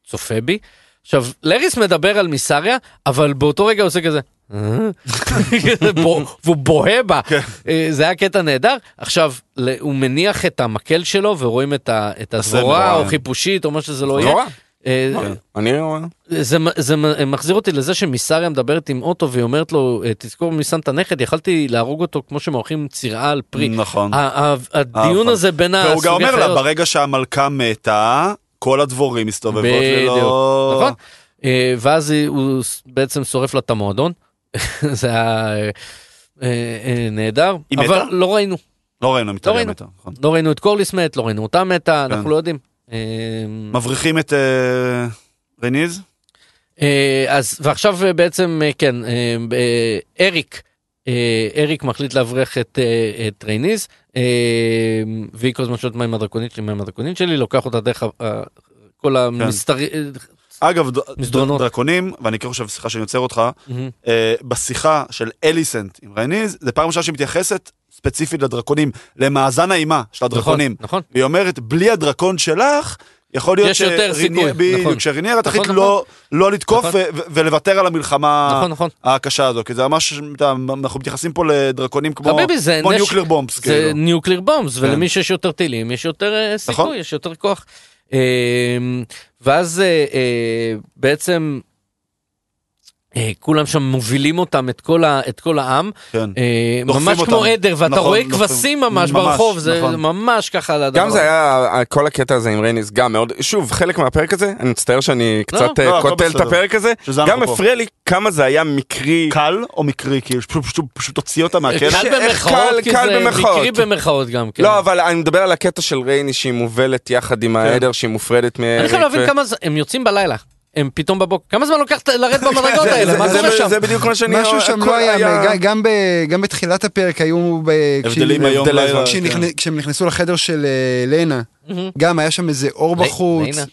S3: צופה בי? עכשיו, לריס מדבר על מיסריה, אבל באותו רגע הוא עושה כזה, "אה?" [LAUGHS] כזה בו- והוא בוהה בה. אה, זה היה קטע נהדר. עכשיו, ל- הוא מניח את המקל שלו ורואים את ה- את הזרוע
S5: נורא.
S3: או חיפושית או מה שזה לא
S2: לא
S3: יהיה.
S2: רע.
S3: אה,
S2: אני אומר,
S3: זה, מ- זה מ- מחזיר אותי לזה שמיסריה מדברת עם אוטו והיא אומרת לו "אה, תזכור מי שם את הנכד יכלתי להרוג אותו כמו שמורחים צירה על פרי.
S5: נכון.
S3: ה- ה- הדיון
S5: נכון.
S3: הזה בין הסוגי
S5: והוא גם אומר לה,
S3: חיות.
S5: ברגע שהמלכה מתה, כל הדבורים מסתובבות
S3: בדיוק,
S5: ללא...
S3: נכון. אה, ואז היא- הוא ס- בעצם שורף לה את המועדון. [LAUGHS] זה היה אה, אה, אה, נהדר.
S5: היא מתה?
S3: אבל לא ראינו.
S5: לא ראינו
S3: לא
S5: מיטליה
S3: ראינו.
S5: מתה. נכון. כן.
S3: לא ראינו את קורליס מת, לא ראינו אותה מתה, אנחנו לא יודעים. אה,
S5: מבריחים את אה, רניז?
S3: אה, אז ועכשיו אה, בעצם אה, כן אה, אה, אריק אה, אריק מחליט להבריח את, אה, את רייניז אה, והיא כל הזמן שואלת מה עם הדרקונית שלי מה עם הדרקונית שלי לוקח אותה דרך ה- ה- כל המסתר... אה,
S5: אגב, ד-
S3: מסדרונות.
S5: דרקונים, ואני כאילו עכשיו, סליחה שאני עוצר אותך, אה, בשיחה של אליסנט עם רניז, זה פעם ראשונה שמתייחסת ספציפית לדרקונים, למאזן האימה של הדרקונים.
S3: נכון.
S5: היא אומרת, בלי הדרקון שלך, יכול להיות
S3: יש יותר סיכוי,
S5: בדיוק,
S3: נכון.
S5: שריניארה
S3: נכון,
S5: תחליט
S3: נכון.
S5: לא, לא לתקוף
S3: נכון.
S5: ו- ו- ולוותר על המלחמה
S3: נכון נכון.
S5: הקשה הזו, כי זה ממש, אתה- אנחנו מתייחסים פה לדרקונים כמו,
S3: חביבי, זה
S5: כמו
S3: נשק-
S5: ניוקלר בומבס,
S3: זה
S5: כאילו.
S3: ניוקליר בומס ולמי שיש יותר טילים יש יותר אה, סיכוי
S5: נכון.
S3: יש יותר כוח. אה, ואז אה, אה, בעצם אה, כולם שם מובילים אותם, את כל, ה, את כל העם.
S5: כן.
S3: אה,
S5: דוחפים
S3: ממש כמו
S5: אותם.
S3: עדר, ואתה
S5: נכון,
S3: רואה
S5: דוחפים.
S3: כבשים ממש
S5: ממש,
S3: ברחוב, זה
S5: נכון.
S3: ממש ככה על הדבר.
S2: גם זה היה, כל הקטע הזה עם רייניס, גם מאוד, שוב, חלק מהפרק הזה, אני מצטער שאני קצת אה,
S5: לא, הכל
S2: קוטל את
S5: בסדר.
S2: הפרק הזה,
S5: שזה
S2: גם
S5: אנחנו פה.
S2: הפריע לי כמה זה היה מקרי.
S5: קל או מקרי? כאילו, שפשוט- פשוט פשוט תוציא אותה מהכלא?
S2: ש-
S3: קל
S2: איך
S3: במרכאות,
S2: קל-
S3: כי
S2: קל
S3: זה
S2: במרכאות.
S3: מקרי במרכאות גם, כן.
S2: לא, אבל אני מדבר על הקטע של רייני שהיא מובלת יחד עם העדר, שהיא מופרדת מאריק.
S3: אני חייב
S2: ו-
S3: להבין כמה זמן, הם יוצאים בלילה, הם פתאום בבוקר, כמה זמן לוקח לרדת במדרגות
S2: זה-
S3: האלה,
S2: זה-
S3: מה
S2: זה-
S3: קורה
S2: זה-
S3: שם?
S2: זה בדיוק מה שאני...
S6: משהו שם
S2: הכל
S6: לא היה, גם- גם ב- גם בתחילת הפרק היו... ב-
S5: הבדלים
S6: כשהיא-
S5: היום לא
S2: הבדלי
S5: לילה.
S6: כשנכנ- כשהם נכנסו לחדר של אה, לנה,
S3: מהמם.
S6: גם היה שם איזה אור
S3: לי-
S6: בחוץ.
S3: לינה?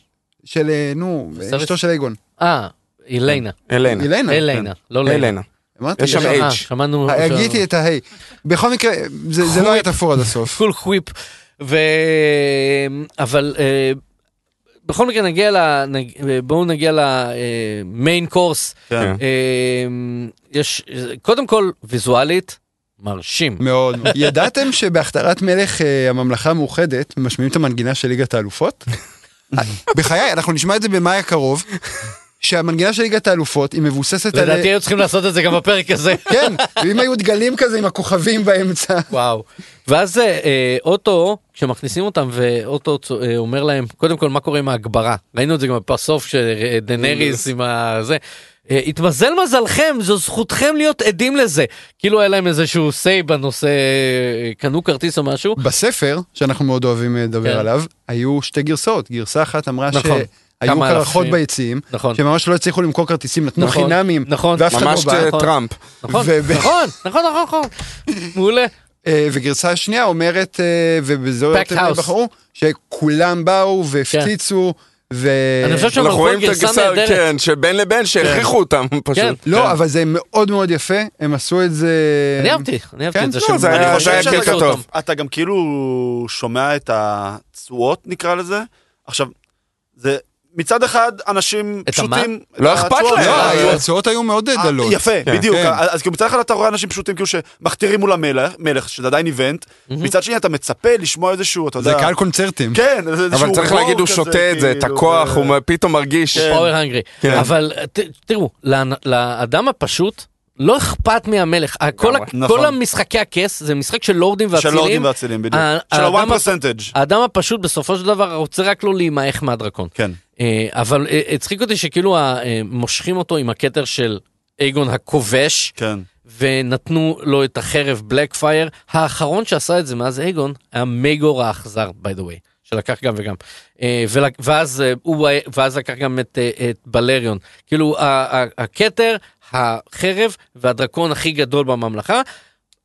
S6: של, אה, נו,
S3: בסרט?
S6: אשתו של אייגון.
S3: אה, אילנה,
S2: אלנה.
S6: אילנה.
S3: אילנה, לא לילה.
S2: אלנה.
S6: אמרתי,
S2: יש שם
S6: כן. אה,
S2: אייגון.
S3: אה, שמענו,
S6: הגיתי את ההיי. בכל מקרה, זה זה לא היה תפור עד הסוף.
S3: פול חוויפ, ו... אבל אה, בכל מקרה נגיע ל... נג- אה, בואו נגיע אה, למיין קורס.
S5: כן.
S3: אה, יש, קודם כל, ויזואלית, מרשים.
S6: מאוד. [LAUGHS] ידעתם שבהכתרת מלך אה, הממלכה המאוחדת משמיעים את המנגינה של
S3: [LAUGHS]
S6: ליגת האלופות? בחיי, אנחנו נשמע את זה במאי הקרוב, שהמנגינה של ליגת האלופות היא מבוססת על... אה,
S3: לדעתי היו צריכים לעשות את זה גם בפרק הזה.
S6: כן, ואם היו דגלים כזה עם הכוכבים באמצע.
S3: וואו. ואז אה, אה, אוטו, כשמכניסים אותם ואוטו צו- אה, אומר להם, קודם כל מה קורה עם ההגברה? ראינו את זה גם בסוף של אה, דנריס עם הזה. אה, התמזל מזלכם, זו זכותכם להיות עדים לזה. כאילו היה להם איזשהו say בנושא, אה, קנו כרטיס או משהו.
S6: בספר, שאנחנו מאוד אוהבים אה, לדבר
S3: כן.
S6: עליו, היו שתי גרסאות. גרסה אחת אמרה
S3: נכון.
S6: שהיו
S3: כמה
S6: קרחות
S3: אלפים.
S6: ביציעים,
S3: נכון.
S6: שממש לא הצליחו למכור כרטיסים, נתנו
S3: נכון,
S6: חינמים,
S3: נכון.
S6: ואף אחד
S2: ממש
S6: לא בא.
S2: אה, טראמפ.
S3: נכון,
S6: וב-
S3: נכון, נכון, נכון, נכון. מעולה.
S6: אה, וגרסה השנייה אומרת, אה, ובזו
S3: Packed
S6: אתם
S3: house.
S6: בחרו, שכולם באו והפציצו, ו...
S3: אני חושב שהם
S2: אנחנו
S3: הלכו על
S2: רואים את
S3: גרסה
S2: הגרסה,
S3: נהדרת.
S2: כן, שבין לבין, שהכריחו אותם
S3: כן.
S2: פשוט.
S6: לא, אבל זה מאוד מאוד יפה, הם עשו את זה...
S3: אני אהבתי, אני אהבתי
S6: כן,
S3: את זה.
S2: לא,
S3: שהם
S2: זה היה-
S5: אה,
S3: אני
S2: זה
S3: חושב
S2: היה
S3: שהם
S2: קטע
S3: עשו
S2: טוב.
S3: אותם.
S5: אתה גם כאילו שומע את התשואות נקרא לזה. עכשיו, זה מצד אחד אנשים
S3: את המה?
S5: פשוטים.
S2: לא אכפת
S5: התשואות.
S2: להם.
S6: לא,
S2: אה,
S6: היו- ההצעות היו מאוד
S5: אה,
S6: דלות.
S5: יפה,
S2: כן.
S5: בדיוק.
S6: כן.
S5: אז אז כאילו מצד אחד אתה רואה אנשים פשוטים כאילו שמכתירים מול המלך, מלך, שזה עדיין איבנט. מצד שני אתה מצפה לשמוע איזשהו, אתה
S6: זה
S5: יודע.
S6: קהל קונצרטים.
S5: כן, זה איזשהו...
S2: אבל צריך
S5: רוב
S2: להגיד, הוא
S5: כזה,
S2: שותה את זה, את
S5: כאילו,
S2: הכוח,
S5: ו-
S2: הוא פתאום מרגיש.
S3: פאוור הנגרי.
S2: כן.
S3: אבל ת- תראו, לאנ- לאדם הפשוט לא אכפת מהמלך. ה- כל ה-
S5: נכון.
S3: כל המשחקי הכס זה משחק של לורדים
S5: של
S3: ואצילים.
S5: לורדים והצילים, בדיוק.
S3: ה-
S5: של
S3: האדם אה,
S5: הוואן
S3: הפ-
S5: פרסנטג'.
S3: האדם הפשוט בסופו של דבר רוצה רק לא להימעך מהדרקון.
S5: כן.
S3: אה, אבל אה, הצחיק אותי שכאילו ה- אה, מושכים אותו עם הכתר של אייגון הכובש.
S5: כן.
S3: ונתנו לו את החרב בלק פייר. האחרון שעשה את זה מאז אייגון היה מייגור האכזר, by the way, שלקח גם וגם. אה, ול- ואז, אה, הוא, היה- ואז לקח גם את, אה, את בלריון. כאילו ה- ה- הכתר, החרב והדרקון הכי גדול בממלכה.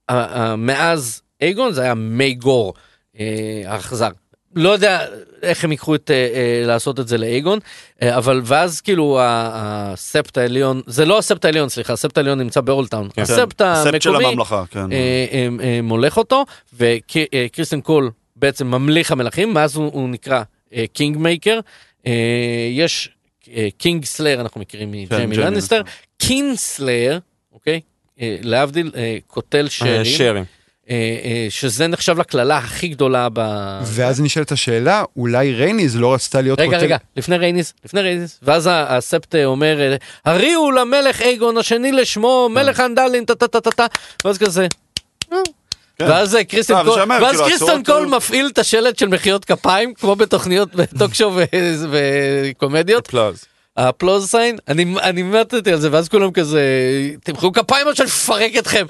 S3: ה- ה- מאז אייגון זה היה מייגור אה, האכזר. לא יודע איך הם ייקחו את אה, אה, לעשות את זה לאייגון אה, אבל ואז כאילו ה- הספט העליון זה לא הספט העליון סליחה הספט העליון נמצא באולטאון
S2: כן.
S3: הספט
S5: הספט של
S3: המקומי
S5: הממלכה, כן.
S3: אה, אה, אה, מולך אותו וקריסטן קול בעצם ממליך המלכים מאז הוא, הוא נקרא קינג מייקר יש קינג סלייר אנחנו מכירים מג'יימי
S5: ג'יימי
S3: לניסטר קינג סלייר אוקיי אה, להבדיל אה, קוטל
S2: אה,
S3: שרים.
S2: שרים.
S3: אה, אה, שזה נחשב לקללה הכי גדולה ב...
S6: ואז נשאלת השאלה, אולי רייניז לא רצתה להיות
S3: רגע,
S6: קוטל-
S3: רגע, לפני רייניס, לפני רייניס, ואז ה- הספט אה, אומר, אה, הריעו למלך אייגון השני לשמו, מלך האנדלים, טה טה טה טה טה, ואז כזה. ואז אה,
S5: אה,
S3: קריסטן
S5: אבל
S3: קול,
S5: שאמר,
S3: ואז
S5: כאילו,
S3: קריסטן
S5: הצורות
S3: קול
S5: הוא-
S3: מפעיל את השלט של מחיאות כפיים, כמו בתוכניות, בטוקשו וקומדיות,
S2: פלאז.
S3: הפלוז סיין, אני, אני מתתי על זה, ואז כולם כזה, תמחאו כפיים או שאני מפרק אתכם.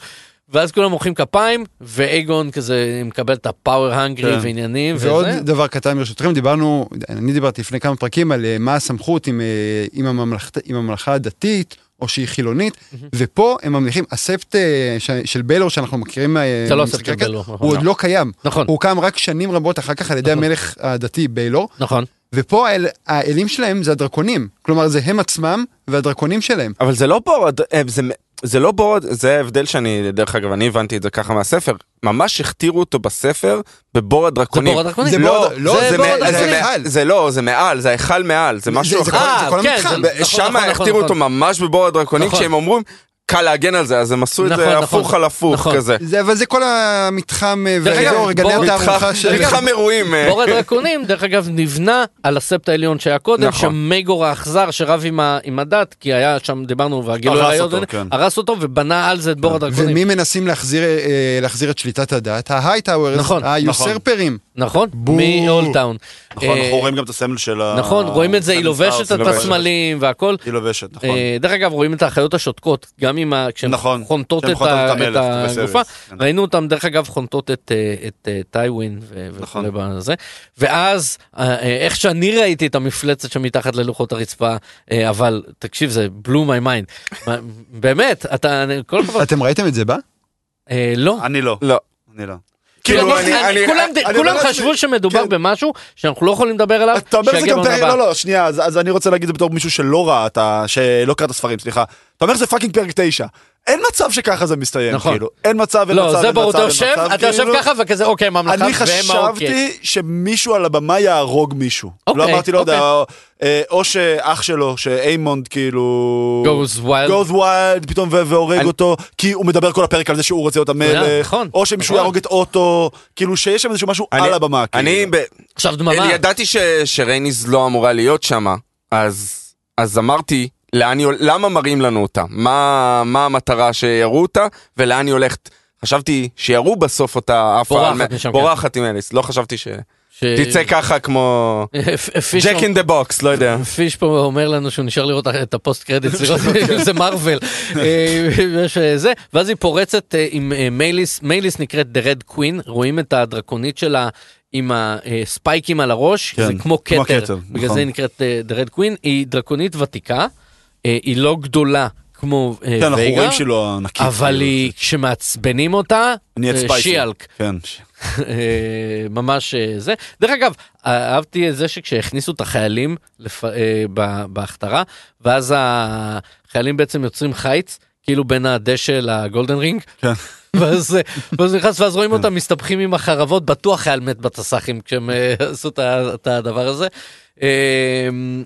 S3: ואז כולם מוחאים כפיים, ואייגון כזה מקבל את הפאוור הנגרי
S5: כן.
S3: ועניינים,
S6: ועוד
S3: וזה.
S6: דבר קטן ברשותכם, דיברנו, אני דיברתי לפני כמה פרקים על אה, מה הסמכות עם, אה, עם, הממלכת, עם הממלכה הדתית, או שהיא חילונית, ופה הם ממליכים, הספט אה, ש- של בלור שאנחנו מכירים, אה,
S3: זה לא
S6: ממשחקי
S3: הספט של
S6: הכס,
S3: בלור, נכון.
S6: הוא עוד לא קיים.
S3: נכון.
S6: הוא הוקם רק שנים רבות אחר כך על ידי
S3: נכון.
S6: המלך הדתי ביילור,
S3: נכון.
S6: ופה האל, האלים שלהם זה הדרקונים, כלומר זה הם עצמם והדרקונים שלהם.
S2: אבל זה לא בורד, אה, זה, זה לא בורד, זה ההבדל שאני, דרך אגב, אני הבנתי את זה ככה מהספר. ממש הכתירו אותו בספר בבור הדרקונים.
S3: בור הדרקונים.
S2: זה
S3: זה
S2: לא,
S6: בור- לא,
S2: זה
S3: זה בור
S2: מ- זה
S3: הדרקונים.
S2: מעל. זה לא, זה מעל, זה ההיכל מעל, זה משהו
S6: זה
S2: אחר.
S6: כל-
S3: אה,
S6: כל
S3: כן,
S6: המתחם.
S3: זה- נכון,
S2: שם
S3: נכון,
S2: הכתירו
S3: נכון.
S2: אותו ממש בבור הדרקונים,
S3: נכון.
S2: כשהם אומרים... קל להגן על זה, אז הם עשו את
S3: נכון,
S2: זה
S3: נכון.
S2: הפוך על הפוך
S3: נכון.
S2: כזה.
S6: זה, אבל זה כל המתחם אה,
S3: דרך אגב,
S6: ואזור, גני
S3: בואו-
S6: התערוכה של...
S2: מתחם אירועים. אה,
S3: בור הדרקונים, דרך אגב, נבנה על הספט העליון שהיה קודם,
S2: נכון.
S3: שמגור האכזר שרב עם ה- עם הדת, כי היה שם, דיברנו, והגילוי
S5: הרס
S3: היה
S5: אותו,
S3: עוד-
S5: כן.
S3: הרס אותו ובנה על זה את בור הדרקונים.
S6: ומי מנסים להחזיר, אה, להחזיר את שליטת הדת? ההייטאוורס,
S3: נכון,
S6: היוסרפרים.
S3: נכון? מאולטאון.
S5: נכון, אנחנו רואים גם את הסמל של ה...
S3: אה, נכון, רואים את זה, היא
S5: סמל
S3: לובשת
S5: סטארס,
S3: את
S5: היא לובשת.
S3: הסמלים והכל.
S5: היא לובשת, נכון.
S3: אה, דרך אגב, רואים את האחיות השותקות, גם עם ה... כשהן
S5: נכון,
S3: חונטות
S5: כשהן
S3: את
S5: חונטות
S3: ה-
S5: את המלך,
S3: את
S5: את
S3: הגופה.
S5: וסריס, כן.
S3: ראינו אותן, דרך אגב, חונטות את, אה, את אה, טיווין ו-
S5: נכון.
S3: וכולי בזה. ואז, אה, אה, איך שאני ראיתי את המפלצת שמתחת ללוחות הרצפה, אה, אבל תקשיב, זה blew my mind. מה- באמת, אתה, אני- כל הכבוד.
S6: אתם ראיתם את זה בה?
S3: אה, לא.
S5: אני לא.
S2: לא.
S5: אני לא.
S2: כאילו,
S3: אני-
S2: אני- אני-
S3: כולם-
S5: אני
S3: כולם
S5: אומר לעצמי,
S3: חשבו שמדובר
S5: כן.
S3: במשהו שאנחנו לא יכולים לדבר עליו,
S5: אתה אומר זה
S3: שיגיע
S5: גם...
S3: בעונה
S5: פרק-
S3: הבאה.
S5: לא, לא, שנייה, אז אז אני רוצה להגיד את זה בתור מישהו שלא ראה את ה... שלא קרא את הספרים, סליחה. אתה אומר זה פאקינג פרק 9. אין מצב שככה זה מסתיים,
S3: נכון.
S5: כאילו. אין מצב, אין מצב, אין מצב, אין
S3: לא,
S5: מצב.
S3: זה ברור, אתה יושב, אתה יושב
S5: כאילו.
S3: ככה וכזה, אוקיי, ממלכה,
S5: אני
S3: והם האוקיי.
S5: חשבתי שמישהו על הבמה יהרוג מישהו.
S3: אוקיי,
S5: לא אמרתי, לא יודע,
S3: אוקיי.
S5: או- אה, או שאח שלו, שאיימונד כאילו...
S3: Goes wild.
S5: goes wild, פתאום ו- והורג
S2: אני-
S5: אותו, כי הוא מדבר כל הפרק על זה שהוא רוצה להיות
S3: יודע,
S5: המלך.
S3: נכון,
S5: או שמישהו
S3: נכון.
S5: יהרוג את אוטו, כאילו שיש שם איזשהו משהו
S2: אני-
S5: על הבמה.
S2: אני
S5: כאילו.
S2: ב-
S3: עכשיו דממה.
S2: אלי, ידעתי ש- שרייניז לא אמורה להיות שמה, אז אז אמרתי, לאן היא הול- למה מראים לנו אותה? מה מה המטרה שירו אותה ולאן היא הולכת? חשבתי שירו בסוף אותה עפה,
S3: בורחת
S2: על-
S3: משם, כן. אה,
S2: בורחת עם אליס, לא חשבתי שתצא
S3: ש- [LAUGHS]
S2: ככה כמו
S3: פיש-
S2: ג'ק אין דה בוקס, לא יודע.
S3: פיש פה אומר לנו שהוא נשאר לראות את הפוסט קרדיט,
S5: [LAUGHS]
S3: לראות אם
S5: כן.
S3: זה מארוול. אה, יש, אה, זה, ואז היא פורצת אה, עם אה, מייליס, מייליס נקראת The Red Queen, רואים את הדרקונית שלה עם הספייקים על הראש,
S5: כן,
S3: זה כמו
S5: כמו
S3: כתר,
S5: כתר,
S3: בגלל
S5: נכון.
S3: זה היא נקראת אה, The Red Queen, היא דרקונית ותיקה, אה, היא לא גדולה כמו אה,
S5: כן, אנחנו
S3: וייגה,
S5: רואים שהיא לא ענקית.
S3: אבל
S5: כאילו.
S3: היא, כשמעצבנים אותה,
S5: נהיית
S3: אה,
S5: ספייסי.
S3: שיאלק.
S5: כן.
S3: אה, ממש אה, זה. דרך אגב, אה, אהבתי את זה שכשהכניסו את החיילים לפ... אה, ב- בהכתרה, ואז החיילים בעצם יוצרים חיץ, כאילו בין הדשא לגולדן רינג.
S5: כן.
S3: [LAUGHS] ואז, אה, ואז הוא נכנס ואז רואים אותם מסתבכים עם החרבות, בטוח חייל מת בתס"חים כשהם אה, עשו את ה- את הדבר הזה. אה,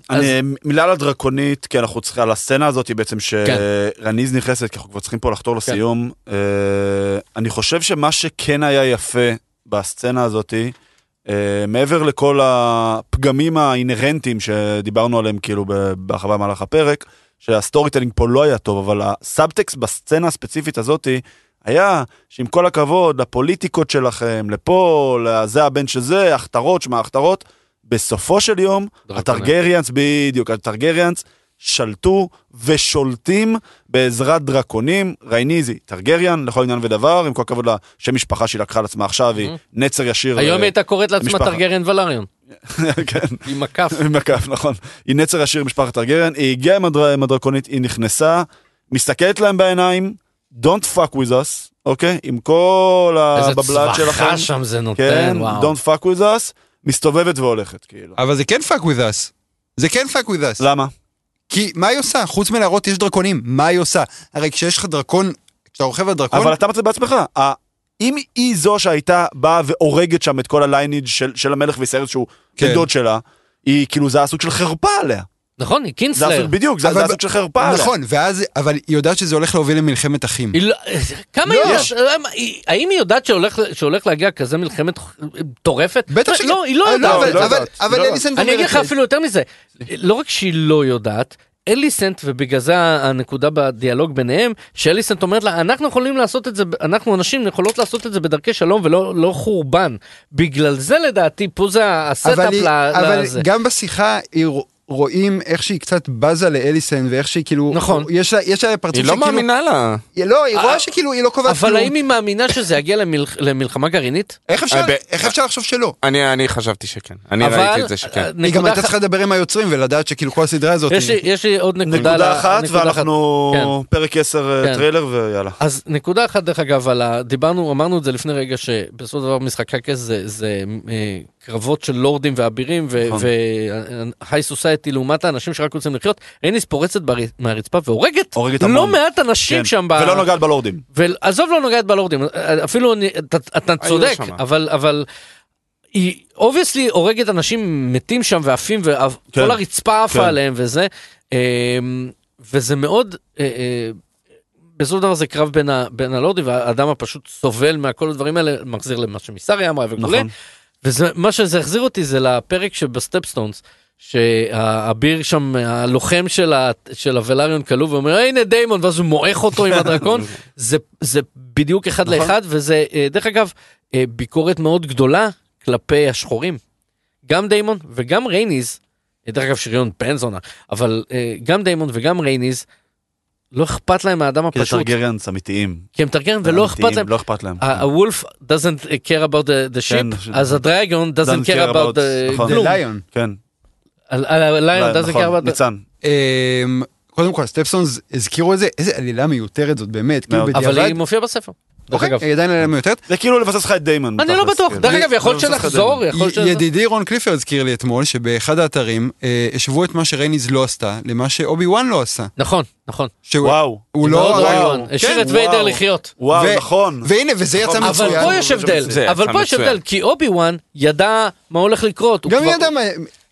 S3: אז
S5: אני, מילה על הדרקונית, כי אנחנו צריכים, על הסצנה הזאת היא בעצם
S3: כן.
S5: שרניז נכנסת, כי אנחנו כבר צריכים פה לחתור לסיום. אה, אני חושב שמה שכן היה יפה בסצנה הזאת, אה, מעבר לכל הפגמים האינהרנטיים שדיברנו עליהם כאילו ב- בהרחבה במהלך הפרק, שהסטורי טלינג פה לא היה טוב, אבל הסאבטקסט בסצנה הספציפית הזאת היה שעם כל הכבוד לפוליטיקות שלכם, לפה, לזה הבן של זה, הכתרות, שמע הכתרות, בסופו של יום,
S3: דרקונאים.
S5: הטרגריאנס, בדיוק, הטרגריאנס שלטו ושולטים בעזרת דרקונים, רייניזי, טרגריאן, לכל עניין ודבר, עם כל הכבוד לשם משפחה שהיא לקחה על עצמה עכשיו, היא נצר ישיר.
S3: היום
S5: אה,
S3: היא הייתה קוראת לעצמה
S5: משפחה.
S3: טרגריאן ולריון,
S5: [LAUGHS] כן.
S3: עם הכף.
S5: עם הכף, נכון. היא נצר עשיר משפחת טרגריאן, היא הגיעה עם, הדר... עם הדרקונית, היא נכנסה, מסתכלת להם בעיניים, Don't fuck with us, אוקיי? עם כל
S3: איזה
S5: הבבלת שלכם.
S3: צווחה שם זה נותן,
S5: כן,
S3: וואו.
S5: Don't fuck with us, מסתובבת והולכת, כאילו.
S6: אבל זה כן fuck with us. זה כן fuck with us.
S5: למה?
S6: כי מה היא עושה? חוץ מלהראות יש דרקונים, מה היא עושה? הרי כשיש לך דרקון, כשאתה רוכב על דרקון,
S5: אבל אתה מצא בעצמך. ה- אם היא זו שהייתה באה והורגת שם את כל הלייניג' של, של המלך וישראל שהוא
S6: כן.
S5: בן דוד שלה, היא כאילו זה הסוג של חרפה עליה.
S3: נכון, היא
S5: זה
S3: קינסלר.
S5: הסוג, בדיוק, זה,
S6: אבל-
S5: זה הסוג של חרפה עליה.
S6: נכון, ואז, אבל היא יודעת שזה הולך להוביל למלחמת אחים.
S3: היא לא- כמה
S5: לא.
S3: היא יודעת, האם היא יודעת שהולך- שהולך להגיע כזה מלחמת מטורפת?
S6: בטח שכן.
S3: לא, היא לא
S6: אה,
S5: לא,
S3: יודעת.
S5: היא לא
S6: אבל-
S5: יודעת.
S6: אבל
S5: לא.
S6: אליסנט
S3: אני אגיד
S6: אומרת
S3: לך
S6: לי-
S3: אפילו יותר מזה, לא רק שהיא לא יודעת, אליסנט, ובגלל זה הנקודה בדיאלוג ביניהם, שאליסנט אומרת לה, אנחנו יכולים לעשות את זה, אנחנו הנשים יכולות לעשות את זה בדרכי שלום ולא לא חורבן. בגלל זה לדעתי, פה זה הסטאפ
S6: אבל, היא,
S3: ל-
S6: אבל
S3: לזה.
S6: גם בשיחה היא רוא- רואים איך שהיא קצת בזה לאליסן ואיך שהיא כאילו
S3: נכון.
S6: יש לה יש לה פרצוף
S2: היא לא
S6: שכאילו-
S2: מאמינה לה.
S6: היא לא היא
S3: אה,
S6: רואה שכאילו היא לא קובעת
S3: אבל
S6: כלום.
S3: האם היא מאמינה שזה יגיע למלח- למלחמה גרעינית?
S6: איך אפשר
S2: אה, ב-
S6: איך אפשר לחשוב שלא
S2: אני אני חשבתי שכן, אני
S3: אבל, אה,
S2: ראיתי את זה שכן.
S6: היא גם
S3: נקודה
S6: הייתה
S3: אחת-
S6: צריכה לדבר עם היוצרים ולדעת שכאילו כל הסדרה הזאת
S3: יש לי- יש לי עוד נקודה. על ה-
S5: נקודה אחת,
S3: נקודה
S5: ואנחנו
S3: כן.
S5: פרק 10
S3: כן.
S5: טריילר ויאללה.
S3: אז נקודה אחת דרך אגב על ה... דיברנו אמרנו את זה לפני רגע שבסופו של דבר משחקי הכס זה, זה אה, קרבות של לורדים ואבירים
S5: נכון.
S3: והי סוסייטי לעומת האנשים שרק רוצים לחיות. רייניס פורצת בר... מהרצפה והורגת
S5: הורגת
S3: לא
S5: המון.
S3: מעט אנשים
S5: כן.
S3: שם. ב...
S5: ולא נוגעת בלורדים.
S3: ועזוב לא נוגעת בלורדים אפילו אני, אתה, אתה צודק
S2: שמה.
S3: אבל אבל. היא אובייסלי הורגת אנשים מתים שם ועפים וכל
S5: כן.
S3: הרצפה עפה
S5: כן.
S3: עליהם וזה אמ, וזה מאוד אה, אה, בסופו של דבר זה קרב בין, ה, בין הלורדים, והאדם הפשוט סובל מכל הדברים האלה, מחזיר למה שמיסריה אמרה וכולי.
S5: נכון.
S3: ומה שזה החזיר אותי זה לפרק שבסטפסטונס, שהאביר שם, הלוחם של, ה, של הוולריון כלוא ואומר, הנה דיימון, ואז הוא מועך אותו עם
S5: [LAUGHS]
S3: הדרקון, זה, זה בדיוק אחד
S5: נכון.
S3: לאחד, וזה, אה, דרך אגב, אה, ביקורת מאוד גדולה כלפי השחורים. גם דיימון וגם רייניז, אה, דרך אגב שריון בן זונה, אבל אה, גם דיימון וגם רייניז, לא אכפת להם מהאדם
S5: כי זה
S3: הפשוט,
S5: טרגריאנס אמיתיים.
S3: כי הם טרגרן ולא אכפת
S5: אמיתיים,
S3: להם.
S5: לא אכפת להם.
S3: הוולף doesn't care about the, the
S5: כן,
S3: ship, אז הדרגון doesn't care about the...
S5: נכון.
S3: כלום.
S6: ליון.
S5: כן.
S3: הליון doesn't
S5: נכון,
S3: care about the...
S5: ניצן.
S6: אמ, קודם כל, סטפסונס הזכירו את זה, איזה עלילה מיותרת זאת באמת, כאילו
S5: מאוד.
S6: בדיעבד.
S3: אבל היא מופיעה בספר. דרך
S6: אוקיי,
S3: אגב.
S6: היא עדיין עלילה מיותרת. לא,
S5: זה כאילו לבסס לך את דיימון.
S3: אני לא
S5: בתכלס,
S3: בטוח,
S5: כן.
S3: דרך אגב, יכול להיות
S5: זה מבסס לך את
S3: שנחזור,
S5: דיימון.
S3: יכול להיות
S6: י- ידידי רון קליפר הזכיר לי אתמול שבאחד האתרים אה, השוו את מה שרייניז לא עשתה למה שאובי וואן לא עשה.
S3: נכון, נכון.
S6: שהוא-
S5: וואו.
S6: הוא
S3: מאוד
S6: לא...
S3: רעיון. השאיר
S6: כן,
S3: את ויידר
S5: וואו.
S3: לחיות.
S5: וואו,
S6: ו-
S5: נכון.
S6: והנה, וזה יצא
S5: נכון,
S3: אבל
S6: מצוין.
S3: פה יש הבדל,
S2: זה
S3: אבל
S2: יצא
S3: פה יש
S2: מצוין.
S3: הבדל, כי אובי וואן ידע מה הולך לקרות. הוא
S6: גם
S3: כבר-
S6: היא ידעה מה...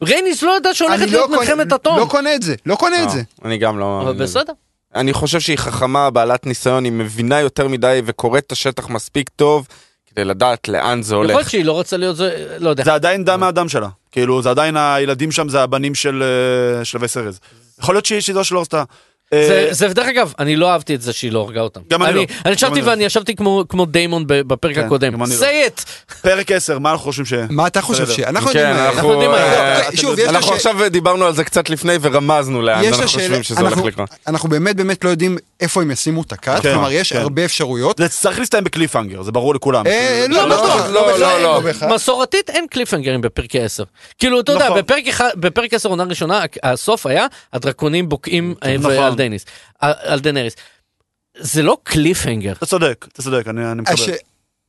S3: רייניס לא ידע שהולכת
S6: אני לא
S3: להיות
S6: קונה-
S3: מלחמת אטום. אה.
S6: לא קונה את זה, לא קונה את
S2: לא,
S6: זה.
S2: אני גם לא...
S3: אבל
S2: מאמין לזה.
S3: בסדר.
S2: אני חושב שהיא חכמה, בעלת ניסיון, היא מבינה יותר מדי וקוראת את השטח מספיק טוב כדי לדעת לאן זה
S3: יכול
S2: הולך.
S3: להיות שהיא לא רוצה להיות זה, לא יודע.
S5: זה עדיין דם מהדם שלה. כאילו, זה עדיין הילדים שם, זה הבנים של אה, שלבי סרז. יכול להיות שהיא שהיא זו שלא עשתה. אה,
S3: זה, זה דרך אגב, אני לא אהבתי את זה שהיא לא הרגה אותם.
S5: גם אני לא.
S3: אני
S5: גם
S3: ישבתי
S5: אני לא.
S3: ואני ישבתי כמו, כמו דיימון ב- בפרק
S5: כן,
S3: הקודם.
S5: גם אני לא.
S3: say it!
S5: פרק 10, מה אנחנו חושבים ש...
S6: מה אתה חושב
S5: בסדר.
S6: ש... אנחנו יודעים
S2: כן,
S6: מה...
S2: אנחנו...
S3: יודעים מה-
S2: אה,
S6: אוקיי, שוב, יש את
S2: אנחנו
S6: השאלה-
S2: עכשיו דיברנו על זה קצת לפני ורמזנו
S5: אה,
S2: לאן
S6: יש
S2: אנחנו
S6: השאלה-
S2: חושבים שזה הולך
S6: אנחנו-
S2: לקרות.
S6: אנחנו באמת באמת לא יודעים איפה הם ישימו את הכת,
S5: כן,
S6: כלומר יש
S5: כן.
S6: הרבה אפשרויות.
S5: זה צריך להסתיים בקליפהנגר, זה ברור לכולם.
S6: אה,
S5: כאילו,
S6: לא,
S5: זה
S3: לא בטוח,
S6: לא
S2: לא,
S6: בהכרח,
S2: לא, לא.
S6: בהכרח.
S3: מסורתית אין קליפהנגרים בפרקי 10. כאילו, אתה יודע,
S5: נכון.
S3: בפרק אחד- בפרק 10 עונה ראשונה, הק- הסוף היה, הדרקונים בוקעים אה,
S5: נכון.
S3: ועל דניס. על על דנריס. זה לא קליפהנגר.
S5: אתה צודק, אתה צודק, אני אני
S6: הש-
S5: מקבל.
S6: אה,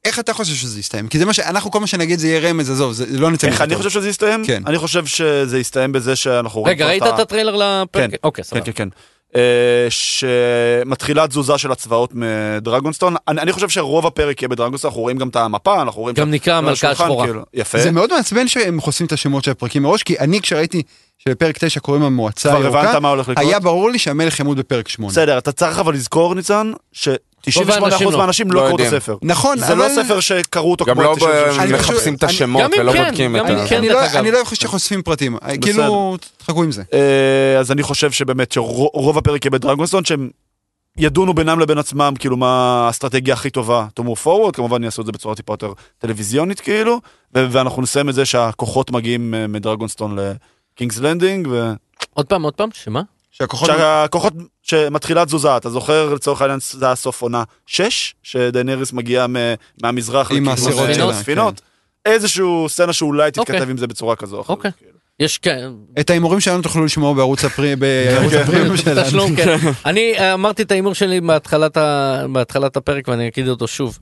S6: איך אתה חושב שזה יסתיים? כי זה מה שאנחנו, כל מה שנגיד זה יהיה רמז, עזוב, זה זה לא נצא
S5: איך
S6: מזה
S5: אני
S6: טוב.
S5: חושב שזה יסתיים?
S6: כן.
S5: אני חושב שזה יסתיים בזה שאנחנו רואים
S3: רגע,
S5: כבר
S3: ראית את הטריילר לפרק?
S5: כן.
S3: אוקיי,
S5: כן,
S3: סבבה.
S5: כן, כן. אה, שמתחילה תזוזה של הצבאות מדרגונסטון. אני אני חושב שרוב הפרק יהיה בדרגונסטון, אנחנו רואים גם את המפה, אנחנו רואים...
S3: גם
S5: שם-
S3: נקרא
S5: על
S3: המלכה
S5: השולחן,
S3: השחורה.
S5: כאילו, יפה.
S6: זה מאוד מעצבן שהם חושפים את השמות של הפרקים מראש, כי אני כשראיתי שבפרק 9 קוראים המועצה
S5: כבר
S6: הירוקה,
S5: הבנת מה הולך לקרות?
S6: היה ברור לי שהמלך ימות בפרק 8.
S5: בסדר, אתה צריך אבל לזכור, ניצן,
S3: האנשים
S5: ש-98%
S3: לא.
S5: מהאנשים לא
S2: לא
S5: קראו את
S2: יודעים.
S5: הספר.
S6: נכון,
S5: זה
S6: אבל-
S5: לא ספר שקראו אותו
S2: גם
S5: כמו...
S2: לא
S5: את 98%.
S6: אני חושב-
S2: מחפשים את
S6: אני-
S2: השמות
S3: גם אם
S2: ולא
S3: כן,
S2: בודקים
S3: גם
S2: את
S3: אם
S2: ה...
S3: כן.
S6: אני לא-
S3: דרך אגב.
S6: אני לא חושב שחושפים פרטים, כאילו, תחכו עם זה.
S5: אה, אז אני חושב שבאמת שרוב הפרק יהיה בדרגונסטון, שהם ידונו בינם לבין עצמם, כאילו מה האסטרטגיה הכי טובה to move forward, כמובן יעשו את זה בצורה טיפה יותר טלוויזיונית כאילו, ו- ואנחנו נסיים את זה שהכוחות מגיעים אה, מדרגונסטון לקינגס לנדינג, ו-
S3: עוד פעם, עוד פעם, שמה?
S6: שהכוחות...
S5: שהכוחות שמתחילה תזוזה, אתה זוכר לצורך העניין זה היה סוף עונה 6, שדנריס מגיעה מ- מהמזרח
S6: עם
S5: לכיוון
S6: הסירות
S5: אה,
S3: שלה,
S5: הספינות, איזשהו סצנה שאולי תתכתב
S3: אוקיי.
S5: עם זה בצורה כזו או אחרת.
S3: אוקיי. יש כן,
S6: את ההימורים שלנו תוכלו לשמוע בערוץ הפרי- בערוץ
S5: כן.
S6: הפרימיום שלנו.
S3: תשלום, כן. אני אה, אמרתי את ההימור שלי בהתחלת ה- בהתחלת הפרק ואני אגיד אותו שוב.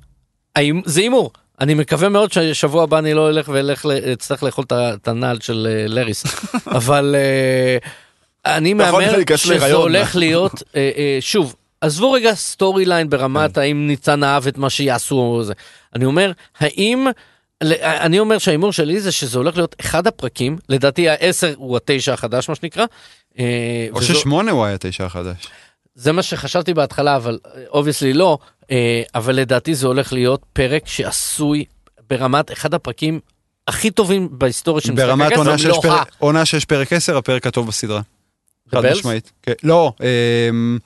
S3: ההימ- זה הימור. אני מקווה מאוד ששבוע הבא אני לא אלך ואלך ל- אצטרך לאכול את ה- את הנעל של אה,
S5: [LAUGHS]
S3: לריס. אבל אה, אני
S5: אתה יכול
S3: מהמר
S5: להיכנס
S3: שזה
S5: להיריון.
S3: הולך להיות, אה, אה, שוב, עזבו רגע סטורי ליין
S6: כן.
S3: ברמת האם ניצן אהב את מה שיעשו או זה. אני אומר, האם... ל- אה, אני אומר שההימור שלי זה שזה הולך להיות אחד הפרקים, לדעתי העשר הוא התשע החדש מה שנקרא. אה,
S6: או
S3: וזו-
S6: ששמונה הוא היה תשע החדש.
S3: זה מה שחשבתי בהתחלה, אבל אובייסלי לא, אה, אבל לדעתי זה הולך להיות פרק שעשוי ברמת אחד הפרקים הכי טובים בהיסטוריה של משחק
S6: ברמת
S3: הכס,
S6: עונה
S3: אבל
S6: שש
S3: לא
S6: פרק-
S3: ה-
S6: עונה שש פרק 10, הפרק הטוב בסדרה.
S3: The
S6: חד
S3: Bells?
S6: משמעית. כן, לא, אמ,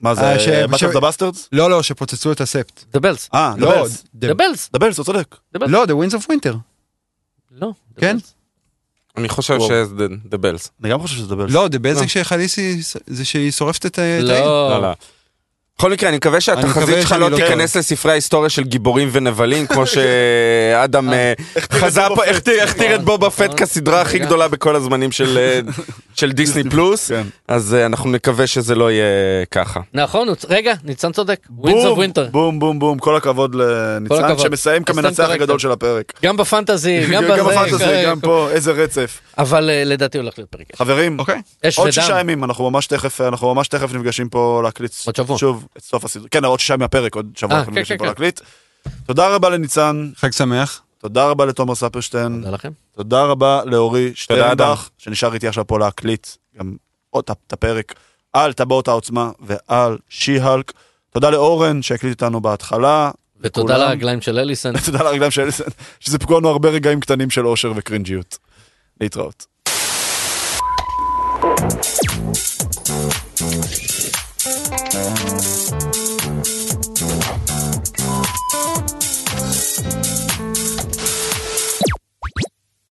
S5: מה
S6: אה, ש-
S5: זה,
S6: ש-
S5: באטל דה בסטרדס?
S6: לא, לא, שפוצצו את הספט.
S3: The Bells.
S5: אה, The
S6: לא,
S5: Bells.
S6: The-
S3: The Bells.
S5: The Bells, אתה צודק.
S3: Bells.
S6: לא, The Winds of Winter.
S3: לא. The
S6: כן?
S3: Bells.
S2: אני חושב
S5: וואו.
S2: שזה The Bells.
S5: אני גם חושב שזה The Bells.
S6: לא, The Basic של חליסי זה שהיא שורפת את ה- את העיר.
S2: לא, לא. בכל מקרה, אני מקווה
S6: אני
S2: שהתחזית
S6: מקווה
S2: שלך
S6: שאני
S2: לא
S6: לא
S2: תיכנס לספרי ההיסטוריה של גיבורים ונבלים, כמו שאדם אה, חזה פה, הכתיר- הכתיר את
S3: נכון,
S2: בובה
S3: נכון.
S2: פט כסדרה הכי
S3: לגמרי.
S2: גדולה בכל הזמנים של, אה, של דיסני פלוס,
S5: כן.
S2: אז אה, אנחנו נקווה שזה לא יהיה ככה.
S3: נכון, הוא צ- רגע, ניצן צודק,
S5: בום,
S3: ווינס אוף ווינטר.
S5: בום, בום, בום, כל הכבוד
S3: כל
S5: לניצן,
S3: הכבוד.
S5: שמסיים
S3: הסתם
S5: כמנצח
S3: corrected.
S5: הגדול של הפרק.
S3: גם
S5: [LAUGHS]
S3: בפנטזי, [LAUGHS] גם
S5: גם
S3: בזה,
S5: בפנטזי, גם פה, איזה רצף.
S3: אבל אה, לדעתי הולך להיות פרק.
S5: חברים,
S6: אוקיי.
S3: אש
S5: עוד שישה
S3: ודם.
S5: ימים, אנחנו ממש תכף, אנחנו ממש תכף נפגשים פה להקליט.
S3: עוד שבוע.
S5: שוב, את סוף הסדרה. כן, עוד שישה מהפרק, עוד שבוע
S3: אה,
S5: אנחנו
S3: כן,
S5: נפגשים
S3: כן,
S5: פה
S3: כן.
S5: להקליט. תודה רבה לניצן,
S6: חג שמח.
S5: תודה רבה לתומר ספרשטיין,
S3: תודה לכם.
S5: תודה רבה לאורי
S2: אדם.
S5: שטרנבך, שנשאר איתי עכשיו פה להקליט גם עוד את הפרק על טבעות העוצמה ועל שי-הלק. תודה לאורן שהקליט איתנו בהתחלה.
S3: ותודה
S5: לכולם.
S3: לרגליים של אליסן.
S5: [LAUGHS] תודה לרגליים של אליסן, שסיפקו לנו הרבה רגעים קטנים של אושר וקרינג'יות. להתראות.